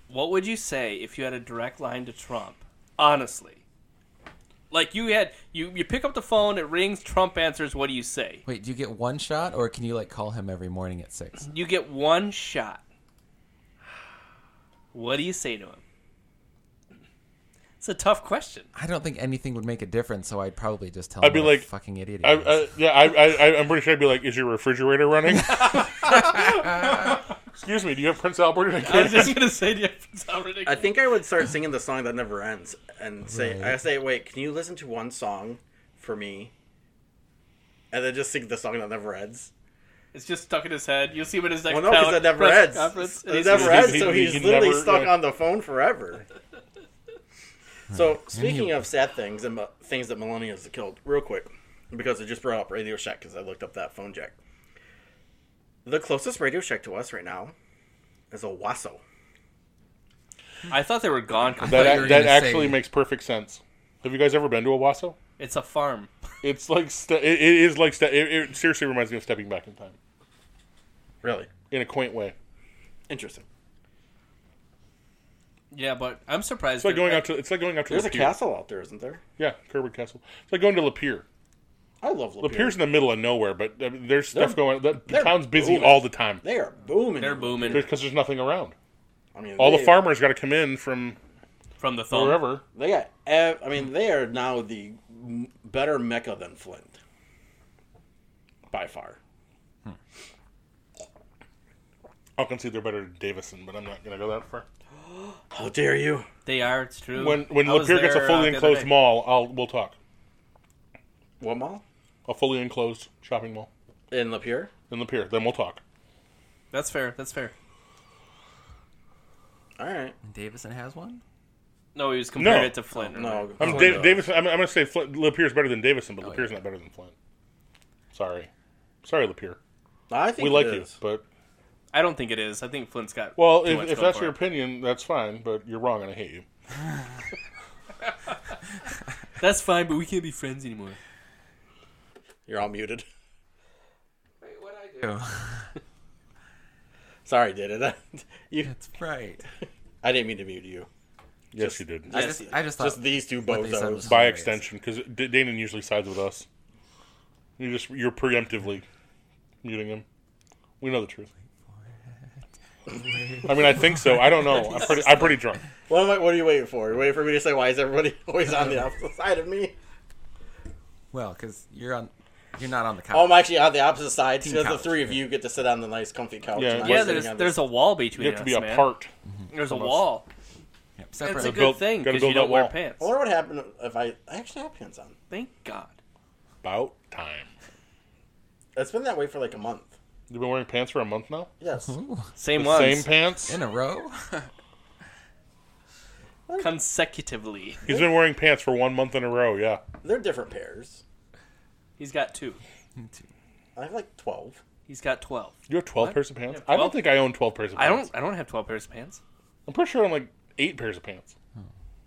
S2: What would you say if you had a direct line to Trump? Honestly, like you had you you pick up the phone, it rings, Trump answers. What do you say?
S9: Wait, do you get one shot or can you like call him every morning at six?
S2: You get one shot. What do you say to him? It's a tough question. *laughs*
S9: I don't think anything would make a difference, so I'd probably just tell
S3: I'd
S9: him
S3: be
S9: what a
S3: like,
S9: fucking idiot. he
S3: I,
S9: is.
S3: I, yeah, I, I, I'm pretty sure I'd be like, is your refrigerator running? Excuse me, do you have Prince Albert in a
S2: I was
S3: can?
S2: just gonna say to you, it's already-
S4: I think I would start singing the song that never ends and say,
S9: Right.
S4: I say, wait, can you listen to one song for me? And then just sing the song that never ends.
S2: it's just stuck in his head. You'll see what his next
S4: Well, no, because
S2: tele-
S4: it never
S2: press
S4: ends.
S2: conference
S4: It
S2: is.
S4: never
S3: he-
S4: ends,
S3: he-
S4: so
S3: he-
S4: he's
S3: he
S4: literally
S3: never-
S4: stuck
S3: yeah.
S4: on the phone forever. So, speaking of sad things and mo- things that millennials have killed, real quick, because I just brought up Radio Shack because I looked up that phone jack. The closest Radio Shack to us right now is a Wasso.
S2: I thought they were gone. completely.
S9: thought you were
S3: That, that
S9: gonna
S3: actually
S9: say-
S3: makes perfect sense. Have you guys ever been to a Owasso?
S2: It's a farm.
S3: It's like ste- it, it is like ste- it, it seriously reminds me of stepping back in time
S4: Really?
S3: in a quaint way.
S4: Interesting.
S2: Yeah, but I'm surprised.
S3: It's like
S2: that-
S3: going out to it's like going out to
S4: There's
S3: La
S4: a
S3: Pier.
S4: castle out there, isn't there?
S3: Yeah, Kerwood Castle. It's like going to Lapeer.
S4: I love La Pierre.
S3: Lapeer's in the middle of nowhere, but uh, there's stuff
S4: They're-
S3: going. The, the
S4: they're
S3: town's busy
S4: booming.
S3: all the time
S4: They are booming.
S2: They're booming
S3: because there's nothing around.
S4: I mean,
S3: All
S4: they-
S3: the farmers got to come in from
S2: from the thumb.
S3: wherever.
S4: They got. ev- I mean, they are now the m- better mecca than Flint, by far.
S3: I'll concede they're better than Davison, but I'm not going to go that far.
S4: How dare you?
S2: They are. It's true.
S3: When when
S2: I was
S3: Lapeer gets a
S2: there, uh, the
S3: fully
S2: other
S3: enclosed
S2: day.
S3: mall, I'll we'll talk.
S4: What mall?
S3: A fully enclosed shopping mall
S4: In Lapeer?
S3: in Lapeer. Then we'll talk.
S2: That's fair. That's fair.
S4: All right.
S3: Mm-hmm.
S9: Davison has one.
S2: No, he was comparing
S3: No.
S2: it to Flint.
S4: No,
S3: I'm
S4: Flint
S3: Da-
S4: does.
S3: Davison. I'm, I'm going to say Flint, Lapeer's better than Davison, but
S9: Oh,
S3: Lapeer's
S9: yeah.
S3: not better than Flint. Sorry, sorry, Lapeer.
S4: I think
S3: We
S4: it
S3: like you,
S4: is.
S3: but
S2: I don't think it is. I think Flint's got.
S3: well,
S2: too much
S3: if, if
S2: going
S3: that's
S2: for
S3: your
S2: it.
S3: opinion, that's fine. But you're wrong, and I hate you.
S2: that's fine. But we can't be friends anymore.
S4: You're all muted. *laughs*
S2: What I do?
S9: That's
S4: Sorry, did it? *laughs* you?
S9: right.
S4: I didn't mean to mute you.
S3: Yes, you did.
S9: I just, I just thought
S4: Just these two
S9: what they said was
S4: bozos.
S3: By
S9: hilarious.
S3: extension, because D- Danon usually sides with us. You just you're preemptively muting him. We know the truth. I mean, I think so. I don't know. I'm pretty. I'm pretty drunk.
S4: What am I? What are you waiting for? You waiting for me to say why is everybody *laughs* always on
S9: *laughs*
S4: the opposite side of me?
S9: Well, because you're on, you're not on the couch.
S4: Oh, I'm actually on the opposite side
S9: Team
S4: because the
S9: couch,
S4: three of you get to sit on the nice, comfy couch.
S3: Yeah,
S4: and I'm
S2: Yeah,
S4: sitting
S2: there's
S4: on
S2: there's a wall between
S3: You have to
S2: us,
S3: be
S2: man.
S3: apart.
S2: There's a wall.
S9: Yep,
S2: That's a
S9: separate.
S2: good
S3: build-
S2: thing
S3: gotta
S2: because you don't
S3: build that
S2: wear
S3: wall.
S2: pants.
S4: I wonder what happened if I, I actually have pants on.
S2: Thank God.
S3: About time.
S4: It's been that way for like a month.
S3: You've been wearing pants for a month now.
S4: Yes.
S2: Same
S3: The
S2: ones.
S3: same pants.
S9: In a row? *laughs*
S2: consecutively.
S3: He's been wearing pants for one month in a row. Yeah.
S4: They're different pairs.
S2: He's got two.
S4: I have like 12.
S2: He's got twelve.
S3: You have twelve pairs of pants.
S2: Yeah,
S3: I don't
S2: 12.
S3: think I own twelve pairs of
S2: I
S3: pants.
S2: don't. I don't have twelve pairs of pants.
S3: I'm pretty sure I own like eight pairs of pants.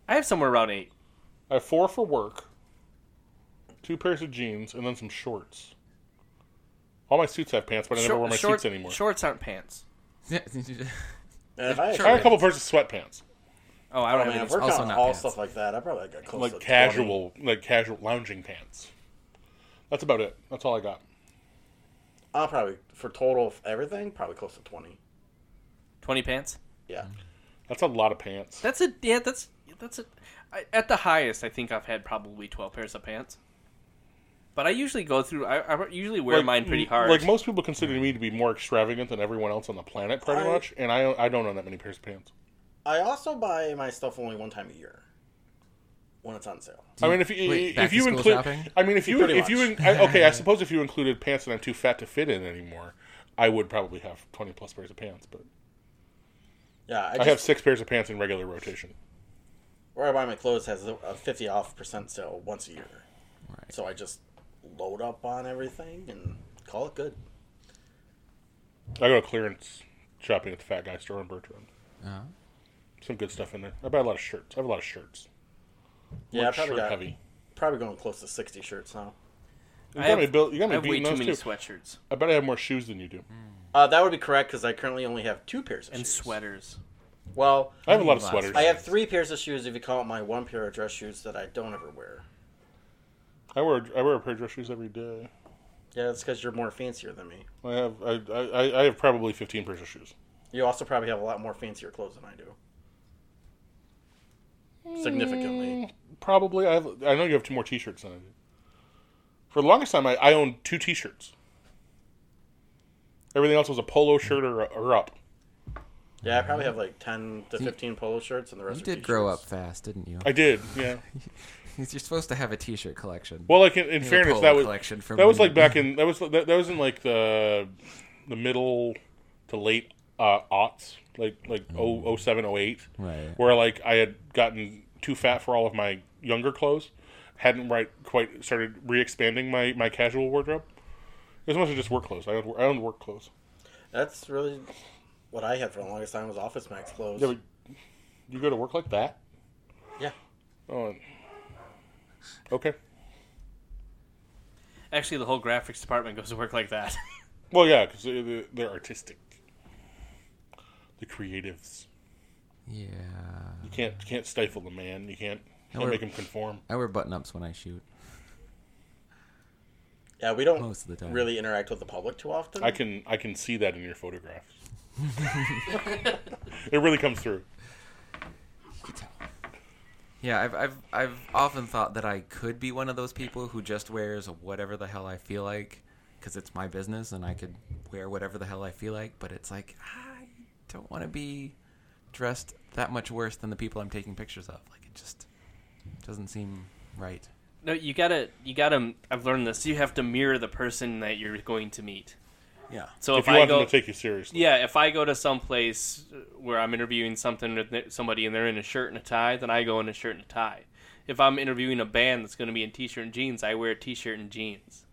S2: I have somewhere around eight.
S3: I have four for work, two pairs of jeans, and then some shorts. All my suits have pants, but I never
S2: Shor-
S3: wear my
S2: short-
S3: suits anymore.
S2: Shorts aren't pants.
S4: And if I,
S3: I have a couple pairs of sweatpants,
S2: Oh, I don't
S4: I mean,
S2: have
S4: if
S2: any.
S4: we're
S9: also
S4: counting
S9: not
S4: all
S9: pants.
S4: stuff like that, I probably got close to
S3: like
S4: 20.
S3: casual, like casual lounging pants. That's about it. That's all I got.
S4: I'll probably, for total of everything, probably close to 20.
S2: Twenty pants.
S4: Yeah.
S3: Mm. That's a lot of pants.
S2: That's a yeah. That's that's a. I, at the highest, I think I've had probably twelve pairs of pants. But I usually go through. I, I usually wear
S3: Like,
S2: mine pretty
S3: m-
S2: hard.
S3: Like most people consider me to be more extravagant than everyone else on the planet, pretty
S4: I-
S3: much. And I I don't own that many pairs of pants.
S4: I also buy my stuff only one time a year when it's on sale.
S3: I mean, if you
S9: wait, back
S3: if
S9: to
S3: you
S9: school
S3: include,
S9: shopping?
S3: I mean, if you
S4: Pretty
S3: if you in,
S4: much.
S3: I,
S9: *laughs*
S3: okay, I suppose if you included pants that I'm too fat to fit in anymore, I would probably have twenty plus pairs of pants. But
S4: Yeah, I,
S3: I
S4: just,
S3: have six pairs of pants in regular rotation.
S4: where I buy my clothes has a fifty off percent sale once a year.
S9: Right.
S4: So I just load up on everything and call it good.
S3: I go to clearance shopping at the Fat Guy store in Bertrand.
S9: Uh-huh.
S3: Some good stuff in there. I buy a lot of shirts. I have a lot of shirts.
S4: Yeah, I
S3: Like
S4: probably
S3: shirt
S4: got
S3: heavy.
S4: probably going close to sixty shirts now.
S3: You
S2: I
S3: got
S2: have-
S3: me built. You got
S2: I
S3: me
S2: have way
S3: beating
S2: too
S3: those
S2: many
S3: too.
S2: sweatshirts
S3: I bet I have more shoes than you do.
S4: Uh, that would be correct because I currently only have two pairs of
S2: and
S4: shoes.
S2: sweaters.
S4: Well,
S3: I have a lot of
S9: Last
S3: sweaters.
S4: I have three pairs of shoes if you count my one pair of dress shoes that I don't ever wear.
S3: I wear I wear a pair of dress shoes every day.
S4: Yeah, that's because you're more fancier than me.
S3: I have I, I, I have probably fifteen pairs of shoes.
S4: You also probably have a lot more fancier clothes than I do.
S9: Eh.
S4: Significantly.
S3: Probably I have, I know you have two more T-shirts than I do. For the longest time, I, I owned two T-shirts. Everything else was a polo shirt or, or up.
S4: Yeah, I probably have like ten to fifteen polo shirts and the rest.
S9: You
S4: are
S9: did grow
S4: t-shirts.
S9: up fast, didn't you?
S3: I did, yeah.
S9: *laughs* You're supposed to have a T-shirt collection.
S3: Well, like in, in
S9: a
S3: fairness,
S9: polo
S3: that was
S9: collection for
S3: that was
S9: me.
S3: like back in that was that, that was in like the the middle to late uh, aughts, like like oh oh seven oh eight,
S9: Mm. Right.
S3: Where like I had gotten too fat for all of my younger clothes, hadn't right quite started re-expanding my my casual wardrobe. It was mostly just work clothes. I owned, I owned work clothes.
S4: That's really what I had for the longest time was Office Max clothes.
S3: Yeah, but you go to work like that?
S4: Yeah.
S3: Oh, okay.
S2: Actually, the whole graphics department *laughs* goes to work like that.
S3: Well, yeah, because they're, they're artistic, the creatives.
S9: Yeah.
S3: You can't you can't stifle the man. You can't you can't
S9: we're-
S3: make him conform.
S9: I wear button-ups when I shoot.
S4: Yeah, we don't
S9: Most of the time.
S4: really interact with the public too often.
S3: I can I can see that in your photographs. it really comes through.
S9: Yeah, I've, I've I've often thought that I could be one of those people who just wears whatever the hell I feel like because it's my business and I could wear whatever the hell I feel like. But it's like I don't want to be dressed that much worse than the people I'm taking pictures of. Like it just doesn't seem right.
S2: no, you gotta, you gotta. I've learned this. You have to mirror the person that you're going to meet.
S9: Yeah.
S2: So if,
S3: if you
S2: I
S3: want
S2: go,
S3: them to take you seriously,
S2: Yeah, if I go to some place where I'm interviewing something with th- somebody and they're in a shirt and a tie, then I go in a shirt and a tie. If I'm interviewing a band that's going to be in t-shirt and jeans, I wear a t-shirt and jeans.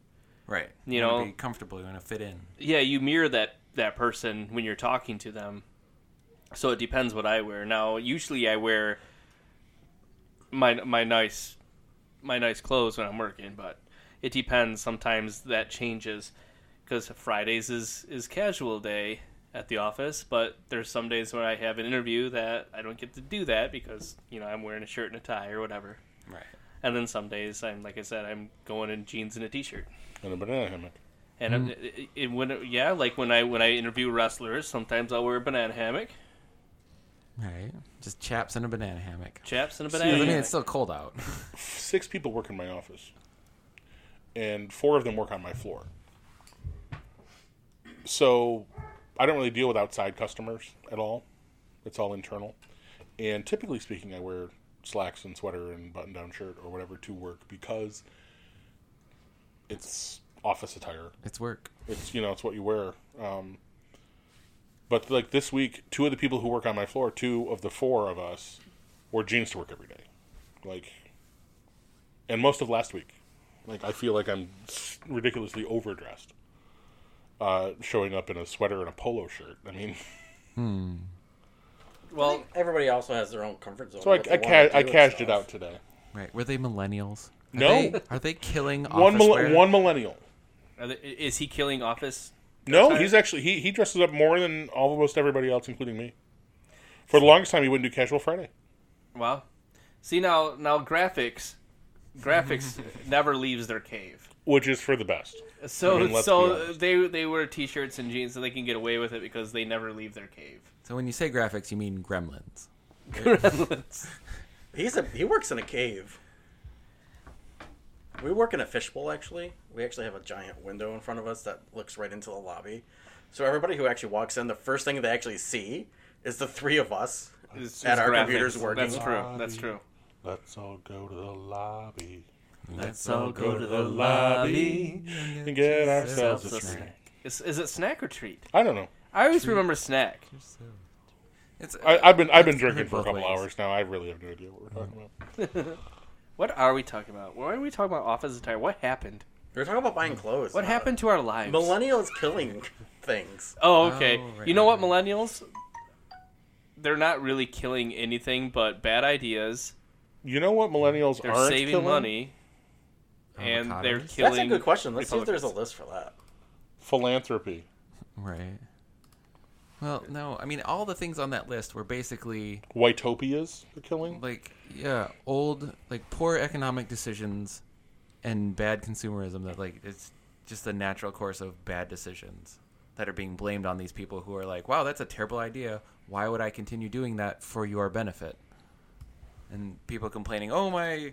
S9: Right.
S2: You
S9: wanna
S2: know-
S9: be comfortable. You want to fit in.
S2: Yeah, you mirror that that person when you're talking to them. So it depends what I wear. Now, usually I wear my my nice my nice clothes when I'm working, but it depends. Sometimes that changes because Fridays is is casual day at the office, but there's some days where I have an interview that I don't get to do that because you know I'm wearing a shirt and a tie or whatever.
S9: Right.
S2: And then some days I'm like I said I'm going in jeans and a t-shirt.
S3: and a banana hammock.
S2: And I'm, it, it, when yeah, like when I when I interview wrestlers, sometimes I'll wear a banana hammock,
S9: Right. Just chaps in a banana hammock.
S2: chaps, and a
S9: I
S2: banana.
S9: mean,
S2: hammock.
S9: it's still cold out.
S3: Six people work in my office, and four of them work on my floor. So I don't really deal with outside customers at all. It's all internal, And typically speaking, I wear slacks and sweater and button down shirt or whatever to work because it's office attire.
S1: It's work.
S3: It's you know it's what you wear. Um, but like this week, two of the people who work on my floor, two of the four of us, wore jeans to work every day, like, and most of last week. Like I feel like I'm s- ridiculously overdressed. Uh, showing up in a sweater and a polo shirt. I mean,
S2: Well,
S4: Everybody also has their own comfort zone.
S3: so I,
S4: what they
S3: I,
S4: wanna
S3: ca- I
S4: do and
S3: cashed it
S4: stuff.
S3: out today.
S1: Right. Were they millennials? Are
S3: No.
S1: They, are they killing
S3: One
S1: office
S3: mil-
S1: wear?
S3: one millennial.
S2: are there- is he killing office?
S3: No, he's actually he, he dresses up more than almost everybody else, including me. For the longest time, he wouldn't do casual Friday.
S2: Well, see now, now graphics, graphics never leaves their cave.
S3: which is for the best.
S2: So,
S3: I mean, let's be
S2: so
S3: honest.
S2: they they wear t-shirts and jeans, so they can get away with it because they never leave their cave.
S1: So when you say graphics, you mean gremlins.
S4: He's a he works in a cave. We work in a fishbowl actually. We actually have a giant window in front of us that looks right into the lobby. So everybody who actually walks in, the first thing they actually see is the three of us.
S2: It's
S4: At
S2: just
S4: our computers working.
S2: That's true. That's true.
S3: Let's all go to the lobby
S1: Let's
S2: all go to the
S3: lobby. and get ourselves a treat.
S2: Is, is it snack or treat?
S3: I don't know.
S2: I always remember snack.
S1: It's,
S3: I, I've been I've been
S1: heard
S3: drinking for a
S1: both
S3: couple
S1: ways. Mm-hmm.
S3: hours now. I really have no idea what we're talking about.
S2: What are we talking about? Why are we talking about office attire? What happened?
S4: They're talking about buying clothes.
S2: What
S4: Uh,
S2: happened to our lives?
S4: Millennials killing things.
S2: Oh, okay.
S1: Oh, right,
S2: you know
S1: right,
S2: what, millennials? They're not really killing anything but bad ideas.
S3: You know what millennials
S2: They're
S3: aren't
S2: saving
S3: killing?
S2: money, and
S1: Avocados?
S2: they're
S1: That's a
S2: killing.
S4: That's a good question. Let's see if there's a
S2: Republicans.
S4: list for that.
S3: Philanthropy.
S1: right. Well, no. I mean, all the things on that list were basically
S3: Whitopias are killing.
S1: like yeah, old like poor economic decisions and bad consumerism that like it's just the natural course of bad decisions that are being blamed on these people who are like, "Wow, that's a terrible idea. Why would I continue doing that for your benefit?" And people complaining, "Oh my,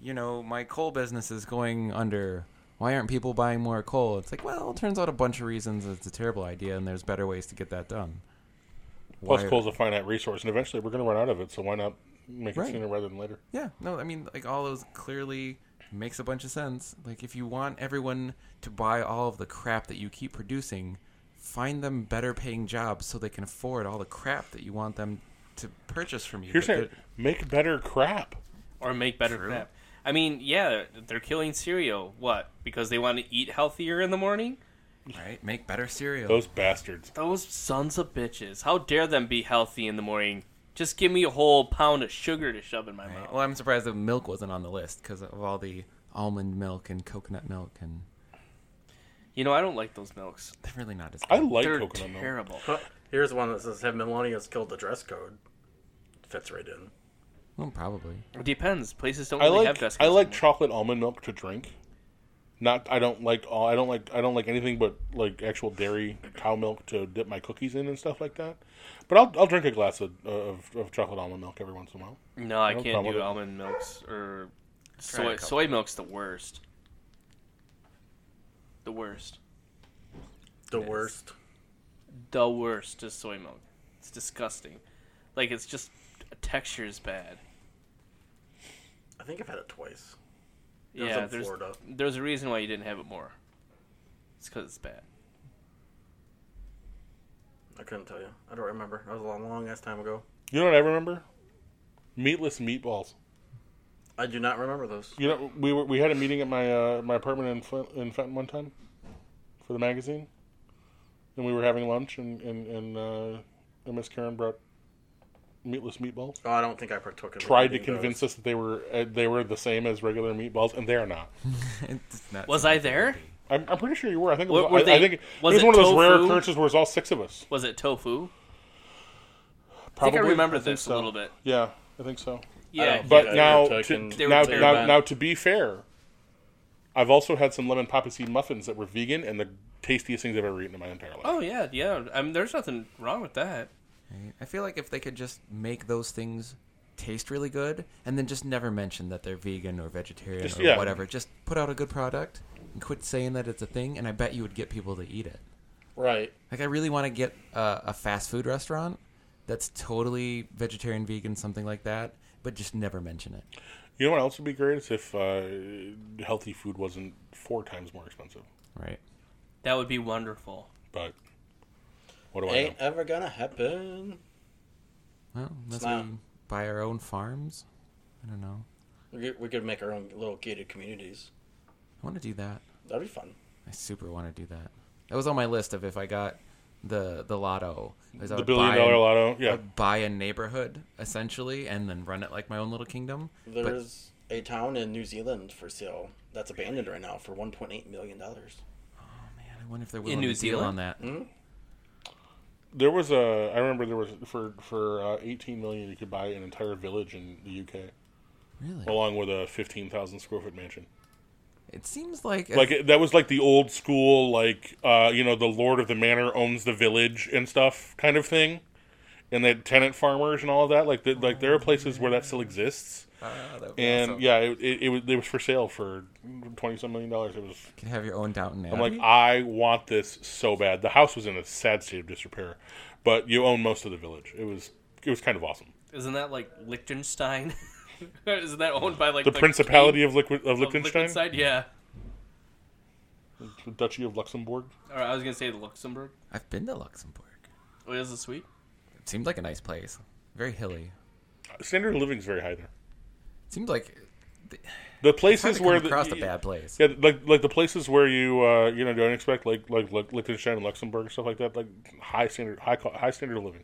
S1: you know, my coal business is going under. Why aren't people buying more coal?" It's like, "Well, it turns out a bunch of reasons it's a terrible idea and there's better ways to get that done."
S3: Plus,
S1: Why-
S3: coal's a finite resource, and eventually we're going to run out of it. So why not make it
S1: Right.
S3: sooner rather than later?
S1: Yeah, no, I mean, like all those clearly makes a bunch of sense. Like if you want everyone to buy all of the crap that you keep producing, find them better paying jobs so they can afford all the crap that you want them to purchase from you.
S3: Here's
S1: But
S3: saying
S1: they're-
S3: make better crap.
S2: or make better crap. I mean, yeah, they're, they're killing cereal. What? Because they want to eat healthier in the morning?
S1: right, make better cereal.
S3: Those bastards.
S2: Those sons of bitches. How dare them be healthy in the morning? Just give me a whole pound of sugar to shove in my
S1: Right.
S2: mouth.
S1: Well, I'm surprised that milk wasn't on the list because of all the almond milk and coconut milk, and
S2: You know, I don't like those milks.
S1: they're really not as. Good.
S3: I like
S2: They're
S3: coconut milk.
S2: terrible.
S4: Huh, Here's one that says have millennials killed the dress code. Fits right in.
S1: well, probably. *laughs*
S2: It depends. Places don't
S3: I
S2: really
S3: like
S2: have desk.
S3: I like chocolate almond milk to drink. Not I don't like all I don't like I don't like anything but like actual dairy cow milk to dip my cookies in and stuff like that. But I'll I'll drink a glass of of, of chocolate almond milk every once in a while.
S2: no, I
S3: no
S2: can't
S3: problem
S2: do
S3: with it.
S2: almond milks or
S1: a
S2: soy.
S1: couple.
S2: Soy milk's the worst. The worst.
S4: The worst.
S2: The worst is soy milk. It's disgusting. Like it's just texture is bad.
S4: I think I've had it twice. It was
S2: Yeah,
S4: in
S2: there's
S4: Florida.
S2: there's a reason why you didn't have it more. It's because it's bad.
S4: I couldn't tell you. I don't remember. That was a long, long ass time ago.
S3: You know what I remember? Meatless meatballs.
S4: I do not remember those.
S3: You know we were we had a meeting at my uh, my apartment in Flint, in Fenton one time for the magazine, and we were having lunch and and and, uh, and Miss Karen brought meatless meatballs.
S4: Oh, I don't think I partook in
S3: tried to convince us that they were uh, they were the same as regular meatballs, and they are not.
S1: it's not
S2: Was I there?
S3: I'm, I'm pretty sure you were. I think it was,
S2: Were- were
S3: I, I
S2: they-
S3: think
S2: was
S3: it was
S2: it
S3: one of those rare
S2: tofu?
S3: occurrences where it's all six of us.
S2: Was it tofu?
S3: Probably.
S2: I think I remember
S3: think
S2: this a
S3: so.
S2: little bit.
S3: Yeah, I think so.
S2: Yeah,
S3: But
S4: Yeah,
S3: now,
S4: they
S3: to,
S4: were taken-
S2: They were
S3: now,
S2: taken
S3: now,
S2: back.
S3: now, to be fair, I've also had some lemon poppy seed muffins that were vegan and the tastiest things I've ever eaten in my entire life.
S2: Oh yeah, yeah. I mean, there's nothing wrong with that.
S1: Right? I feel like if they could just make those things taste really good and then just never mention that they're vegan or vegetarian
S3: Just-
S1: or
S3: yeah.
S1: whatever, just put out a good product and quit saying that it's a thing, and I bet you would get people to eat it.
S4: Right.
S1: Like, I really want to get a, a fast food restaurant that's totally vegetarian, vegan, something like that, but just never mention it.
S3: You know what else would be great is if uh, healthy food wasn't four times more expensive.
S1: Right.
S2: That would be wonderful.
S3: But what do I know?
S4: Ain't ever gonna happen.
S1: Well, unless
S4: not-
S1: we buy our own farms. I don't know.
S4: We could, we could make our own little gated communities.
S1: I want to do that.
S4: That'd be fun.
S1: I super want to do that. That was on my list of if I got the the lotto. is I
S3: The
S1: would
S3: billion
S1: buy
S3: dollar
S1: an-
S3: lotto. Yeah.
S1: I'd buy a neighborhood essentially, and then run it like my own little kingdom. But-
S4: There's a town in New Zealand for sale that's abandoned right now for 1.8 million dollars.
S1: Man, I wonder if they're willing
S2: New
S1: to deal
S2: Zealand?
S1: on that.
S3: Hmm? There was a. I remember there was for for uh, eighteen million you could buy an entire village in the UK
S1: Really?
S3: along with a fifteen thousand square foot mansion.
S1: it seems like if-
S3: Like it- that was like the old school, like uh, you know, the lord of the manor owns the village and stuff kind of thing, and the tenant farmers and all of that. Like the, like there are places where that still exists.
S1: Ah, that'd be
S3: And
S1: awesome.
S3: yeah, it, it, it, was, it was for sale for twenty some million dollars. It was.
S1: you can have your own Downton Abbey.
S3: I'm like, I want this so bad. The house was in a sad state of disrepair, but you own most of the village. It was it was kind of awesome.
S2: Isn't that like Liechtenstein? *laughs* Isn't that owned by like
S3: The Principality of, Liqui- of
S2: King of
S3: Liechtenstein,
S2: Yeah.
S3: the Duchy of Luxembourg.
S2: Or I was gonna say Luxembourg.
S1: I've been to Luxembourg.
S2: Oh, is it sweet?
S1: It seemed like a nice place. Very hilly.
S3: Standard of living is very high there.
S1: It seemed like
S3: The
S1: hard
S3: places
S1: to come
S3: where the, e
S1: across a bad place.
S3: Yeah, like like the places where you uh, you know don't expect like like like Liechtenstein and Luxembourg and stuff like that, like high standard high co- high standard of living.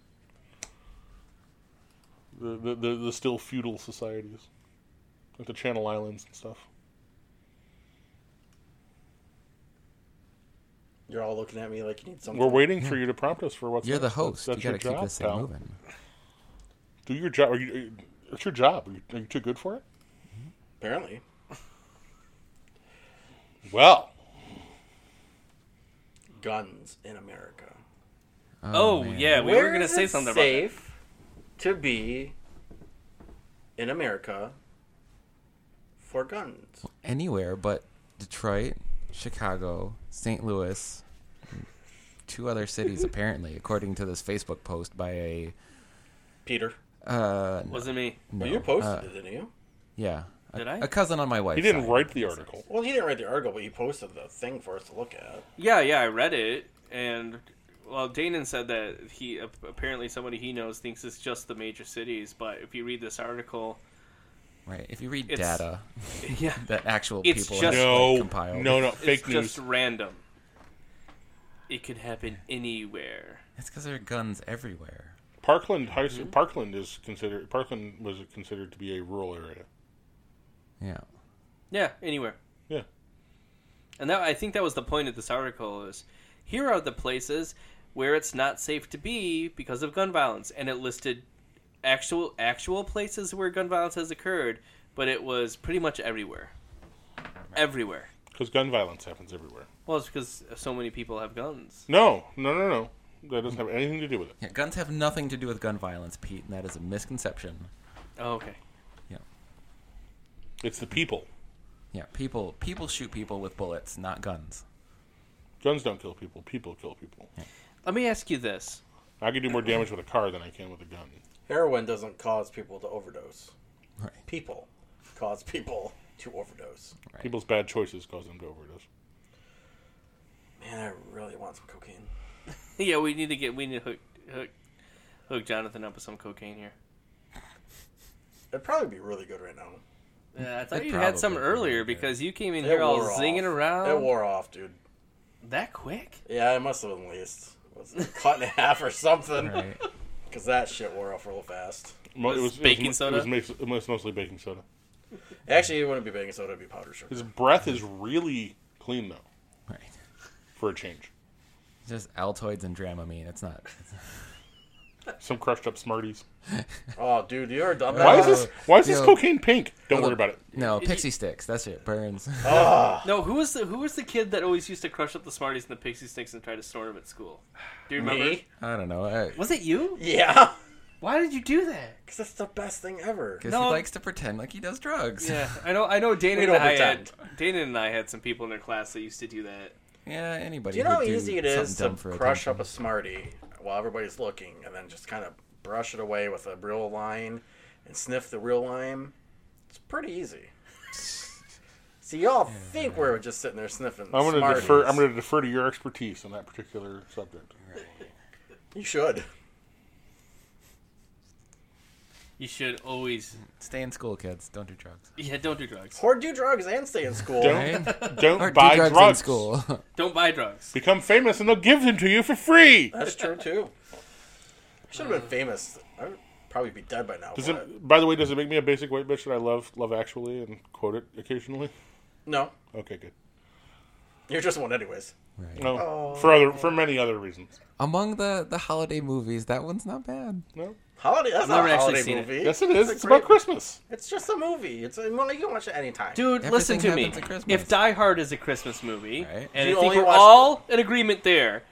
S3: The the, the, the still feudal societies, like the Channel Islands and stuff.
S4: You're all looking at me like you need something.
S3: We're waiting for you to prompt us for what's
S1: Hmm. You're the
S3: next. That's-
S1: host.
S3: That's,
S1: you got to
S3: your
S1: keep
S3: job,
S1: this thing
S3: pal.
S1: moving.
S3: Do your job. Are you, are you, it's your job. Are you, are you too good for it?
S4: Apparently.
S3: Well,
S4: Guns in America.
S1: Um,
S2: Oh,
S1: man.
S2: yeah, we were
S4: Where
S2: gonna
S4: is
S2: say
S4: it
S2: something about
S4: safe to be in America for guns.
S1: Anywhere but Detroit, Chicago, St. Louis, and two
S3: *laughs*
S1: other cities apparently, according to this Facebook post by a
S4: Peter,
S1: uh,
S2: that. Wasn't me.
S1: no,
S4: well, you posted
S1: uh,
S4: it, didn't you?
S1: yeah, a,
S2: Did I?
S1: a cousin on my wife.
S3: he didn't write the article.
S4: Well, he didn't write the article, but he posted the thing for us to look at.
S2: Yeah, yeah, I read it, and well, Danon said that he apparently somebody he knows thinks it's just the major cities, but if you read this
S4: *laughs*
S2: article,
S1: Right. If you read
S2: It's-
S1: data
S2: yeah,
S1: that actual
S2: It's
S1: people
S2: just-
S1: have like,
S3: No,
S1: compiled,
S3: no, no,
S2: it's
S3: fake news.
S2: just random. It could happen anywhere.
S1: it's because there are guns everywhere.
S3: Parkland High
S2: Mm-hmm.
S3: School. Parkland is considered. Parkland was considered to be a rural area.
S1: Yeah.
S2: Yeah, anywhere.
S3: Yeah.
S2: And that I think that was the point of this article is here are the places where it's not safe to be because of gun violence and it listed actual actual places where gun violence has occurred, but it was pretty much everywhere. Everywhere.
S3: Because gun violence happens everywhere.
S2: Well, it's because so many people have guns.
S3: No, no, no, no. That doesn't have anything to do with it.
S1: Yeah, guns have nothing to do with gun violence, Pete, and that is a misconception.
S2: Oh, okay.
S1: Yeah.
S3: It's the people.
S1: Yeah, people people shoot people with bullets, not guns.
S3: Guns don't kill people. People kill people.
S2: Let me ask you this. *laughs*
S3: I can do more damage with a car than I can with a gun.
S4: Heroin doesn't cause people to overdose.
S1: Right.
S4: People cause people to overdose.
S1: Right.
S3: People's bad choices cause them to overdose.
S4: Man, I really want some cocaine.
S2: yeah, we need to get we need to hook hook hook Jonathan up with some cocaine here.
S4: It'd probably be really good right now.
S2: Yeah, Uh, I thought
S1: It
S2: you had some
S1: probably would,
S2: earlier
S1: yeah.
S2: because you came in
S4: It
S2: here all
S4: wore off.
S2: zinging around
S4: It wore off, dude.
S2: that quick.
S4: Yeah, it must have been least was it cut in *laughs* half or something.
S1: Right. *laughs*
S4: Because that shit wore off real fast.
S3: Mo-
S2: Was baking
S3: it was,
S2: soda?
S3: It was, mix- it was mostly baking soda.
S4: Actually, it wouldn't be baking soda; it'd be powdered sugar.
S3: His breath is really clean though,
S1: Right.
S3: for a change.
S1: Just Altoids and Dramamine. It's not. It's,
S3: Some crushed up Smarties.
S4: Oh, dude, you're a dumbass.
S3: Why is this? Why is this
S1: Uh, Yo.
S3: cocaine pink? Don't worry about it.
S1: no, pixie sticks. That's
S3: *laughs*
S1: it. Burns. *laughs*
S2: No, who was the who was the kid that always used to crush up the Smarties and the Pixie Sticks and try to snort them at school? Do you remember?
S4: Me?
S1: I don't know. I
S2: Was it you?
S4: *laughs* Yeah,
S2: Why did you do that?
S4: because that's the best thing ever.
S1: guess
S2: No.
S1: he likes to pretend like he does drugs.
S2: Yeah, I know. I know. Dana
S4: We
S2: and
S4: don't
S2: I had Dana and I had some people in our class that used to do that.
S1: Yeah, anybody.
S4: Do you know how
S1: would
S4: easy it is
S1: something
S4: to
S1: dumb for
S4: crush up
S1: attention.
S4: a smartie while everybody's looking, and then just kind of brush it away with a real lime and sniff the real lime, it's pretty easy.
S1: *laughs*
S4: See, y'all think we're just sitting there sniffing.
S3: I'm going to
S4: Smarties.
S3: defer. I'm going to defer to your expertise on that particular subject.
S4: You should.
S2: You should always.
S9: Stay in school, kids. Don't do drugs.
S2: Yeah, don't do drugs.
S4: Or do drugs and stay in school.
S3: Don't
S9: *laughs*
S3: don't
S9: Or do
S3: buy
S9: drugs,
S3: drugs.
S9: in school. *laughs*
S2: Don't buy drugs.
S3: Become famous, and they'll give them to you for free.
S4: That's true too. Should have been famous. I would probably be dead by now.
S3: Does
S4: but-
S3: it? By the way, does it make me a basic white bitch that I love Love Actually and quote it occasionally?
S4: No,
S3: Okay, good.
S4: you're just one anyways.
S9: right.
S3: No, for other for many other reasons.
S9: Among the the holiday movies, that one's not bad.
S3: No,
S4: Holiday. That's
S2: never
S4: not a
S2: actually
S4: holiday
S2: seen it.
S4: movie.
S3: yes, it is.
S4: a
S3: It's, about
S4: great-
S3: Christmas.
S4: It's just a movie. It's a, well, you can watch it anytime.
S2: Dude, listen to
S9: Everything
S2: me.
S9: happens at Christmas.
S2: If Die Hard is a Christmas movie,
S9: Right.
S2: and
S4: You
S2: I think
S4: only
S2: we're
S4: watch-
S2: all in agreement there,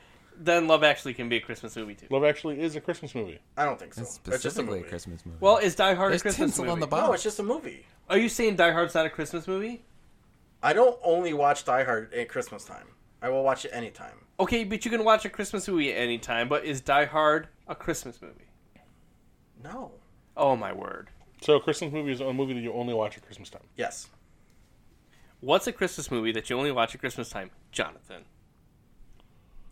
S2: then Love Actually can be a Christmas movie too.
S3: Love Actually is a Christmas movie.
S4: I don't think so.
S9: It's
S4: It's just a
S9: specifically
S4: movie.
S9: a Christmas movie.
S2: Well, is Die Hard
S9: there's
S2: a Christmas
S9: tinsel
S2: movie?
S9: on the
S4: No,
S9: bottom.
S4: it's just a movie.
S2: Are you saying Die Hard's not a Christmas movie?
S4: I don't only watch Die Hard at Christmas time. I will watch it anytime.
S2: Okay, but you can watch a Christmas movie at any time. But is Die Hard a Christmas movie?
S4: No.
S2: Oh my word!
S3: So a Christmas movie is a movie that you only watch at Christmas time.
S4: Yes.
S2: What's a Christmas movie that you only watch at Christmas time, Jonathan?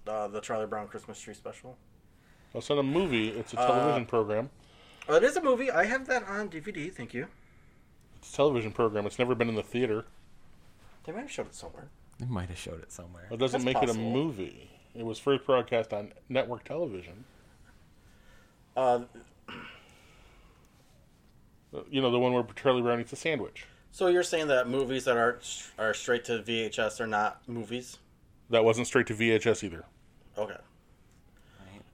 S4: Uh, the Charlie Brown Christmas Tree Special.
S3: It's not a movie. It's
S4: Uh,
S3: a television program.
S4: Oh, it is a movie. I have that on DVD. Thank you.
S3: It's a television program. It's never been in the theater.
S4: They might have showed it somewhere.
S9: They might have showed it somewhere.
S3: That doesn't
S4: That's
S3: make it a
S4: possible.
S3: movie. It was first broadcast on network television.
S4: Uh,
S3: Uh, You know the one where Charlie Brown eats a sandwich.
S4: so you're saying that movies that are are straight to VHS are not movies?
S3: That wasn't straight to VHS either.
S4: Okay.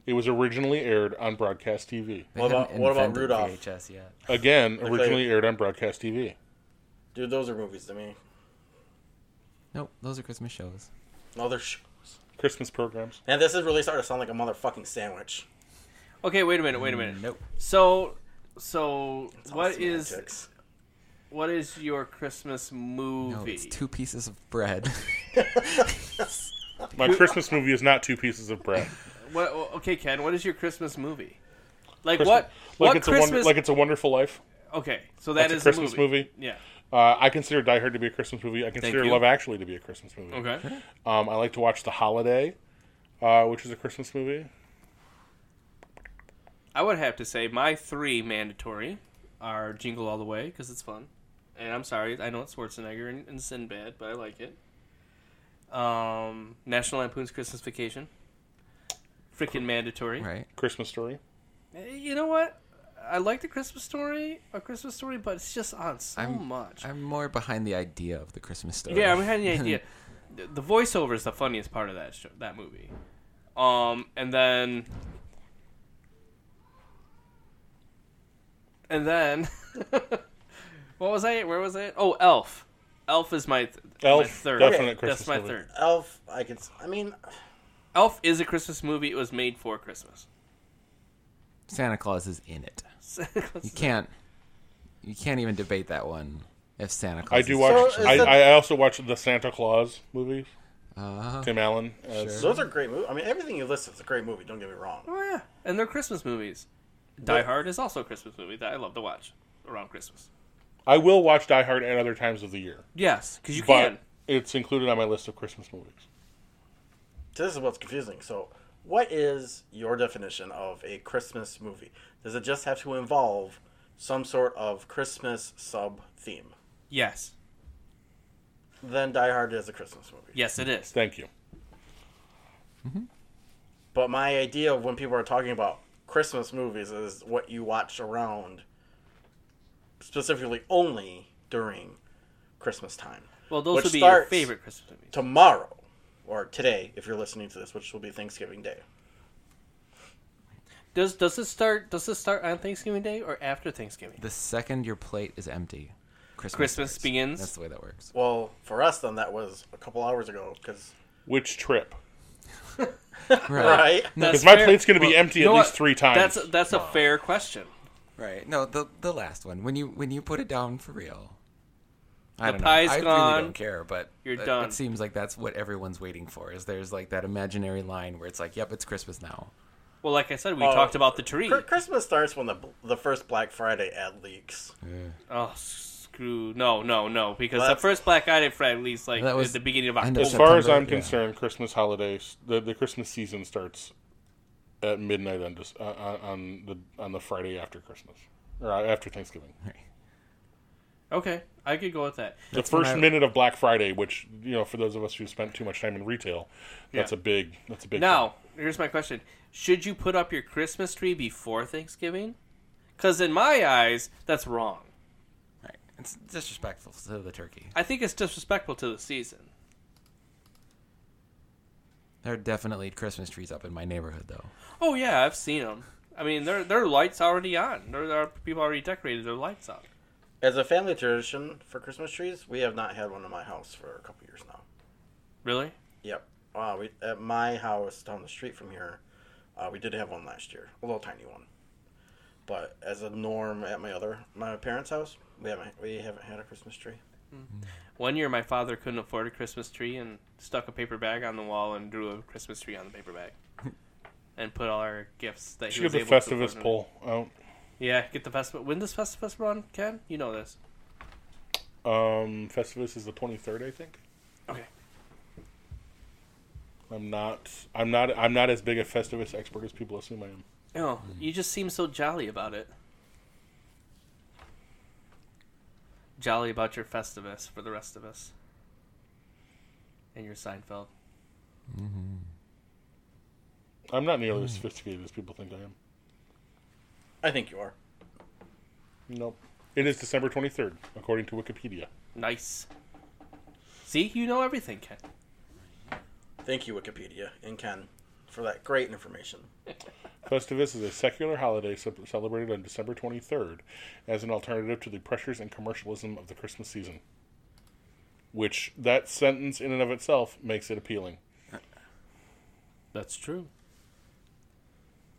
S3: It was originally aired on broadcast TV.
S9: They
S4: What about-
S9: hadn't
S4: what about
S9: invented
S4: Rudolph?
S9: VHS yet.
S3: Again, originally
S4: you.
S3: aired on broadcast TV.
S4: Dude, those are movies to me.
S9: Nope, those are Christmas shows.
S4: No, they're shows.
S3: Christmas programs.
S4: And this is really starting to sound like a motherfucking sandwich.
S2: Okay, wait a minute. Wait a minute.
S9: Nope.
S2: So, so
S4: It's all
S2: what is
S4: semantics.
S2: what is your Christmas movie?
S9: No, it's two pieces of
S4: *laughs*
S9: bread.
S3: My Christmas movie is not two pieces of bread.
S2: What, okay, Ken, what is your Christmas movie? Like
S3: Christmas-
S2: what?
S3: Like
S2: what
S3: it's
S2: Christmas?
S3: a wonder, like it's a Wonderful Life.
S2: okay, so that
S3: That's a
S2: is
S3: Christmas
S2: the movie.
S3: movie?
S2: Yeah.
S3: Uh, I consider Die Hard to be a Christmas movie. I consider
S2: you.
S3: Love Actually to be a Christmas movie.
S2: Okay.
S3: Um, I like to watch The Holiday, uh, which is a Christmas movie.
S2: I would have to say my three mandatory are Jingle All the Way because it's fun, and I'm sorry, I know it's Schwarzenegger and, and Sinbad, but I like it. Um, National Lampoon's Christmas Vacation, freaking mandatory.
S9: right?
S3: Christmas Story.
S2: Eh, You know what? I like the Christmas story, a Christmas story, but it's just on so
S9: I'm-
S2: much.
S9: I'm more behind the idea of the Christmas story.
S2: Yeah, I'm having the
S3: *laughs*
S2: idea. The- The voiceover is the funniest part of that show, that movie. Um, and then, and then, *laughs* what was I? Where was I? Oh, Elf. Elf is my, th- my
S3: Elf,
S2: third.
S3: definite
S2: That's
S3: Christmas
S2: my
S3: movie.
S2: third.
S4: Elf, I can. s- I mean,
S2: Elf is a Christmas movie. It was made for Christmas. *laughs*
S9: Santa Claus is in it. You can't. You can't even debate that one. If Santa Claus,
S3: I do
S9: is-
S3: watch.
S4: So is
S3: I,
S4: the-
S3: I also watch the Santa Claus movies.
S4: Uh-huh.
S9: Uh,
S3: Tim Allen. As,
S4: those are great movies. I mean, everything you listed is a great movie. Don't get me wrong.
S2: Oh yeah, and they're Christmas movies. Die Hard is also a Christmas movie that I love to watch around Christmas.
S3: I will watch Die Hard at other times of the year,
S2: Yes, because you
S3: but
S2: can.
S3: it's included on my list of Christmas movies.
S4: So this is what's confusing. So, what is your definition of a Christmas movie? Does it just have to involve some sort of Christmas sub theme?
S2: Yes,
S4: Then Die Hard is a Christmas movie.
S2: yes, it is.
S3: Thank you.
S4: But my idea of when people are talking about Christmas movies is what you watch around, specifically only during Christmas time.
S2: Well, those
S4: Which
S2: would be your
S4: starts-
S2: favorite Christmas movies.
S4: tomorrow or today if you're listening to this, which will be Thanksgiving Day.
S2: Does does this start does this start on Thanksgiving Day or after Thanksgiving?
S9: the second your plate is empty, Christmas,
S2: Christmas
S9: starts.
S2: begins.
S9: That's the way that works.
S4: Well, for us then that was a couple hours ago because
S3: Which trip?
S9: Right.
S4: *laughs* right.
S3: Because my plate's going to be empty
S2: You know
S3: at least
S2: what?
S3: three times.
S2: That's that's a fair question.
S9: Right. No, the the last one. When you when you put it down for real. I
S2: The
S9: don't know.
S2: pie's
S9: I
S2: gone.
S9: really don't care, but
S2: You're
S9: it,
S2: done.
S9: it seems like that's what everyone's waiting for. Is there's like that imaginary line where it's like, "Yep, it's Christmas now." *laughs*
S2: Well, like I said, we
S4: Oh.
S2: talked about the tree.
S4: Cr- Christmas starts when the the first Black Friday ad leaks.
S2: Oh, screw. No, no, no. Because
S4: Well,
S2: the first Black Friday Friday released like
S9: That was
S2: at the beginning of
S9: end
S2: October.
S9: of
S3: As far as
S9: September,
S3: I'm
S9: yeah.
S3: concerned, Christmas holidays, the, the Christmas season starts at midnight on, Dec- uh, on on the on the Friday after Christmas or uh, after Thanksgiving.
S2: okay, I could go with that.
S3: the first
S9: when I-
S3: minute of Black Friday, which you know, for those of us who spent too much time in retail, that's
S2: Yeah.
S3: a big that's a big.
S2: Now, here's my question: Should you put up your Christmas tree before Thanksgiving? Because in my eyes, that's wrong.
S9: Right. It's disrespectful to the turkey.
S2: I think it's disrespectful to the season.
S9: There are definitely Christmas trees up in my neighborhood, though.
S2: Oh yeah, I've seen them. I mean, their their lights already on. There are people already decorated their lights on.
S4: As a family tradition for Christmas trees, we have not had one in my house for a couple years now.
S2: Really?
S4: Yep. Uh, we, at my house down the street from here, uh, we did have one last year, a little tiny one. But as a norm at my other my parents' house, we haven't we haven't had a Christmas tree.
S2: One year, my father couldn't afford a Christmas tree and stuck a paper bag on the wall and drew a Christmas tree on the paper *laughs* bag, and put all our gifts that
S3: Should
S2: he was
S3: get the
S2: able to
S3: Festivus
S2: afford.
S3: poll out.
S2: Yeah, get the Festivus. When does Festivus run, Ken? You know this.
S3: Um, Festivus is the 23rd, I think.
S2: Okay.
S3: I'm not. I'm not. I'm not as big a Festivus expert as people assume I am.
S2: No, Oh, you just seem so jolly about it. Jolly about your Festivus for the rest of us. And your Seinfeld.
S3: I'm not nearly as sophisticated as people think I am.
S4: I think you are.
S3: Nope. It is December 23rd, according to Wikipedia.
S2: Nice. See, you know everything, Ken.
S4: Thank you, Wikipedia and Ken, for that great information.
S3: Festivus is a secular holiday ce- celebrated on December 23rd as an alternative to the pressures and commercialism of the Christmas season. Which that sentence in and of itself makes it appealing.
S2: That's true.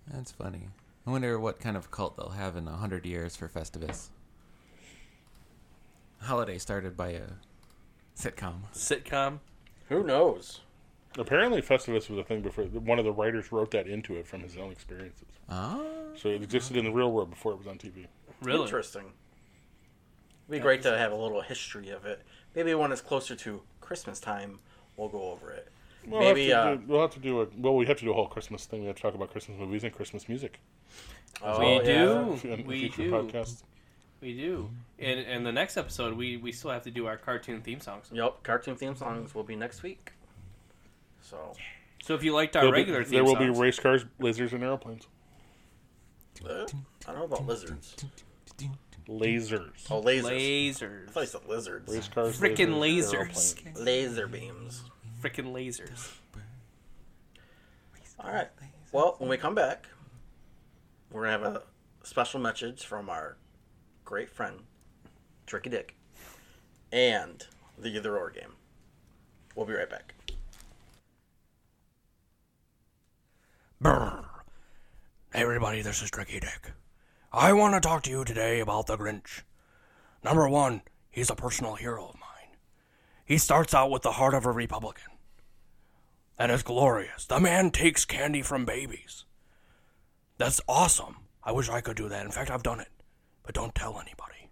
S9: That's funny. I wonder what kind of cult they'll have in a hundred years for Festivus. Holiday started by a sitcom.
S2: Sitcom.
S4: Who knows?
S3: Apparently, Festivus was a thing before. One of the writers wrote that into it from his own experiences.
S2: *laughs*
S9: Ah,
S3: So it existed in the real world before it was on TV.
S2: Really?
S4: Interesting. Be great to have a little history of it. Maybe when it's closer to Christmas time, we'll go over it.
S3: We'll
S4: Maybe
S3: have to
S4: uh,
S3: do, we'll have to do a well. We have to do a whole Christmas thing. We have to talk about Christmas movies and Christmas music.
S4: oh,
S2: We
S4: yeah.
S2: do.
S3: in a
S2: We
S3: future
S2: do.
S3: podcast.
S2: We do. And and the next episode, we, we still have to do our cartoon theme songs.
S4: Yep, cartoon theme songs will be next week. So
S2: So if you liked our
S3: There'll be-
S2: regular theme
S3: there will
S2: songs,
S3: be race cars, lasers, and airplanes.
S4: uh, I don't know about lizards.
S3: Lasers,
S4: Oh, lasers.
S2: lasers.
S4: I thought you said lizards.
S3: race cars,
S2: Frickin'
S3: lasers,
S2: lasers.
S3: airplanes.
S4: Laser beams.
S2: Frickin' lasers.
S4: All right. Well, when we come back, we're gonna have a special message from our great friend Tricky Dick and the Either Or game. We'll be right back.
S10: Brr. Hey everybody, this is Tricky Dick. I want to talk to you today about the Grinch. Number one, he's a personal hero of mine. He starts out with the heart of a Republican. That is glorious. The man takes candy from babies. That's awesome. I wish I could do that. In fact, I've done it. But don't tell anybody.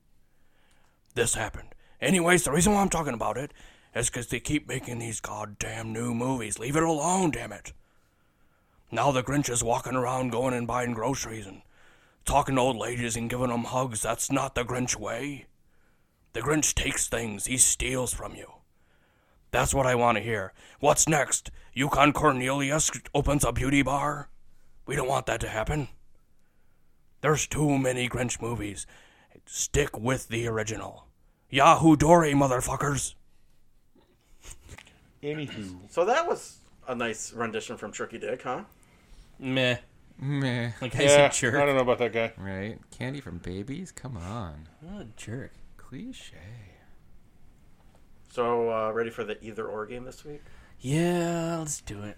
S10: This happened. Anyways, the reason why I'm talking about it is because they keep making these goddamn new movies. Leave it alone, damn it. Now the Grinch is walking around going and buying groceries and talking to old ladies and giving them hugs. That's not the Grinch way. The Grinch takes things, he steals from you. That's what I want to hear. What's next? Yukon Cornelius opens a beauty bar? We don't want that to happen. There's too many Grinch movies. Stick with the original. Yahoo Dory, motherfuckers!
S3: Anywho,
S4: So that was a nice rendition from Tricky Dick, huh?
S2: Meh.
S9: meh.
S2: Like
S3: yeah,
S2: I said, jerk.
S3: I don't know about that guy.
S9: Right? Candy from babies? Come on.
S2: What a jerk.
S9: Cliche.
S4: So uh, ready for the Either Or game this week?
S2: Yeah, let's do it.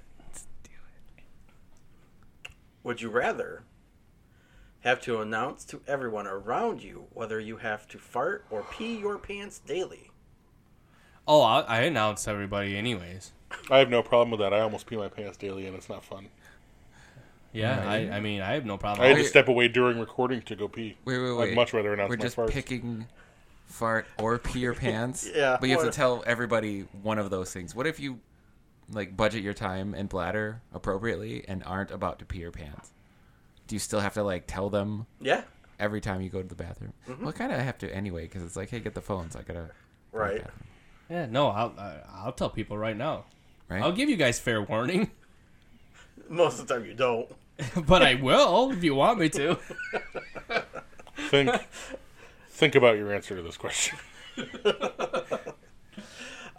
S4: Would you rather have to announce to everyone around you whether you have to fart or pee your pants daily?
S2: Oh, I, I announce everybody, anyways.
S3: I have no problem with that. I almost pee my pants daily, and it's not fun.
S2: Yeah, I, I mean, I have no
S3: I
S2: problem.
S3: had to step away during recording to go pee.
S1: Wait, wait, wait.
S3: I'd much rather announce
S1: We're
S3: my
S1: just
S3: farts.
S1: picking fart or
S3: *laughs*
S1: pee your pants.
S4: Yeah,
S1: But you have
S4: or-
S1: to tell everybody one of those things. What if you like budget your time and bladder appropriately and aren't about to pee your pants? Do you still have to like tell them
S4: Yeah.
S1: every time you go to the bathroom?
S3: Mm-hmm.
S1: Well, kind of have to anyway because it's like, hey, get the phones. I gotta.
S4: Right.
S2: yeah, no, I'll I- I'll tell people right now.
S1: Right.
S2: I'll give you guys fair warning, *laughs*
S4: Most of the time you don't.
S2: but I will if you want me to.
S3: Think, think about your answer to this question.
S4: All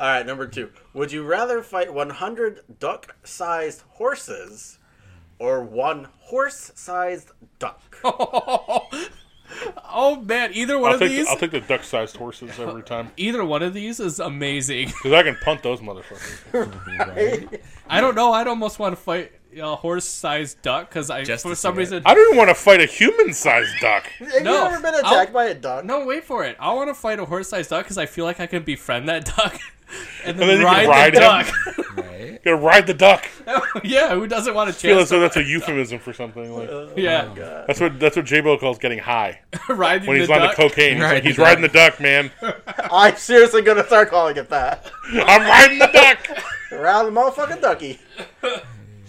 S4: right, number two. Would you rather fight 100 duck sized horses or one horse sized
S2: *laughs*
S4: duck?
S2: Oh man, either one
S3: I'll
S2: of
S3: take,
S2: these,
S3: the, I'll take the duck-sized horses every time
S2: either one of these is amazing. *laughs*
S3: because I can punt those motherfuckers.
S2: I don't know. I'd almost want to fight a horse-sized duck because I,
S1: Just
S2: for
S1: to
S2: some
S1: see it.
S2: reason,
S3: I don't even want to fight a human-sized duck.
S4: Have
S2: No,
S4: you ever been attacked
S2: I'll-
S4: by a duck?
S2: No, wait for it. I want to fight a horse-sized duck because I feel like I can befriend that duck *laughs*
S3: *laughs*
S2: and then,
S3: then you
S2: ride,
S3: can ride
S2: the
S3: him.
S2: duck.
S1: Right.
S3: Gotta ride the duck.
S2: *laughs* yeah, who doesn't want to
S3: I feel as
S2: chance?
S3: though that's a euphemism for something. Like
S1: Oh
S2: *laughs* Yeah,
S3: that's what that's what J Bo calls getting high
S2: riding
S3: when
S2: the
S3: he's on
S2: duck.
S3: the cocaine. He's,
S1: Riding
S3: like, he's
S1: the duck.
S3: riding the duck, man. *laughs*
S4: I'm seriously going to start calling it that.
S3: I'm riding the duck.
S4: Around the motherfucking ducky.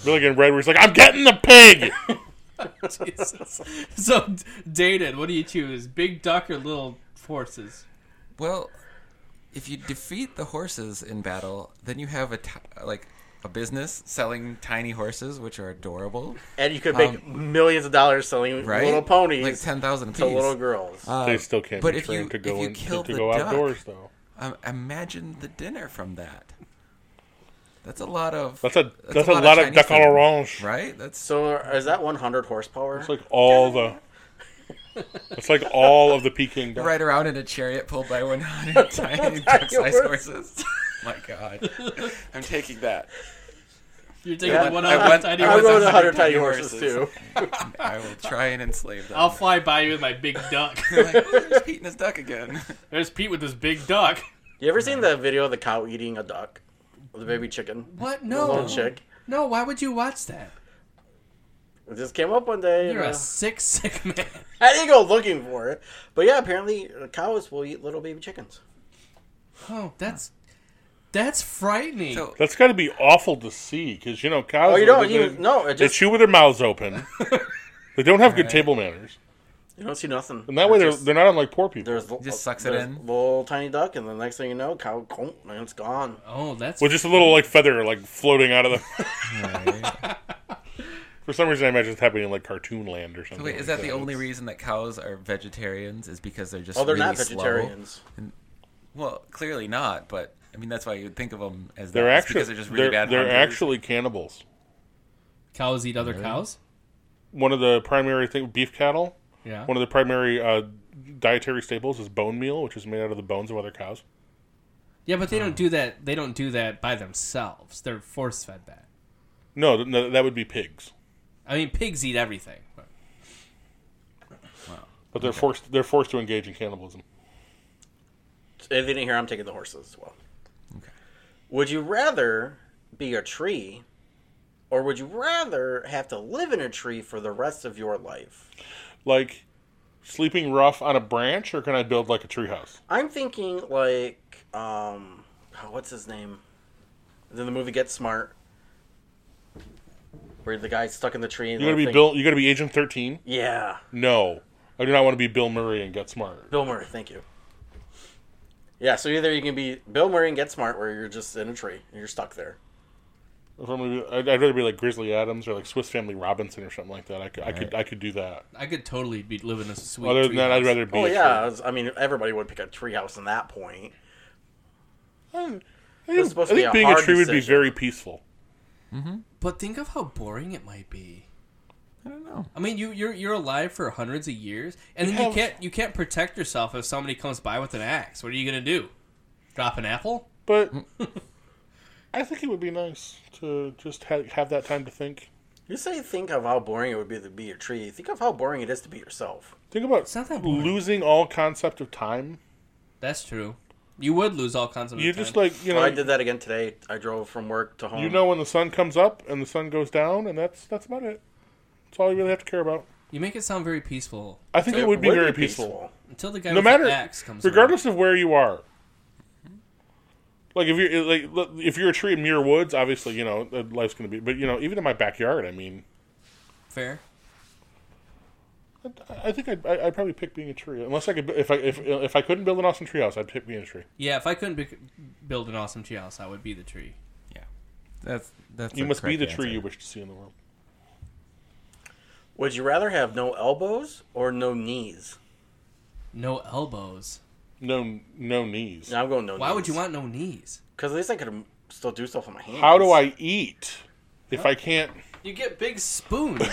S3: Really getting red. Where he's like, I'm getting the pig.
S2: *laughs* Jesus. So, d- Dated, what do you choose? Big duck or little horses?
S1: Well, if you defeat the horses in battle, then you have a ti like a business selling tiny horses, which are adorable,
S4: And you could make millions of dollars selling
S1: Um, right?
S4: little ponies
S1: like ten Uh, thousand
S4: to little girls.
S3: they still can't
S1: but
S3: be
S1: if you-
S3: trained to go
S1: if you
S3: in
S1: kill
S3: to
S1: the
S3: go
S1: duck-
S3: outdoors though.
S1: Um, imagine the dinner from that. That's a lot of.
S3: That's a that's, a, lot, of,
S1: Chinese
S3: duck à
S1: food,
S3: l'orange.
S1: right? That's so.
S4: so uh, is that 100 horsepower?
S3: It's like all
S1: *laughs*
S3: the. It's like all of the Peking duck.
S1: Ride around in a chariot pulled
S4: *laughs*
S1: by 100 tiny *laughs* duck-sized
S4: horses.
S1: horses. *laughs* My
S4: *laughs*
S1: God,
S11: I'm taking that.
S2: You're taking
S4: Yeah,
S2: one
S1: I
S2: out of
S1: went-
S2: tiny
S1: I
S4: I
S1: was
S2: horses.
S4: rode
S1: 100
S4: 100 tiny
S1: tiny
S4: horses,
S1: horses.
S4: too.
S1: *laughs* I will try and enslave them.
S2: I'll
S1: *laughs*
S2: fly by you with my big duck. *laughs*
S1: They're like, "Oh, there's Pete and his
S4: *laughs*
S1: duck again. *laughs*
S2: There's Pete with his big duck.
S4: You ever seen that video of the cow eating a duck? The baby chicken?
S2: What?
S4: The little
S2: No.
S4: chick?
S2: No, why would you watch that?
S4: It just came up one day.
S2: You're
S4: and,
S2: a
S4: uh,
S2: sick, sick man.
S4: I didn't go looking for it. But yeah, apparently uh, cows will eat little baby chickens.
S2: Oh, that's that's frightening.
S1: So-
S3: That's got to be awful to see because you know cows.
S4: Oh, you
S3: are-
S4: don't.
S3: they-
S4: You, no, it
S3: They
S4: just
S3: chew with their mouths open. they don't have good table manners,
S4: you don't see nothing.
S3: and that way they're
S4: It's just-
S3: they're not unlike poor people.
S4: there's
S1: just sucks it
S4: there's
S1: in.
S4: Little tiny duck, and the next thing you know, cow, and it's gone.
S2: oh, that's
S3: With just a little like feather like floating out of them.
S1: Right.
S3: *laughs* For some reason, I imagine it's happening in like cartoon land or something.
S1: Wait, is
S3: like
S1: that the only
S3: It's-
S1: reason that cows are vegetarians? Is because they're just
S4: Oh, they're
S1: really
S4: not
S1: slow?
S4: vegetarians.
S1: Well, clearly not, but I mean that's why you'd think of them as
S3: They're
S1: that. It's
S3: actually
S1: because they're just really
S3: they're,
S1: bad.
S3: they're
S1: hunters.
S3: actually cannibals.
S2: cows eat other cows.
S3: One of the primary thing beef cattle.
S2: Yeah.
S3: One of the primary uh, dietary staples is bone meal, which is made out of the bones of other cows.
S2: Yeah, but they
S3: Oh.
S2: don't do that. They don't do that by themselves. They're force fed that.
S3: No, th- no, that would be pigs.
S2: I mean, pigs eat everything. but-
S3: But they're forced. They're forced to engage in cannibalism.
S4: If they didn't hear, I'm taking the horses as well. Would you rather be a tree, or would you rather have to live in a tree for the rest of your life?
S3: Like sleeping rough on a branch, or can I build like a treehouse?
S4: I'm thinking like, um, oh, what's his name? Then the movie Get Smart, where the guy's stuck in the tree. And
S3: You gotta
S4: the
S3: be
S4: thing-
S3: Bill. You gotta be Agent Thirteen.
S4: Yeah,
S3: No, I do not want to be Bill Murray and get smart.
S4: Bill Murray. Thank you. Yeah, so either you can be Bill Murray and Get Smart, where you're just in a tree and you're stuck there.
S3: If I'm gonna be, I'd, I'd rather be like Grizzly Adams or like Swiss Family Robinson or something like that. I could, I could, I could do that.
S2: I could totally be living in a sweet.
S3: Other than that, I'd
S2: treehouse.
S3: rather be.
S4: Oh
S3: a
S4: yeah, I was- I mean everybody would pick a treehouse in that point.
S3: tree. I think,
S4: supposed
S3: I
S4: to be
S3: think
S4: a
S3: being a
S4: hard
S3: tree would be
S4: decision.
S3: very peaceful.
S2: But think of how boring it might be.
S1: I don't know.
S2: I mean, you you're you're alive for hundreds of years, and then
S3: have-
S2: you can't you can't protect yourself if somebody comes by with an axe. What are you gonna do? Drop an apple?
S3: But *laughs* I think it would be nice to just ha- have that time to think.
S4: You say think of how boring it would be to be a tree. Think of how boring it is to be yourself.
S3: Think about
S2: not that boring.
S3: losing all concept of time.
S2: That's true. You would lose all kinds of.
S3: You
S2: time.
S3: just like you know.
S4: I did that again today. I drove from work to home.
S3: You know when the sun comes up and the sun goes down, and that's that's about it. That's all you really have to care about.
S2: You make it sound very peaceful
S3: I think it would be very peaceful.
S2: until the guy
S3: no
S2: with
S3: matter
S2: the axe comes. around.
S3: regardless of where you are like if you're like look, if you're a tree in Muir Woods, obviously you know uh, life's gonna be. But you know, even in my backyard, I mean,
S2: fair.
S3: I- I think I'd, I- I'd probably pick being a tree unless I could. If I if if I couldn't build an awesome treehouse, I'd pick being a tree.
S2: Yeah, if I couldn't bec build an awesome tree house, I would be the tree.
S9: Yeah, that's that's.
S3: You
S9: the
S3: must be
S9: correct
S3: the tree
S9: answer.
S3: you wish to see in the world.
S4: Would you rather have no elbows or no knees?
S2: No elbows.
S3: No no knees.
S4: No, I'm going no.
S2: Why would you want no knees?
S4: Because at least I could still do stuff with my hands.
S3: How do I eat if I can't?
S2: You get big
S3: *laughs*
S2: spoons.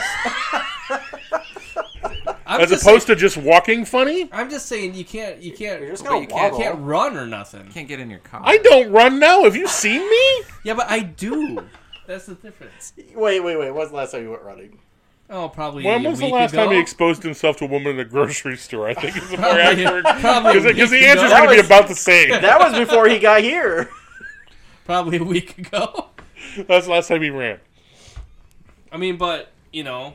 S3: As opposed to just walking funny,
S2: I'm just saying you can't you can't
S4: You're just
S2: but
S4: gonna
S2: you can't,
S4: waddle.
S2: can't run or nothing.
S9: Can't get in your car.
S3: I don't run now. Have you seen me?
S2: Yeah, but I do. That's the difference.
S4: Wait, wait, wait. What's the last time you
S3: *laughs*
S4: went running?
S2: Oh, probably.
S3: When
S2: a
S3: was the
S2: week
S3: last
S2: ago?
S3: time he exposed himself to a woman in a grocery store? I think
S9: *laughs*
S3: is the more
S2: Probably-
S3: accurate
S2: probably
S3: *laughs*
S2: a
S3: because the
S2: week
S3: answer's
S2: ago.
S3: going to be about the same.
S4: That was before he got here.
S2: Probably a week ago.
S3: *laughs* That's the last time he ran.
S2: I mean, but you know,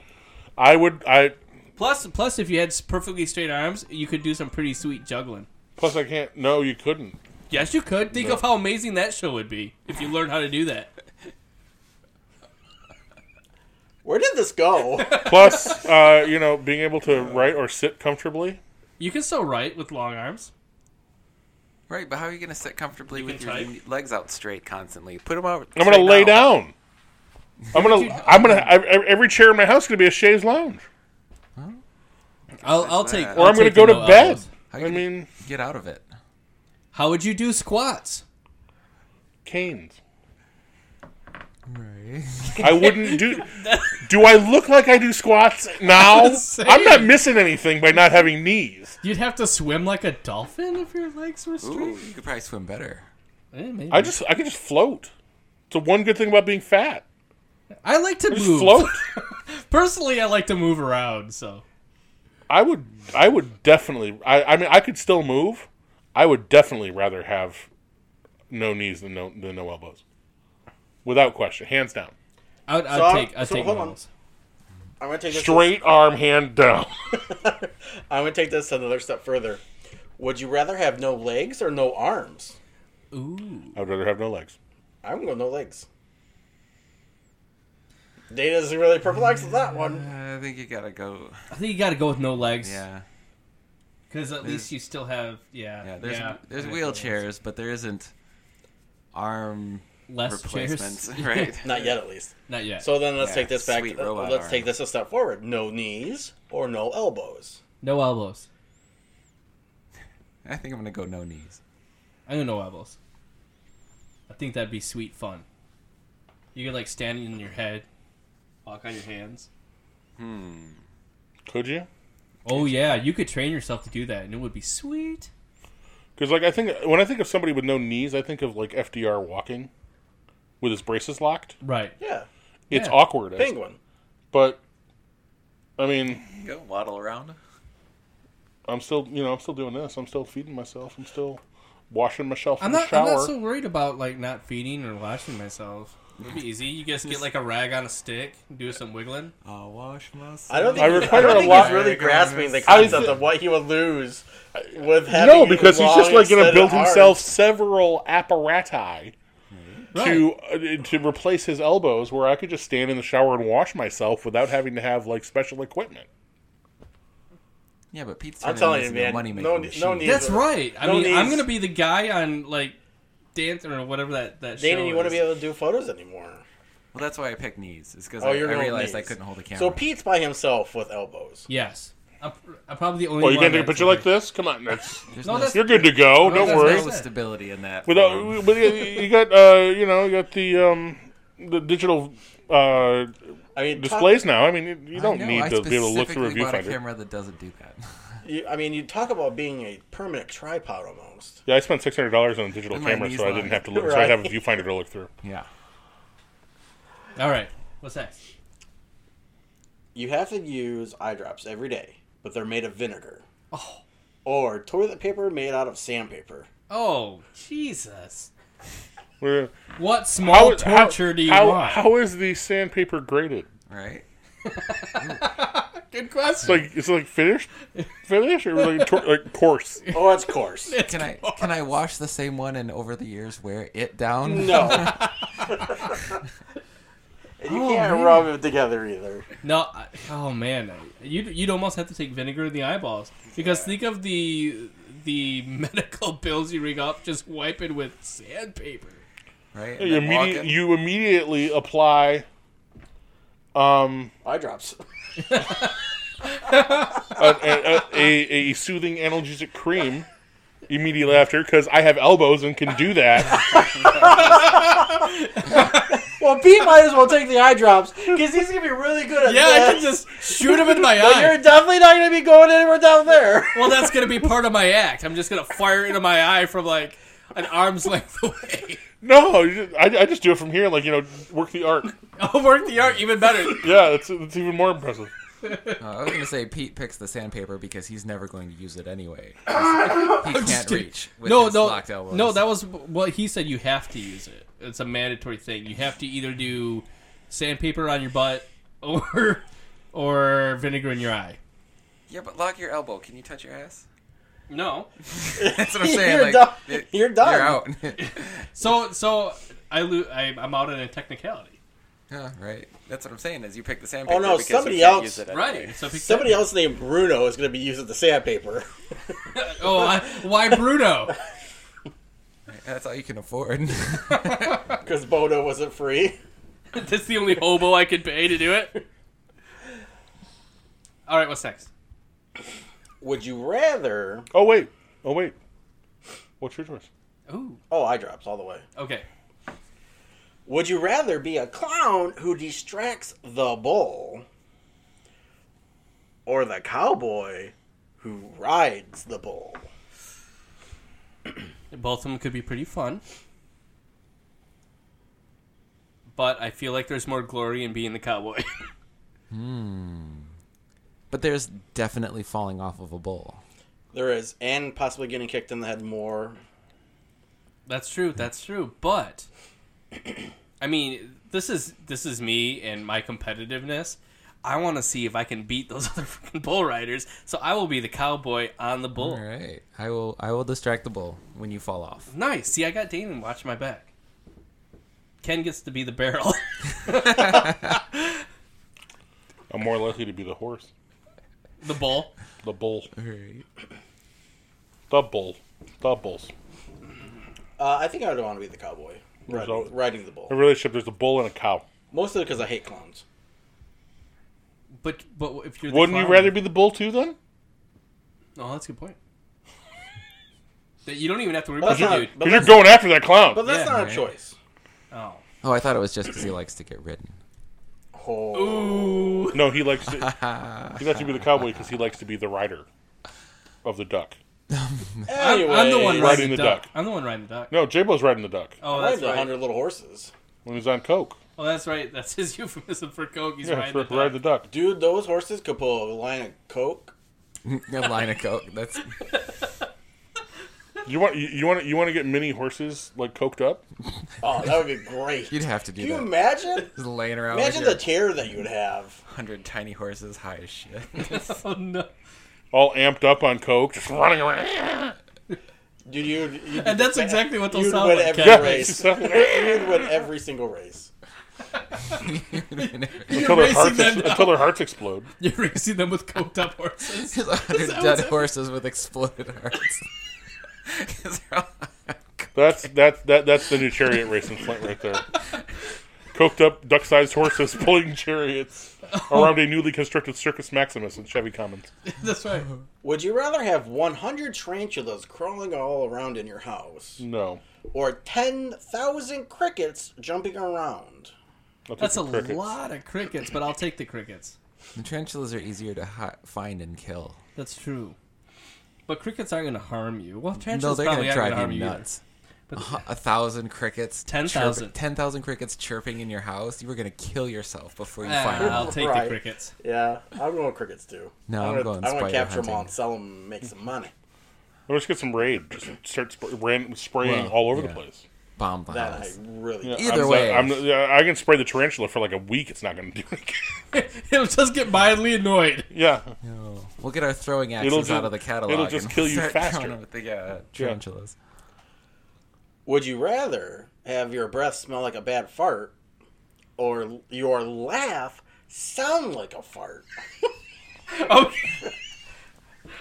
S3: I would. I
S2: plus plus if you had s- perfectly straight arms, you could do some pretty sweet juggling.
S3: plus I can't. No, you couldn't.
S2: Yes, you could. Think of how amazing that show would be if you learned how to do that.
S4: *laughs* Where did
S3: *laughs*
S4: this go?
S3: Plus, uh, you know, being able
S9: *laughs*
S3: to write or sit comfortably.
S2: You can still write with long arms.
S1: Right, but how are you going to sit comfortably with
S2: can
S1: your
S2: type.
S1: legs out straight constantly? Put them out.
S3: I'm going to
S1: straight
S3: lay down. I'm gonna. I'm gonna. I, every chair in my house is gonna be a chaise lounge,
S2: I'll, I'll
S1: that.
S2: take.
S1: Or
S3: or
S2: i
S3: I'm gonna go to bed.
S9: How
S3: I
S9: you-
S3: mean,
S9: Get out of it.
S2: How would you do squats?
S3: canes.
S9: Right.
S3: I wouldn't do. Do I look like I do squats now?
S2: Same.
S3: I'm not missing anything by not having knees.
S2: You'd have to swim like a dolphin if your legs were straight.
S9: Ooh, you could probably swim better.
S2: Eh, maybe.
S3: I just. I can just float. It's the one good thing about being fat.
S2: I like to
S3: Just
S2: move.
S3: float.
S2: *laughs* Personally, I like to move around. So
S3: I would I would definitely I, I mean I could still move. I would definitely rather have no knees than no than no elbows. Without question. Hands down.
S2: I would, I'd
S4: So,
S2: take. I'd
S4: so
S2: take
S4: hold on.
S2: normals.
S4: I'm gonna take this.
S3: Straight arm hand down.
S4: I'm gonna take this another step further. Would you rather have no legs or no arms?
S2: Ooh,
S3: *laughs* I'd rather have no legs.
S4: I'm gonna go no legs. Data's really perplexed with that one.
S9: Uh, I think you gotta go.
S2: I think you got to go with no legs.
S9: Yeah,
S2: Because at least you still have. Yeah.
S9: yeah. There's
S2: yeah.
S9: there's
S2: Yeah.
S9: wheelchairs, but there isn't arm
S2: Less
S9: replacements,
S2: *laughs* chairs.
S1: *laughs*
S9: right?
S4: Not yet, at least.
S2: Not yet.
S4: So then let's
S9: Yeah,
S4: take this back.
S9: sweet
S4: uh,
S9: robot
S4: let's
S9: arm.
S4: take this a step forward. No knees or no elbows.
S2: no elbows.
S9: *laughs* I think I'm gonna go no knees.
S2: I don't know elbows. I think that'd be sweet fun. You could like stand in your head, walk on your hands.
S3: Could you?
S2: Oh yeah, you could train yourself to do that, and it would be sweet.
S3: Because like I think when I think of somebody with no knees, I think of like FDR walking with his braces locked.
S2: Right.
S4: Yeah,
S3: It's
S2: Yeah.
S3: awkward. as-
S4: penguin.
S3: But I mean,
S9: Go waddle around.
S3: I'm still you know, I'm still doing this. I'm still feeding myself. I'm still washing myself in
S2: I'm
S3: the
S2: not. I'm
S3: shower.
S2: not so worried about like not feeding or washing myself. It'd be easy. You just get like a rag on a stick, and do some wiggling.
S9: I'll wash myself.
S4: I don't think,
S3: I
S4: he-
S3: require
S4: don't
S3: a
S4: think
S3: lot-
S4: he's really
S9: Yeah,
S4: grasping the
S9: guys.
S3: I
S4: concept
S3: thi-
S4: of what he would lose with having
S3: No, because he's just
S4: long,
S3: like going to
S4: extended
S3: build
S4: arms.
S3: himself several apparati to
S2: Right.
S3: uh, to replace his elbows, where I could just stand in the shower and wash myself without having to have like special equipment.
S9: Yeah, but Pete's
S4: I'm
S9: turning
S4: telling
S9: this
S4: you,
S9: into a
S4: man,
S9: money-making
S4: no- no
S9: machine.
S4: need-
S2: That's right. I
S4: No
S2: mean, I'm
S4: knees.
S2: gonna be the guy on like dance or whatever that that show.
S4: Dana, you want
S2: is.
S4: to be able to do photos anymore?
S9: Well, that's why I picked knees. Is because
S4: Oh,
S9: I,
S4: you're
S9: I
S4: going
S9: realized I
S4: knees.
S9: couldn't hold the camera.
S4: So Pete's by himself with elbows.
S2: Yes. I'm, I'm probably the only.
S3: Well, you
S2: one
S3: gonna take a
S2: that's
S3: picture like this? Come
S9: *laughs*
S3: on, that's *laughs*
S9: There's
S2: No,
S9: no,
S2: that's
S3: you're good to go.
S2: No,
S3: Don't
S2: that's
S3: worry.
S2: not-
S9: with stability in that. form.
S3: Without, but you- you got uh, you know, you got the um, the digital uh,
S4: I mean, talk-
S3: displays now. I mean, you, you
S9: I
S3: don't
S9: know,
S3: need
S9: I
S3: to be able to look through a
S9: specifically bought a
S3: viewfinder.
S9: camera that doesn't do
S1: *laughs*
S9: that.
S4: you, I mean, you talk about being a permanent tripod almost.
S3: Yeah, I spent six hundred dollars on a digital
S9: And my
S3: camera,
S9: knees
S3: so I
S9: locked.
S3: didn't have to look. So I
S4: Right.
S3: have a viewfinder to look through.
S9: yeah.
S2: All right. What's next?
S4: You have to use eye drops every day, but they're made of vinegar. Oh. Or toilet paper made out of sandpaper.
S2: Oh Jesus!
S3: Where-
S2: What small
S3: How,
S2: torture do you
S3: how,
S2: want?
S3: how is the sandpaper graded?
S9: Right.
S2: Good question.
S3: It's like it's like finished, finished or like, tor- like
S1: *laughs*
S3: coarse.
S4: Oh, it's coarse.
S1: Can I can I wash the same one and over the years wear it down?
S4: No. and you can't rub it together either.
S2: No, I, oh man, you you'd almost have to take vinegar in the eyeballs because think of the the *laughs* medical bills you ring up just wipe it with sandpaper.
S1: Right?
S3: You,
S1: And then walk
S3: immedi-
S1: in.
S3: you immediately apply. Um,
S4: Eye drops.
S3: a, a, a, a soothing analgesic cream immediately after because I have elbows and can do that. *laughs*
S4: Well, Pete might as well take the eye drops because he's gonna be really good at
S2: Yeah, I can
S4: this.
S2: just shoot him in my
S4: *laughs* But you're
S2: eye.
S4: definitely not gonna be going anywhere down there.
S2: Well, that's gonna be part of my act. I'm just gonna fire it into my eye from like an arm's length *laughs* away.
S3: no, you just- I, I just do it from here, like you know, work the arc.
S2: I'll work the art even better.
S3: Yeah, it's it's even more impressive.
S1: Uh, I was gonna say Pete picks the sandpaper because he's never going to use it anyway. He's- he can't
S2: kidding.
S1: reach with
S2: no,
S1: his
S2: no,
S1: locked elbows.
S2: no. That was what he said. You have to use it. It's a mandatory thing. You have to either do sandpaper on your butt *laughs* or or vinegar in your eye.
S1: yeah, but lock your elbow. Can you touch your ass? *laughs*
S2: No.
S1: That's what I'm saying.
S4: *laughs* You're
S1: like,
S4: done.
S1: it-
S4: You're done.
S1: You're out. *laughs*
S2: So so I, lo- I I'm out in a technicality.
S1: yeah, right. That's what I'm saying. Is you pick the sandpaper.
S4: Oh no,
S12: because you
S4: somebody
S12: can't
S4: else.
S12: use it anyway.
S2: Right. So pick
S4: Somebody else named Bruno is gonna be using the sandpaper.
S2: Oh, I, why Bruno?
S1: That's all you can afford. *laughs*
S4: Because Bono wasn't free.
S2: *laughs* That's the only hobo I could pay to do it. All right. What's next?
S4: Would you rather?
S3: Oh wait, oh wait, what's your choice?
S2: Ooh.
S4: Oh, eye drops all the way.
S2: Okay.
S4: Would you rather be a clown who distracts the bull, or the cowboy who rides the bull?
S2: Both of them could be pretty fun. But I feel like there's more glory in being the cowboy. *laughs*
S1: but there's definitely falling off of a bull.
S4: There is, and possibly getting kicked in the head more.
S2: that's true. That's true. But I mean, this is this is me and my competitiveness. I want to see if I can beat those *laughs* other fucking bull riders. So I will be the cowboy on the bull.
S1: All right. I will. I will distract the bull when you fall off.
S2: Nice. See, I got Damon watching my back. Ken gets to be the barrel. *laughs*
S3: I'm more likely to be the horse,
S2: the bull.
S3: the bull,
S1: All right.
S3: the bull, the bulls.
S4: Uh, I think I would want to be the cowboy riding,
S3: always-
S4: riding the
S3: In a
S4: bull.
S3: relationship, there's a bull and a cow.
S4: Mostly because I hate clowns.
S2: But but if you're the
S3: Wouldn't you
S2: clown-
S3: rather be the bull too then?
S2: Oh, that's a good point. *laughs* that you don't even have to worry
S4: But
S2: about
S4: that's
S2: the
S4: not.
S2: dude.
S4: But
S3: Because you're
S4: that's,
S3: going after that
S4: but
S3: clown.
S4: that's
S2: Yeah,
S4: not
S1: right.
S4: a choice.
S2: Oh.
S1: Oh, I thought it was just because he likes to get ridden.
S4: Oh,
S2: Ooh.
S3: No, he likes to.
S2: *laughs*
S3: he likes to be the cowboy because he likes to be the rider of the duck.
S4: anyway,
S2: I'm the one
S3: Riding
S2: riding
S3: the
S2: the
S3: duck.
S2: duck. I'm the one riding the duck.
S3: No, J-Bo's riding the duck
S2: Oh,
S4: Rides
S2: that's
S4: a
S2: right.
S4: hundred little horses.
S3: when he's on coke.
S2: Oh, that's right. That's his *laughs* euphemism for coke. He's
S3: Yeah,
S2: riding
S3: for
S2: the *laughs*
S3: ride
S2: duck.
S3: the duck.
S4: Dude, those horses could pull a line of coke.
S1: A line of coke. That's
S3: You want you, you want you want to get mini horses like coked up?
S4: Oh, that would be great.
S1: you'd have to do
S4: Can you
S1: that.
S4: imagine?
S1: Just laying around.
S4: Imagine the
S1: with
S4: terror that you would have.
S1: hundred tiny horses, high as *laughs* shit.
S2: Oh no.
S3: all amped up on coke, just running around.
S4: Dude, you you
S2: And that's exactly what they'll
S4: you'd
S2: sound
S4: win
S2: like.
S4: every
S2: Ken. *laughs*
S4: race.
S3: Until their
S4: You'd win every single race.
S2: You're racing
S3: hearts, ex-
S2: them.
S3: *laughs* until their hearts explode.
S2: You're racing them with coked up
S1: *laughs*
S2: horses.
S1: hundred
S2: that
S1: dead
S2: what's
S1: horses with exploded hearts. 'Cause they're all out of coke.
S3: That's that's that that's the new chariot race in Flint right there. Coked up duck-sized horses *laughs* pulling chariots around a newly constructed Circus Maximus in Chevy Commons.
S2: That's right.
S4: Would you rather have 100 tarantulas crawling all around in your house
S3: No,
S4: or 10,000 crickets jumping around?
S3: I'll take
S2: That's a
S3: the crickets.
S2: lot of crickets, but I'll take the crickets.
S1: *laughs* The tarantulas are easier to hi- find and kill.
S2: That's true. But crickets aren't going to harm you. Well,
S1: no,
S2: tarantulas
S1: they're
S2: probably
S1: gonna
S2: aren't going to
S1: drive
S2: harm
S1: you
S2: you. either.
S1: nuts. A hu- a thousand crickets, chirp-
S2: 10,000.
S1: 10,000 crickets chirping in your house. You were gonna kill yourself before you find
S2: Ah, I'll
S1: out.
S2: take
S4: Right.
S2: the crickets. *laughs*
S4: Yeah, I'm going crickets too.
S1: No, I'm
S4: gonna,
S1: going
S4: I'm gonna
S1: spider
S4: capture them all
S1: hunting.
S4: and sell them and make some money.
S3: Let's get some raid. Just start sp- ran- spraying
S1: Well,
S3: all over the
S1: yeah.
S3: place.
S1: bomb the
S4: That I
S1: house.
S4: really.
S3: Yeah,
S1: Either
S3: I'm,
S1: way.
S3: I'm, yeah, I can spray the tarantula for like a week. It's not going to do anything. *laughs*
S2: He'll just get mildly annoyed. *laughs*
S3: yeah,
S1: We'll get our throwing axes
S3: It'll ju-
S1: out of the catalog.
S3: it'll just
S1: and *laughs*
S3: kill you
S1: start
S3: faster.
S1: throwing them at the uh, tarantulas.
S4: Would you rather have your breath smell like a bad fart or your laugh sound like a fart?
S2: Okay.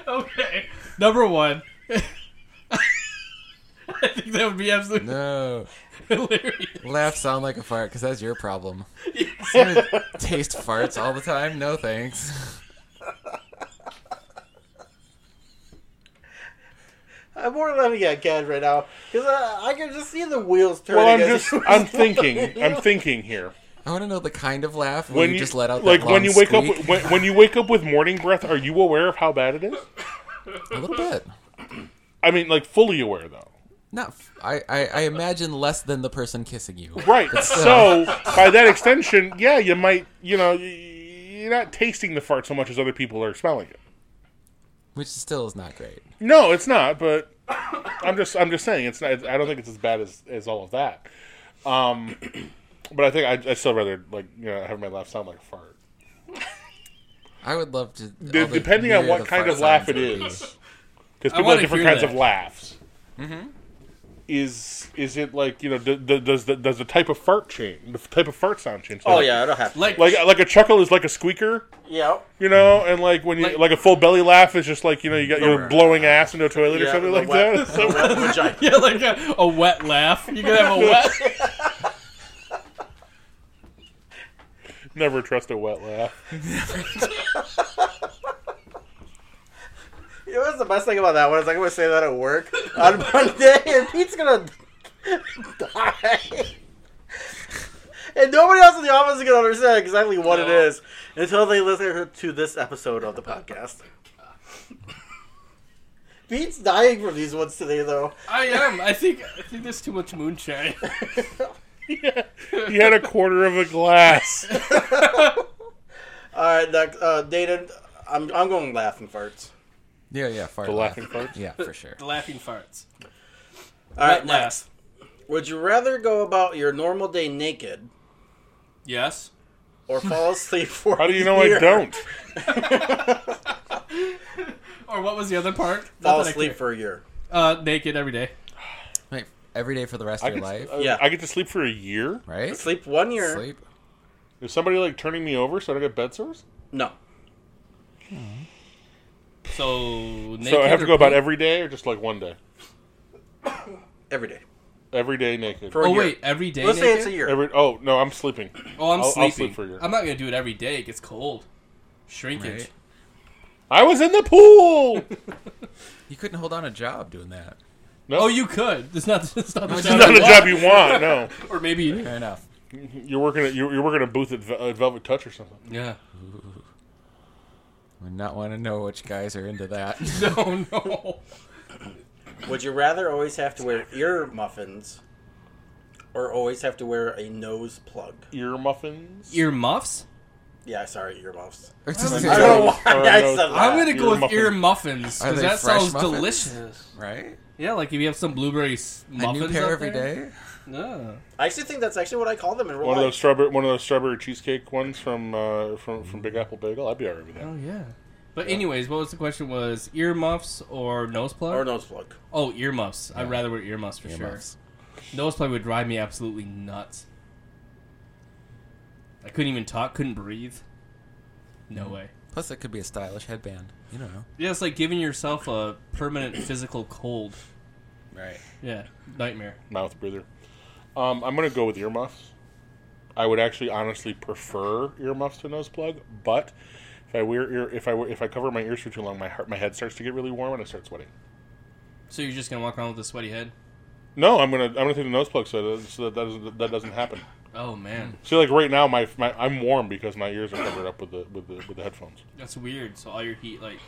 S2: okay. Number one. *laughs* I think that would be absolutely
S1: No,
S2: hilarious.
S1: laugh sound like a fart because that's your problem.
S3: *laughs*
S1: Somebody taste farts all the time. No thanks.
S4: I'm more laughing at Gad right now because I, I can just see the wheels turning.
S3: well, I'm
S4: as
S3: just
S4: he was
S3: I'm
S4: laughing.
S3: thinking I'm thinking here.
S1: I want to know the kind of laugh where
S3: When
S1: you, just let out
S3: like
S1: that long
S3: when you wake
S1: squeak.
S3: up when, when you wake up with morning breath, are you aware of how bad it is?
S1: a little bit.
S3: I mean, like fully aware though.
S1: Not f- I, I I imagine less than the person kissing you.
S3: Right. So
S1: uh,
S3: by that extension, yeah, you might you know y- you're not tasting the fart so much as other people are smelling it.
S1: Which still is not great.
S3: No, it's not. But I'm just I'm just saying it's not. I don't think it's as bad as, as all of that. Um, but I think I I still rather like you know have my laugh sound like a fart.
S1: I would love to.
S3: De-
S1: all the-
S3: depending on
S1: hear
S3: what
S1: the
S3: kind
S1: fart
S3: of laugh
S1: sounds
S3: it
S1: would be.
S3: is. Because
S2: I
S3: people
S2: wanna
S3: have different
S2: hear
S3: kinds of
S2: that.
S3: laughs.
S1: Mm-hmm.
S3: Is is it like you know? D- d- does the does the type of fart change? The type of fart sound change?
S4: *laughs* Oh
S3: Like-
S4: yeah, it'll happen.
S2: Like, *laughs*
S3: like uh, like a chuckle is like a squeaker, *laughs*
S4: yeah, *laughs*
S3: you know,
S4: Mm-hmm.
S3: and like when you like,
S2: Like-
S3: a full belly laugh is just like you know you got you're blowing ass into a toilet or
S4: Yeah,
S3: something
S4: the
S3: like
S4: wet-
S3: that. *laughs* So-
S4: vagina.
S2: yeah, like a, a wet laugh. You could have a wet.
S3: never trust a wet laugh.
S4: You know what's the best thing about that one is I'm gonna say that at work *laughs* on Monday, and Pete's gonna die, and nobody else in the office is gonna understand exactly what it is until they listen to this episode of the podcast. Pete's dying from these ones today, though.
S2: I am. I think. I think there's too much moonshine.
S3: He had a quarter of a
S4: *laughs*
S3: glass.
S4: All right, next, uh, Dayton, I'm I'm going laughing farts.
S1: Yeah, yeah, fart.
S3: The
S1: laugh.
S3: laughing fart.
S1: Yeah, for sure.
S2: The *laughs* laughing farts.
S4: All right,
S2: Wet
S4: next.
S2: laugh.
S4: Would you rather go about your normal day naked
S2: Yes.
S4: or
S3: *laughs*
S4: fall asleep for?
S3: How do you know I
S4: year?
S3: don't?
S2: Or what was the other part? Not
S4: fall
S2: that I
S4: asleep
S2: care.
S4: for a year?
S2: Uh, naked every day.
S1: Like, every day for the rest
S3: I
S1: of your
S3: get,
S1: life,
S3: uh,
S4: Yeah.
S3: I get to sleep for a year.
S1: right?
S4: Sleep one year.
S1: Sleep.
S3: Is somebody like turning me over so I don't get bed sores?
S4: No.
S2: So naked
S3: So I have to
S2: or
S3: go about
S2: poop?
S3: every day or just like one day?
S4: Every day.
S3: Every day naked.
S4: For a
S2: Oh
S4: year.
S2: wait, every day
S4: Let's say
S2: naked?
S4: it's a year.
S3: Every oh no, I'm sleeping.
S2: Oh, I'm
S3: I'll- I'll
S2: sleeping.
S3: sleep for a year.
S2: I'm not gonna do it every day. It gets cold. Shrinkage.
S1: Right.
S3: I was in the
S4: *laughs*
S3: pool. *laughs*
S1: You couldn't hold on a job doing that.
S3: No,
S2: Oh, you could. It's not. *laughs* It's not, the
S1: It's
S2: job
S3: not
S2: you
S3: a job you want. No,
S2: want. Or maybe.
S1: Fair enough.
S3: you're working at you're, you're working a booth at Vel- at Velvet Touch or something.
S2: Yeah.
S1: Would not want to know which guys are into *laughs* that.
S2: *laughs* No, no.
S4: Would you rather always have to wear ear muffins or always have to wear a nose plug?
S3: Ear muffins.
S2: Ear muffs.
S4: Yeah, sorry, earmuffs.
S1: Or just-
S4: I don't know why
S3: Or a
S4: I
S3: nose-
S4: said that.
S2: I'm gonna
S3: ear
S2: go with
S3: muffin.
S2: ear muffins
S1: Are
S2: because
S1: they
S2: that
S1: fresh
S2: sounds
S1: muffins?
S2: delicious.
S1: right?
S2: Yeah, like if you have some blueberry s-
S1: A
S2: muffins.
S1: new pair
S2: out
S1: every
S2: there.
S1: day.
S2: Yeah.
S4: I actually think that's actually what I call them in real
S3: One of
S4: life.
S3: those strawberry, one of those strawberry cheesecake ones from uh, from from Big Apple Bagel. I'd be alright with that.
S2: Oh yeah. But anyways, what was the question? Was ear muffs or nose plug?
S4: Or nose plug.
S2: Oh, ear muffs. I'd rather wear ear muffs for
S1: Earmuffs.
S2: sure. Nose plug would drive me absolutely nuts. I couldn't even talk. Couldn't breathe.
S1: Mm-hmm.
S2: No way.
S1: Plus, it could be a stylish headband. You don't know.
S2: Yeah, it's like giving yourself a permanent *coughs* physical cold.
S1: Right.
S2: Yeah, nightmare.
S3: Mouth breather. Um, I'm gonna go with earmuffs. I would actually honestly prefer earmuffs to nose plug, but if I wear ear, if I wear, if I cover my ears for too long, my heart, my head starts to get really warm and I start sweating.
S2: So you're just gonna walk around with a sweaty head?
S3: No, I'm gonna I'm gonna take the nose plug so that, so that doesn't that doesn't happen.
S2: Oh man,
S1: Mm.
S3: See, like right now, my, my I'm warm because my ears are covered up with the with the with the headphones.
S2: that's weird. So all your heat like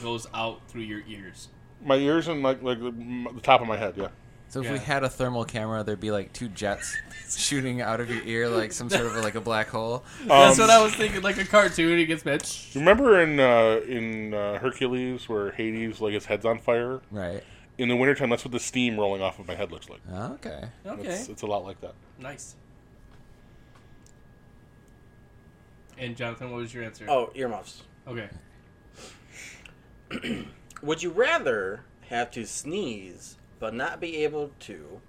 S2: goes out through your ears.
S3: My ears and like like the, m- the top of my head. Yeah,
S1: So if we
S2: Yeah.
S1: had a thermal camera, there'd be like two *laughs* jets shooting out of your ear, like some sort of like a black hole.
S2: that's what
S1: Um,
S2: I was thinking, like a cartoon. It gets bad.
S3: remember in uh, in uh, Hercules where Hades like his head's on fire
S1: Right.
S3: in the wintertime, that's what the steam rolling off of my head looks like.
S1: Okay.
S2: Okay.
S3: It's, it's a lot like that.
S2: nice. And Jonathan, what was your answer?
S4: Oh, earmuffs.
S2: Okay.
S4: Would you rather have to sneeze but not be able to,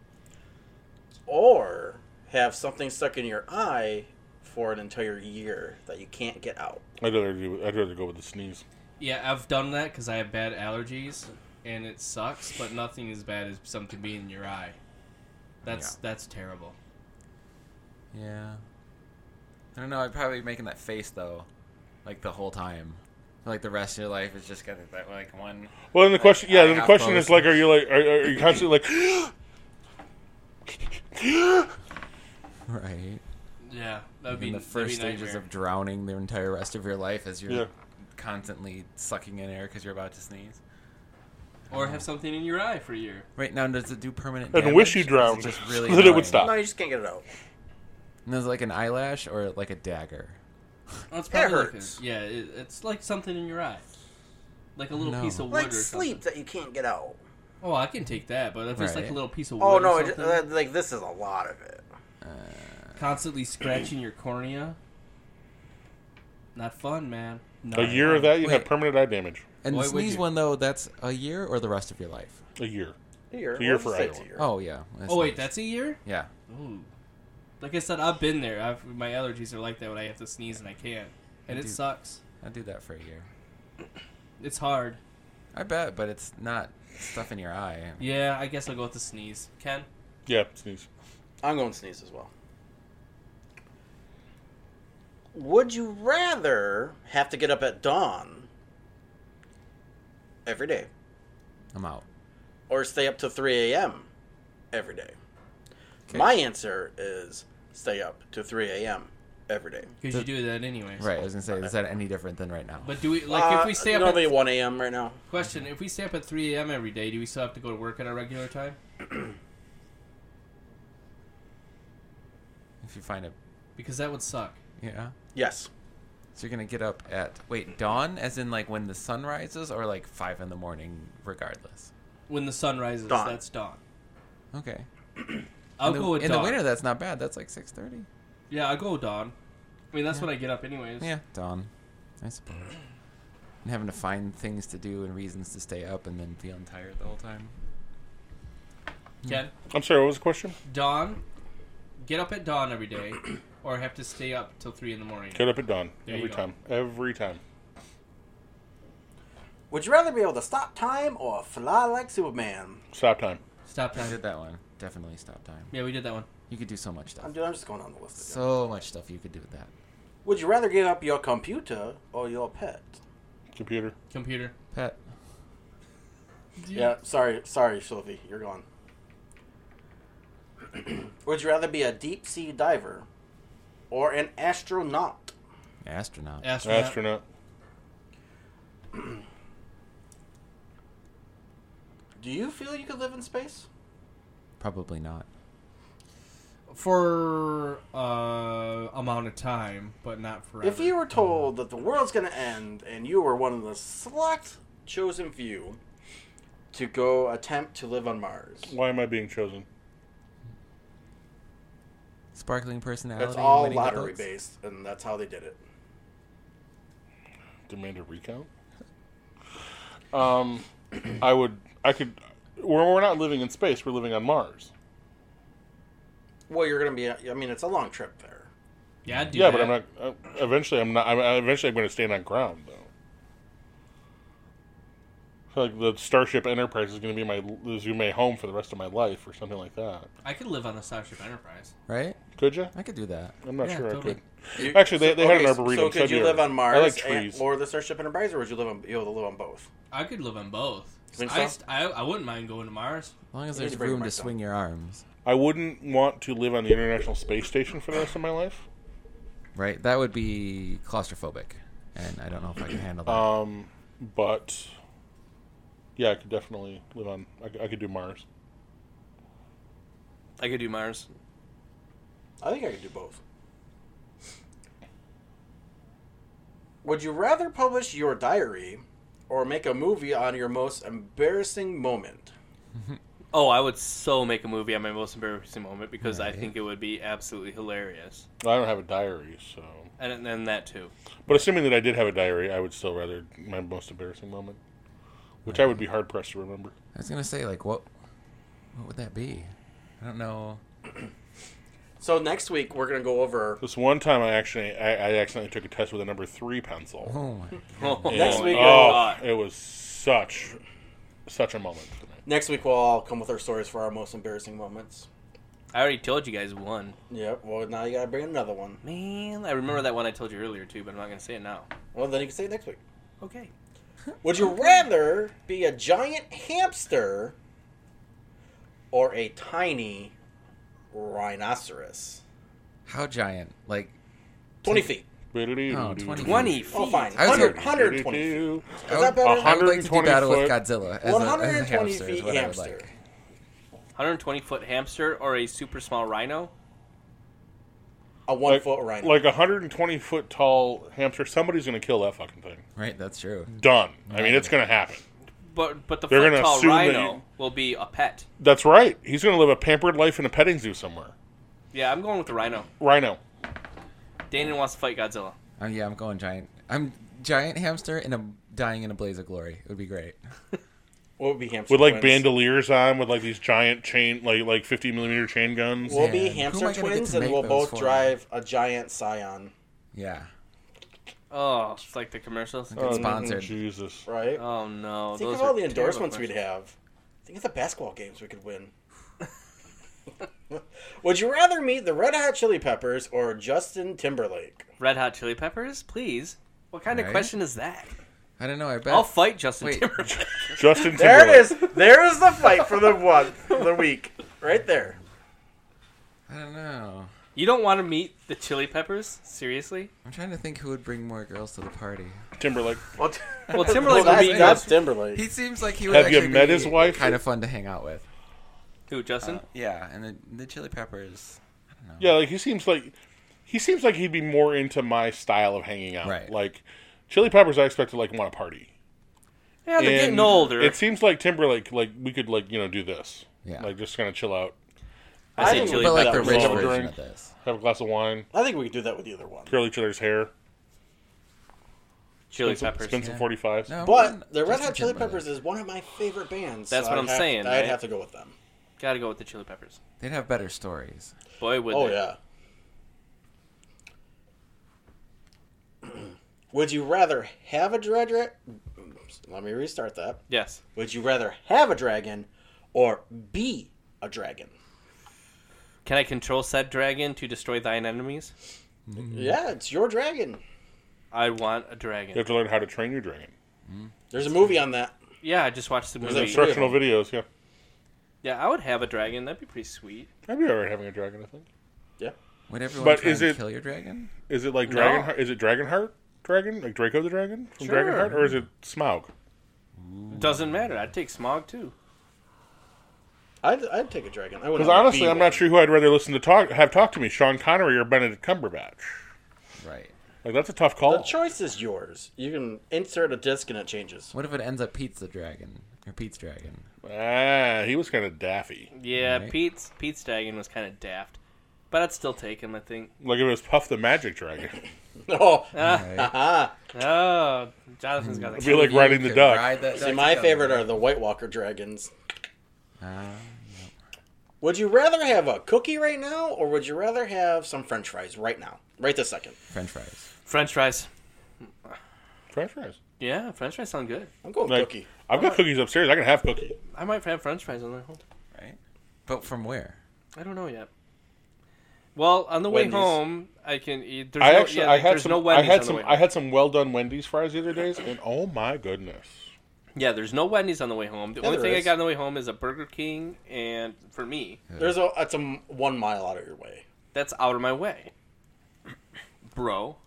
S4: or have something stuck in your eye for an entire year that you can't get out?
S3: I'd rather do, I'd rather go with the sneeze.
S2: Yeah, I've done that because I have bad allergies, and it sucks. But nothing as bad as something being in your eye. That's that's terrible.
S1: Yeah. I don't know. I'd probably be making that face though, like the whole time, like the rest of your life is just gonna be that like one.
S3: Well, then the question, yeah, then the
S1: I
S3: question is
S1: opposed.
S3: like, are you like, are, are you constantly
S2: *gasps*
S3: like,
S1: Right.
S2: Yeah, that would be
S1: In the first stages of drowning, the entire rest of your life as you're
S3: Yeah.
S1: constantly sucking in air because you're about to sneeze.
S2: or have something in your eye for a year.
S1: Right now, does it do permanent?
S3: and
S1: damage?
S3: wish you
S1: Is it
S3: drowned, *laughs*
S1: Just really
S3: so that it
S1: annoying?
S3: would stop.
S4: No, you just can't get it out.
S1: And there's like an eyelash or like a dagger.
S2: Oh, it's probably like a-
S4: hurts.
S2: yeah, it, it's like something in your eye, like a little
S1: No.
S2: piece of wood
S4: Like
S2: or
S4: sleep
S2: something.
S4: that you can't get out.
S2: Oh, I can take that, but if it's like
S1: Right.
S2: a little piece of wood,
S4: Oh
S2: or
S4: no, it,
S2: something,
S4: uh, like this is a lot of it.
S2: constantly scratching your cornea. Not fun, man. Not
S3: A year
S2: fun.
S3: of that, you have
S1: Wait.
S3: permanent eye damage.
S1: And
S2: Why
S1: the
S2: would
S1: sneeze
S2: you?
S1: one though, that's a year or the rest of your life.
S3: A year.
S4: A year,
S3: A year
S4: Well,
S3: for
S4: just say it's
S3: Iowa.
S4: a year.
S1: Oh yeah.
S2: Oh wait,
S1: sneeze.
S2: that's a year.
S1: yeah.
S2: Ooh. Like I said, I've been there. I've, my allergies are like that when I have to sneeze and I can't, and it
S1: Dude.
S2: sucks.
S1: I do that for a year.
S2: It's hard.
S1: I bet, but it's not stuff in your eye.
S2: Yeah, I guess I'll go with the sneeze. Ken,
S3: Yeah, sneeze.
S4: I'm going to sneeze as well. Would you rather have to get up at dawn every day
S1: I'm out.
S4: or stay up to 3 a.m. every day?
S1: Okay.
S4: My answer is stay up to 3 a.m. every day.
S2: because you do that anyways.
S1: Right. I was gonna say, is that any different than right now?
S2: But do we like if we stay
S4: Uh,
S2: up?
S4: normally
S2: at,
S4: 1 a.m. right now.
S2: question: If we stay up at three a.m. every day, do we still have to go to work at our regular time?
S1: if you find it,
S2: Because that would suck.
S1: yeah.
S4: Yes.
S1: So you're gonna get up at wait dawn, as in like when the sun rises, or like five in the morning, regardless.
S2: When the sun rises,
S4: Dawn.
S2: that's dawn.
S1: Okay.
S2: I'll
S1: in the,
S2: go with
S1: in
S2: dawn.
S1: the winter. That's not bad. That's like six thirty.
S2: yeah, I'll go with dawn. I mean, that's when I get up anyways.
S1: Yeah, dawn. I suppose. And having to find things to do and reasons to stay up, and then feeling tired the whole time.
S2: Ken,
S3: I'm sorry, what was the question?
S2: dawn. Get up at dawn every day, *clears throat* or have to stay up till three in the morning.
S3: Get up at dawn.
S2: There
S3: every
S2: you go.
S3: time. Every time.
S4: Would you rather be able to stop time or fly like Superman?
S3: Stop time.
S2: Stop
S1: I
S2: time.
S1: did that one. Definitely stop time.
S2: Yeah, we did that one.
S1: You could do so much stuff.
S4: I'm, I'm just going on the list. again.
S1: So much stuff you could do with that.
S4: Would you rather give up your computer or your pet?
S3: Computer.
S2: Computer.
S1: Pet.
S4: Yeah, sorry, sorry, Sylvie, you're gone. *clears throat* Would you rather be a deep sea diver or an astronaut?
S1: Astronaut.
S2: Astronaut.
S3: Astronaut.
S4: Do you feel you could live in space?
S1: Probably not.
S2: For uh amount of time, but not forever.
S4: If you were told that the world's gonna end and you were one of the select chosen few to go attempt to live on Mars,
S3: Why am I being chosen?
S1: Sparkling personality.
S4: that's all
S1: winning the
S4: lottery
S1: votes?
S4: based, and that's how they did it.
S3: Demand a recount? Um, I would. I could. We're, we're not living in space, we're living on Mars.
S4: Well, you're gonna be. I mean, it's a long trip there.
S2: yeah, I'd do
S3: yeah,
S2: that.
S3: but I'm not. Uh, eventually, I'm not. I'm, I- eventually, I'm going to stand on ground though. Like the Starship Enterprise is going to be my is gonna be my home for the rest of my life, or something like that.
S2: I could live on the Starship Enterprise.
S1: Right?
S3: Could you?
S1: I could do that.
S3: I'm not
S2: Yeah,
S3: sure
S2: totally.
S3: I could. Actually, they, they had an
S4: Okay, so-
S3: arboretum.
S4: So could
S3: I'd be
S4: you
S3: all
S4: live
S3: right.
S4: on Mars
S3: I like
S4: and
S3: trees.
S4: or the Starship Enterprise, or would you live on be able to live on both?
S2: I could live on both.
S4: Think
S2: I,
S4: so?
S2: st- I I wouldn't mind going to Mars.
S1: As long as
S4: You need
S1: there's
S4: to bring
S1: room
S4: your
S1: to
S4: mic down.
S1: swing your arms.
S3: I wouldn't want to live on the International Space Station for the rest of my life.
S1: Right? That would be claustrophobic. And I don't know if I can handle that.
S3: Um, but yeah, I could definitely live on. I, could- I could do Mars.
S2: I could do Mars.
S4: I think I could do both. Would you rather publish your diary or make a movie on your most embarrassing moment?
S2: Oh, I would so make a movie on my most embarrassing moment because I think it would be absolutely hilarious.
S3: I don't have a diary, so.
S2: And then that too.
S3: But assuming that I did have a diary, I would still rather my most embarrassing moment, which I would be hard pressed to remember.
S9: I was gonna say like what, what would that be? I don't know.
S4: So next week we're gonna go over.
S3: This one time, I actually I, I accidentally took a test with a number three pencil.
S9: Oh my.
S2: *laughs*
S4: Next
S3: And-
S4: week,
S3: oh, it was such, such a moment. for me.
S4: Next week we'll all come with our stories for our most embarrassing moments.
S2: I already told you guys one.
S4: Yep. Well, now you gotta bring another one.
S2: Man, I remember that one I told you earlier too, but I'm not gonna say it now.
S4: Well, then you can say it next week.
S2: Okay.
S4: Would you rather be a giant hamster or a tiny rhinoceros?
S9: How giant? Like
S4: 20 feet.
S9: oh, 20
S2: Twenty feet.
S4: Oh, fine.
S9: I would say
S4: 100, 120 feet. Is that better?
S9: I would like to do
S3: 120
S9: battle with
S3: foot.
S9: Godzilla as a, as a
S4: 120
S9: hamster. is
S4: feet
S9: what I would
S4: hamster.
S9: like.
S2: 120 foot hamster or a super small rhino?
S4: A one
S3: Like,
S4: foot rhino.
S3: like a 120 foot tall hamster. Somebody's going to kill that fucking thing.
S9: Right, that's true.
S3: Done. I mean, it's going to happen.
S2: But but the
S3: They're
S2: foot
S3: gonna
S2: tall
S3: assume that
S2: rhino
S3: you-
S2: will be a pet.
S3: That's right. He's going to live a pampered life in a petting zoo somewhere.
S2: Yeah, I'm going with the rhino.
S3: Rhino.
S2: Danon wants to fight Godzilla.
S9: Oh, yeah, I'm going giant. I'm giant hamster and I'm dying in a blaze of glory. It would be great.
S4: what would be hamster
S3: With like
S4: twins?
S3: bandoliers on, with like these giant chain, like like 50 millimeter chain guns.
S4: We'll
S9: Yeah.
S4: be
S9: Who am I
S4: hamster
S9: gonna get
S4: twins
S9: to
S4: and
S9: make
S4: we'll
S9: those
S4: both
S9: for?
S4: drive a giant scion,
S9: Yeah.
S2: Oh, it's like the commercials.
S3: Oh.
S9: Get sponsored.
S3: Jesus.
S4: right?
S2: Oh no.
S4: Think
S2: those
S4: of
S2: are
S4: all the
S2: terrible
S4: endorsements we'd
S2: commercials.
S4: have. Think of the basketball games we could win. *laughs* would you rather meet the Red Hot Chili Peppers or Justin Timberlake?
S2: Red Hot Chili Peppers, please. What kind of
S9: Right?
S2: question is that?
S9: I don't know. I
S3: Uh,
S9: bet.
S2: I'll fight Justin
S9: Wait.
S2: Timberlake. *laughs*
S3: Justin
S4: There
S3: Timberlake.
S4: it is. There is the fight for the one, the week, right there.
S9: I don't know.
S2: You don't want to meet the Chili Peppers? Seriously?
S9: I'm trying to think who would bring more girls to the party.
S3: Timberlake.
S4: Well,
S2: Well, Timberlake would be
S4: that's Timberlake.
S9: He seems like he would.
S3: Have you
S9: actually
S3: met
S9: be
S3: his wife?
S9: Kind of fun to hang out with.
S2: who?
S3: Uh,
S2: Justin?
S9: Yeah, and the, the Chili Peppers.
S3: Yeah, like he seems like he seems like he'd be more into my style of hanging out.
S9: Right.
S3: Like Chili Peppers, I expect to like want to party.
S2: yeah, they're
S3: And
S2: getting older.
S3: It seems like Timberlake, like we could like you know do this,
S9: Yeah.
S3: like just kind of chill out,
S2: I say
S4: think-
S2: Chili
S9: But like the
S2: Peppers.
S9: rich
S3: Double
S9: version
S3: drink.
S9: of this.
S3: have a glass of wine,
S4: I think we could do that with either one.
S3: curl each other's hair,
S2: Chili
S3: spin some-
S2: Peppers.
S3: spin some forty fives.
S9: No,
S4: But the Red
S9: Justin
S4: Hot Chili
S9: Timberlake.
S4: Peppers is one of my favorite bands.
S2: That's what
S4: I'd
S2: I'm
S4: have-
S2: saying,
S4: I'd
S2: right?
S4: have to go with them.
S2: Gotta go with the Chili Peppers.
S9: They'd have better stories.
S2: Boy, would
S4: Oh
S2: they.
S4: yeah. *clears throat* Would you rather have a dragon? Let me restart that.
S2: Yes.
S4: Would you rather have a dragon or be a dragon?
S2: Can I control said dragon to destroy thine enemies? Mm-hmm.
S4: Yeah, it's your dragon.
S2: I want a
S3: You
S2: dragon.
S3: have to learn how to train your dragon.
S4: There's a movie on that.
S2: Yeah, I just watched the
S4: that
S2: movie.
S4: true?
S3: Instructional videos, yeah.
S2: Yeah, I would have a dragon. That'd be pretty sweet.
S3: I'd be alright having a dragon. I think.
S4: Yeah.
S9: Would everyone
S3: But
S9: try
S3: is
S9: and
S3: it-
S9: kill your dragon?
S3: Is it like
S2: No.
S3: dragon? Is it Dragonheart? Dragon like Draco the dragon from
S2: Sure.
S3: Dragonheart, or is it Smaug?
S2: Doesn't matter. I'd take Smog too.
S4: I'd, I'd take a dragon. I
S3: Because honestly, I'm not sure who I'd rather listen to talk have talk to me, Sean Connery or Benedict Cumberbatch.
S9: Right.
S3: Like that's a tough call.
S4: The choice is yours. You can insert a disc and it changes.
S9: What if it ends up Pete's the dragon or Pete's dragon?
S4: *laughs*
S3: ah, he was kind of daffy.
S2: Yeah,
S9: Right.
S2: Pete's Pete's dragon was kind of daft, but I'd still take him. I think.
S3: Like if it was Puff the Magic Dragon,
S2: *laughs*
S4: *laughs* Oh,
S2: Ah.
S4: ah.
S2: Oh, Jonathan's got
S3: it'd be
S2: the.
S3: like
S9: You
S3: riding the
S9: could
S3: duck.
S9: ride that
S4: see,
S9: duck
S4: my
S9: together.
S4: favorite are the White Walker dragons.
S3: Ah,
S9: Uh,
S4: Would you rather have a cookie right now, or would you rather have some French fries right now, right this second?
S9: French fries.
S2: French fries.
S3: French fries.
S2: Yeah, French fries sound good.
S4: I'm going
S3: Like,
S4: cookie.
S3: I've got cookies upstairs. I can have cookie.
S2: I might have French fries on the way home.
S9: Right. But from where?
S2: I don't know yet. Well, on the way
S4: Wendy's.
S2: home, I can. eat- There's
S3: I
S2: no,
S3: actually,
S2: yeah,
S3: I had
S2: there's
S3: some,
S2: no
S3: I
S2: Wendy's
S3: had
S2: on
S3: some,
S2: the way.
S3: I had some well done Wendy's fries the other days, and oh my goodness,
S2: Yeah, there's no Wendy's on the way home. The only
S4: there
S2: thing I
S4: is.
S2: got on the way home is a Burger King, and for me,
S4: There's a that's a m- one mile out of your way.
S2: that's out of my
S4: *coughs*
S2: way, bro.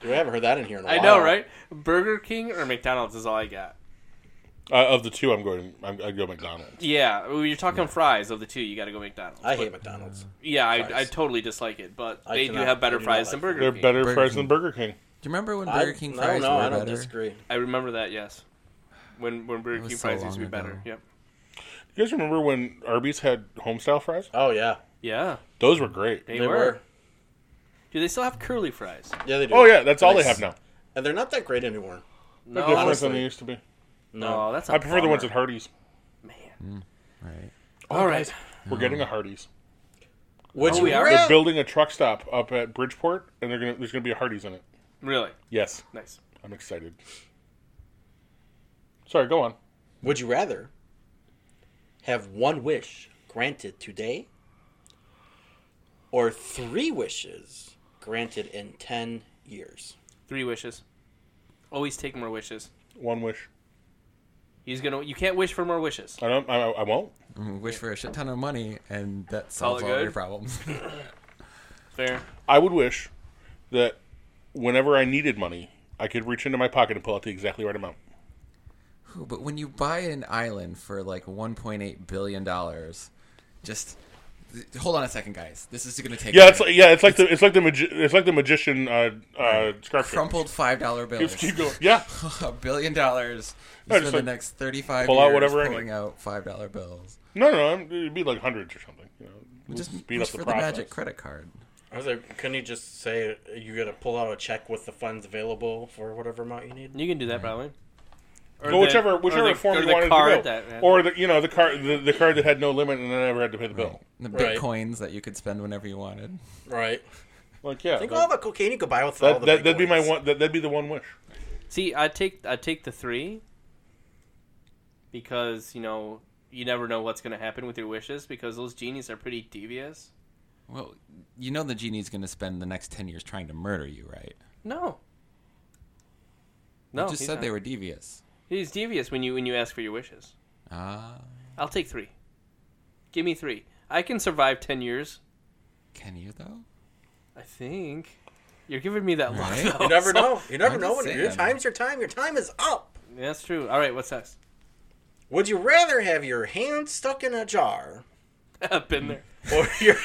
S4: Dude, I haven't heard that in here in a
S2: I
S4: while.
S2: know, right? Burger King or McDonald's is all I got.
S3: uh, of the two, I'm going. I'm, I'd go McDonald's.
S2: Yeah, well, you're talking fries of the two. You got to go McDonald's.
S4: I hate McDonald's.
S2: Yeah,
S4: fries.
S2: I, I totally dislike it, but
S4: I
S2: they do
S4: cannot-
S2: have better
S4: I do not
S2: fries
S4: like
S2: than
S4: them.
S2: Burger
S3: They're
S2: King.
S3: better
S9: Burger
S3: fries
S9: King.
S3: than Burger King.
S9: Do you remember when
S4: I-
S9: Burger King
S4: I don't
S9: fries
S4: know.
S9: were
S4: I don't
S9: better?
S4: disagree.
S2: I remember that. Yes, when when Burger
S9: was
S2: King
S9: so
S2: fries used to be
S9: long
S2: better.
S9: ago.
S2: Yep.
S3: You guys remember when Arby's had homestyle fries?
S4: Oh yeah,
S2: Yeah,
S3: Those were great.
S2: they,
S4: They
S2: were.
S4: were.
S2: Do they still have curly fries?
S4: yeah they do.
S3: Oh yeah, that's all they
S4: Nice.
S3: have now.
S4: and they're not that great anymore.
S2: No,
S3: Different than they
S2: honestly,
S3: used to be.
S2: no. That's a
S3: I prefer the ones at
S2: bummer.
S3: Hardee's.
S1: Right.
S2: All right.
S3: We're getting a Hardee's.
S4: Which
S2: Oh, we are?
S4: rip-
S3: They're building a truck stop up at Bridgeport, and they're gonna there's gonna be a Hardee's in it.
S2: Really
S3: Yes,
S2: nice.
S3: I'm excited. Sorry, go on.
S4: Would you rather have one wish granted today or three wishes granted in 10 years?
S2: Three wishes. Always take more wishes.
S3: One wish.
S2: He's gonna. You can't wish for more wishes.
S3: I don't. I, I won't.
S1: Mm, Wish for a shit ton of money, and that solves all
S2: good.
S1: your problems.
S2: Fair.
S3: I would wish that whenever I needed money, I could reach into my pocket and pull out the exactly right amount.
S1: Ooh, but when you buy an island for like 1.8 billion dollars, just th- hold on a second, guys. This is going to take
S3: Yeah, it's like yeah, it's like the it's like the magi- it's like the magician uh, uh, scarf. trick.
S1: crumpled five dollar bills.
S3: Just keep going. Yeah,
S1: *laughs* a billion dollars. You
S3: No,
S1: spend
S3: just
S1: the
S3: like,
S1: next 35
S3: pull out
S1: years
S3: whatever I need.
S1: pulling out five dollar bills.
S3: no, no, I'm- it'd be like hundreds or something. You know, We'll
S1: Just
S3: speed
S1: wish
S3: up the
S1: for
S3: process.
S1: the magic credit card.
S4: I was like, couldn't you just say you got to pull out a check with the funds available for whatever amount you need?
S2: You can do that probably. Or
S3: Well,
S2: the-
S3: whichever
S2: or
S3: whichever
S2: the-
S3: form
S2: or
S3: you
S2: the
S3: wanted
S2: card
S3: to go,
S2: that- yeah.
S3: or the you know the card the, the card that had no limit and then I never had to pay the bill.
S1: The
S4: Right.
S1: bitcoins that you could spend whenever you wanted.
S4: Right.
S3: Like yeah,
S4: Think
S3: that,
S4: all the cocaine you could buy with all
S3: that,
S4: the
S3: that, that'd be my
S4: bitcoins.
S3: one. That, that'd be the one wish.
S2: See, I take I take the three because you know you never know what's going to happen with your wishes because those genies are pretty devious.
S1: Well, you know the genie's going to spend the next 10 years trying to murder you, right?
S2: No, no,
S1: you just
S2: he's
S1: said
S2: not.
S1: they were devious.
S2: He's devious when you when you ask for your wishes.
S1: Ah,
S2: I'll take three. Give me three. I can survive ten years.
S1: can you though?
S2: I think you're giving me that
S1: Right.
S2: look. though,
S4: You never *laughs*
S2: so-
S4: know. You never
S1: I'm
S4: know.
S1: just
S4: When your
S1: saying.
S4: time's your time. Your time is up.
S2: That's true. All right, what's *laughs* next?
S4: Would you rather have your hand stuck in a jar
S3: Hmm.
S2: Been there.
S4: or your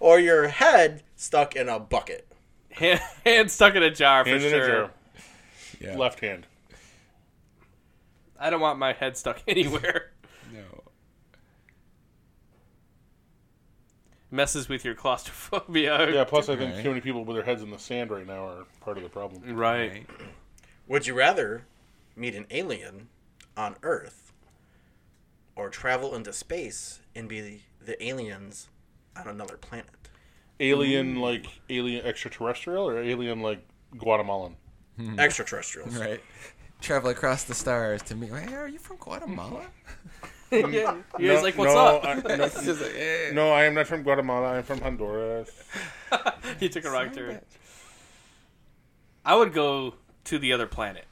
S4: or your head stuck in a bucket?
S2: Hand, hand stuck in a jar for
S3: Hand in
S2: sure.
S3: a jar,
S1: Yeah.
S3: left hand.
S2: I don't want my head stuck *laughs* anywhere.
S1: No.
S2: Messes with your claustrophobia. *laughs*
S3: Yeah. Plus, I think
S1: Right.
S3: too many people with their heads in the sand right now are part of the problem.
S2: Right.
S4: Would you rather meet an alien on Earth or travel into space and be the, the aliens on another planet?
S1: Mm.
S3: Alien like alien extraterrestrial or alien like Guatemalan. Mm.
S1: *laughs*
S4: Extraterrestrials.
S1: Right. Travel across the stars to meet. Hey, are you from Guatemala?
S2: yeah. You're just like, what's
S3: no,
S2: up?
S3: I, no,
S1: It's just like, eh.
S3: no, I am not from Guatemala. I am from Honduras.
S2: *laughs* he took a wrong turn. I would go to the other planet.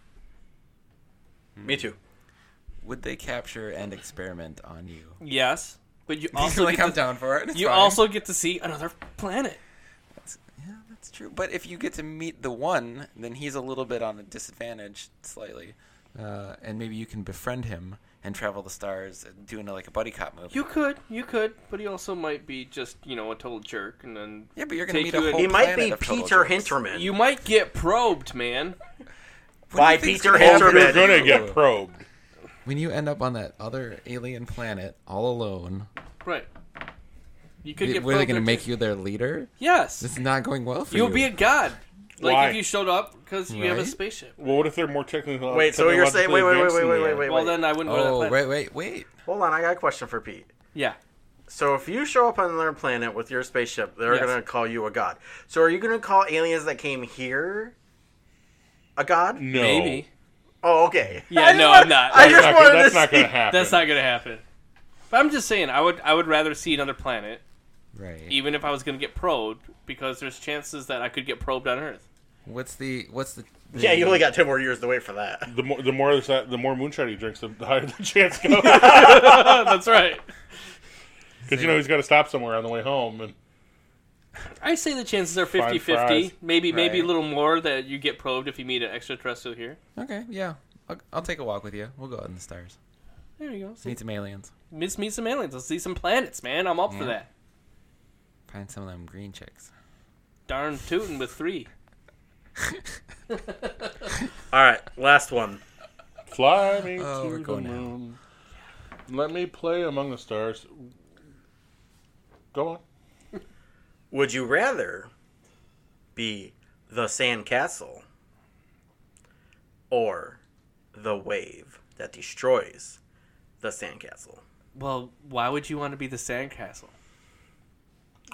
S4: Me too.
S1: *laughs* Would they capture and experiment on *laughs* you?
S2: Yes, but
S1: *laughs*
S2: you also
S1: like
S2: get
S1: I'm
S2: to,
S1: down for it. It's
S2: you
S1: fine.
S2: also get to see another planet.
S1: That's- yeah, that's true. But if you get to meet the one, then he's a little bit on a disadvantage slightly, uh, and maybe you can befriend him and travel the stars, uh, doing a, like a buddy cop movie.
S2: You could, you could, but he also might be just you know a total jerk, and then
S1: yeah, but you're gonna
S2: take
S1: meet
S2: you
S1: a
S2: and-
S1: whole
S4: He might
S1: planet
S4: be
S1: of total
S4: Peter
S1: jerks.
S4: Hinterman.
S2: you might get probed, man.
S1: What do you
S4: By
S1: think's
S4: Peter
S1: gonna happen
S4: Hinterman.
S3: You're gonna get
S1: Ooh.
S3: probed.
S1: When you end up on that other alien planet all alone,
S2: Right. You could
S1: were
S2: get.
S1: were they
S2: probed
S1: gonna
S2: there,
S1: make
S2: too.
S1: you their leader? This
S2: Yes,
S1: is not going well for
S2: you'll
S1: you.
S2: be a god. Like
S3: Why?
S2: if you showed up because you have a
S1: Right?
S2: spaceship.
S3: Well, what if they're more technical?
S4: Wait, so you're saying wait, wait, wait, wait, wait, wait, wait,
S2: Well,
S4: wait.
S2: then I wouldn't go to that
S1: oh,
S2: planet.
S1: right, wait, wait.
S4: Hold on, I got a question for Pete.
S2: Yeah.
S4: So if you show up on another planet with your spaceship, they're
S2: Yes.
S4: gonna call you a god. So are you gonna call aliens that came here a god?
S3: No,
S2: Maybe.
S4: Oh, okay.
S2: Yeah,
S4: I just
S2: no,
S4: wanted-
S2: I'm not.
S4: I
S2: That's
S4: just
S3: Not gonna-
S4: wanted
S3: that's
S4: to
S3: not
S4: see.
S3: gonna happen.
S2: That's not gonna happen. But I'm just saying, I would I would rather see another planet,
S1: Right.
S2: even if I was gonna get probed, because there's chances that I could get probed on Earth. *laughs*
S1: What's the what's the?
S4: Yeah, you only got ten more years to wait for that.
S3: The more the more that, the more moonshine he drinks, the the higher the *laughs* chance
S4: *laughs*
S3: goes.
S2: That's right.
S3: Because you know he's got to stop somewhere on the way home, and
S2: I say the chances are
S3: Fine
S2: 50-50.
S3: fries.
S2: Maybe maybe a
S1: Right.
S2: little more that you get probed if you meet an extraterrestrial here.
S1: Okay, yeah. I'll, I'll take a walk with you. We'll go out in the stars.
S2: There you go. See,
S1: Meet some aliens.
S2: let's meet some aliens. Let's see some planets, man. I'm up for
S1: Yeah.
S2: that.
S1: Find some of them green chicks.
S2: Darn tootin' with three.
S4: All right, last one.
S3: Fly me
S9: Oh, we're
S3: to the
S9: going now.
S3: moon. Let me play among the stars. Go on.
S4: Would you rather be the sandcastle or the wave that destroys the sandcastle?
S2: Well, why would you want to be the sandcastle?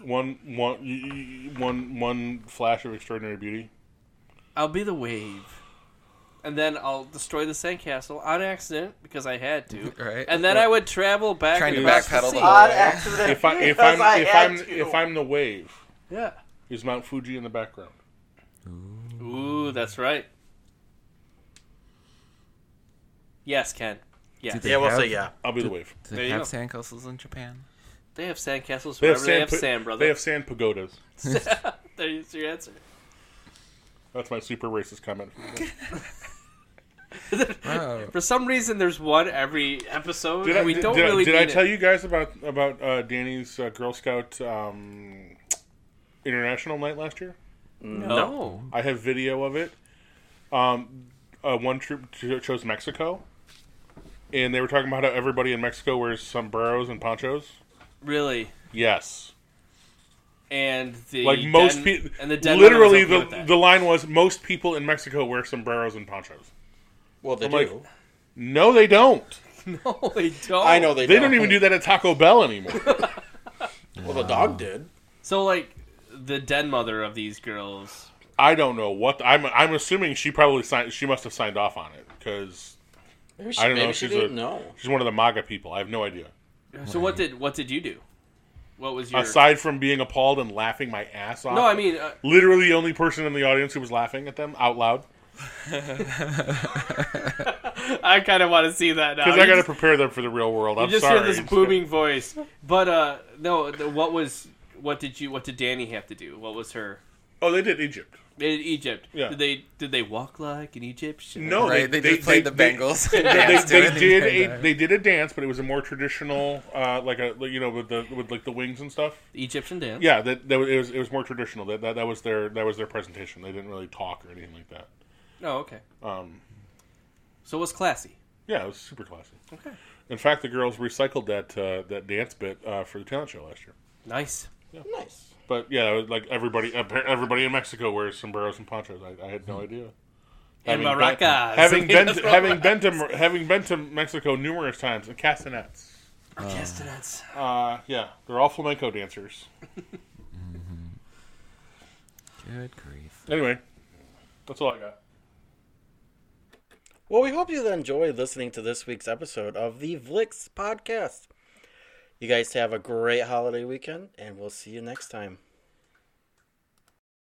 S3: One, one, y- y- one, one flash of extraordinary beauty.
S2: I'll be the wave. And then I'll destroy the sandcastle on accident because I had to.
S9: *laughs* Right.
S2: And then I would travel back
S9: Trying to
S2: across
S9: backpedal
S2: the
S9: the
S2: sea.
S9: whole-
S4: On
S9: way.
S4: accident.
S3: If
S4: *laughs*
S3: I, if
S4: because
S3: I'm,
S4: I
S3: if
S4: had
S3: I'm,
S4: to.
S3: if I'm the wave,
S2: Yeah.
S3: is Mount Fuji in the background?
S2: Ooh, that's right. Yes, Ken. Yes.
S9: they
S4: yeah, we'll
S9: have-
S4: say yeah.
S3: I'll be the wave.
S9: Do
S2: There
S9: they
S2: you
S9: have
S2: go.
S9: sandcastles in Japan?
S2: They have sandcastles
S3: They
S2: wherever
S3: have
S2: they
S3: sand.
S2: have
S3: pa-
S2: sand, brother. *laughs*
S3: They have sand pagodas.
S2: There's your answer.
S3: That's my super racist comment.
S9: Wow.
S2: For some reason, there's one every episode,
S3: Did I,
S2: and we
S3: did-
S2: don't
S3: did I-
S2: really
S3: did I
S2: need
S3: tell
S2: it.
S3: you guys about about uh, Danny's uh, Girl Scout um, international night last year?
S2: No.
S3: I have video of it. Um, uh, one troop cho- chose Mexico, and they were talking about how everybody in Mexico wears sombreros and ponchos.
S2: Really.
S3: Yes,
S2: And the
S3: like most
S2: Den-
S3: people.
S2: and the Denver was
S3: literally
S2: okay with
S3: the
S2: that.
S3: the line was most people in Mexico wear sombreros and ponchos.
S4: Well, they
S3: I'm like, oh, no, they don't.
S2: *laughs* no, they don't.
S4: I know they,
S3: They don't even do that at Taco Bell anymore.
S4: Well, the dog did.
S2: So like the den mother of these girls.
S3: I don't know what I'm. I'm assuming she probably signed. She must have signed off on it because
S4: Maybe she,
S3: I don't know.
S4: maybe
S3: if
S4: she
S3: she's
S4: didn't
S3: a,
S4: know.
S3: She's one of the MAGA people. I have no idea.
S2: So what did what did you do? What was your
S3: Aside from being appalled and laughing my ass off.
S2: No, I mean uh,
S3: literally the only person in the audience who was laughing at them out loud
S2: I kind of want to see that now.
S3: because
S2: Uh, You
S3: I got to
S2: just,
S3: prepare them for the real world. I'm
S2: you just
S3: sorry.
S2: hear this booming voice. But uh no, the- what was what did you what did Danny have to do? What was her
S3: Oh, they did Egypt.
S2: in Egypt?
S3: Yeah.
S2: Did they did they walk like an Egyptian?
S3: No,
S9: right, they, just played the Bengals. *laughs*
S3: *laughs* They, they,
S9: Danced to
S3: they
S9: it and
S3: did
S9: came
S3: a
S9: *laughs* back.
S3: they did a dance, but it was a more traditional, uh, like a you know with the with like the wings and stuff.
S2: The Egyptian dance.
S3: Yeah, that, that was- it was it was more traditional. That, that that was their that was their presentation. They didn't really talk or anything like that.
S2: Oh, okay.
S3: Um,
S2: So it was classy.
S3: yeah, it was super classy.
S2: Okay.
S3: In fact, the girls recycled that uh, that dance bit uh, for the talent show last year.
S2: Nice.
S4: Nice.
S3: But yeah, it was like everybody, everybody in Mexico wears sombreros and ponchos. I, I had no idea.
S2: And
S3: Having
S2: maracas.
S3: been- having been to, having been to having been to Mexico numerous times and castanets.
S2: Castanets.
S3: Uh, yeah, they're all flamenco dancers.
S9: Good grief.
S3: Anyway, that's all I got.
S4: Well, we hope you enjoyed listening to this week's episode of the Vlix podcast. You guys have a great holiday weekend, and we'll see you next time.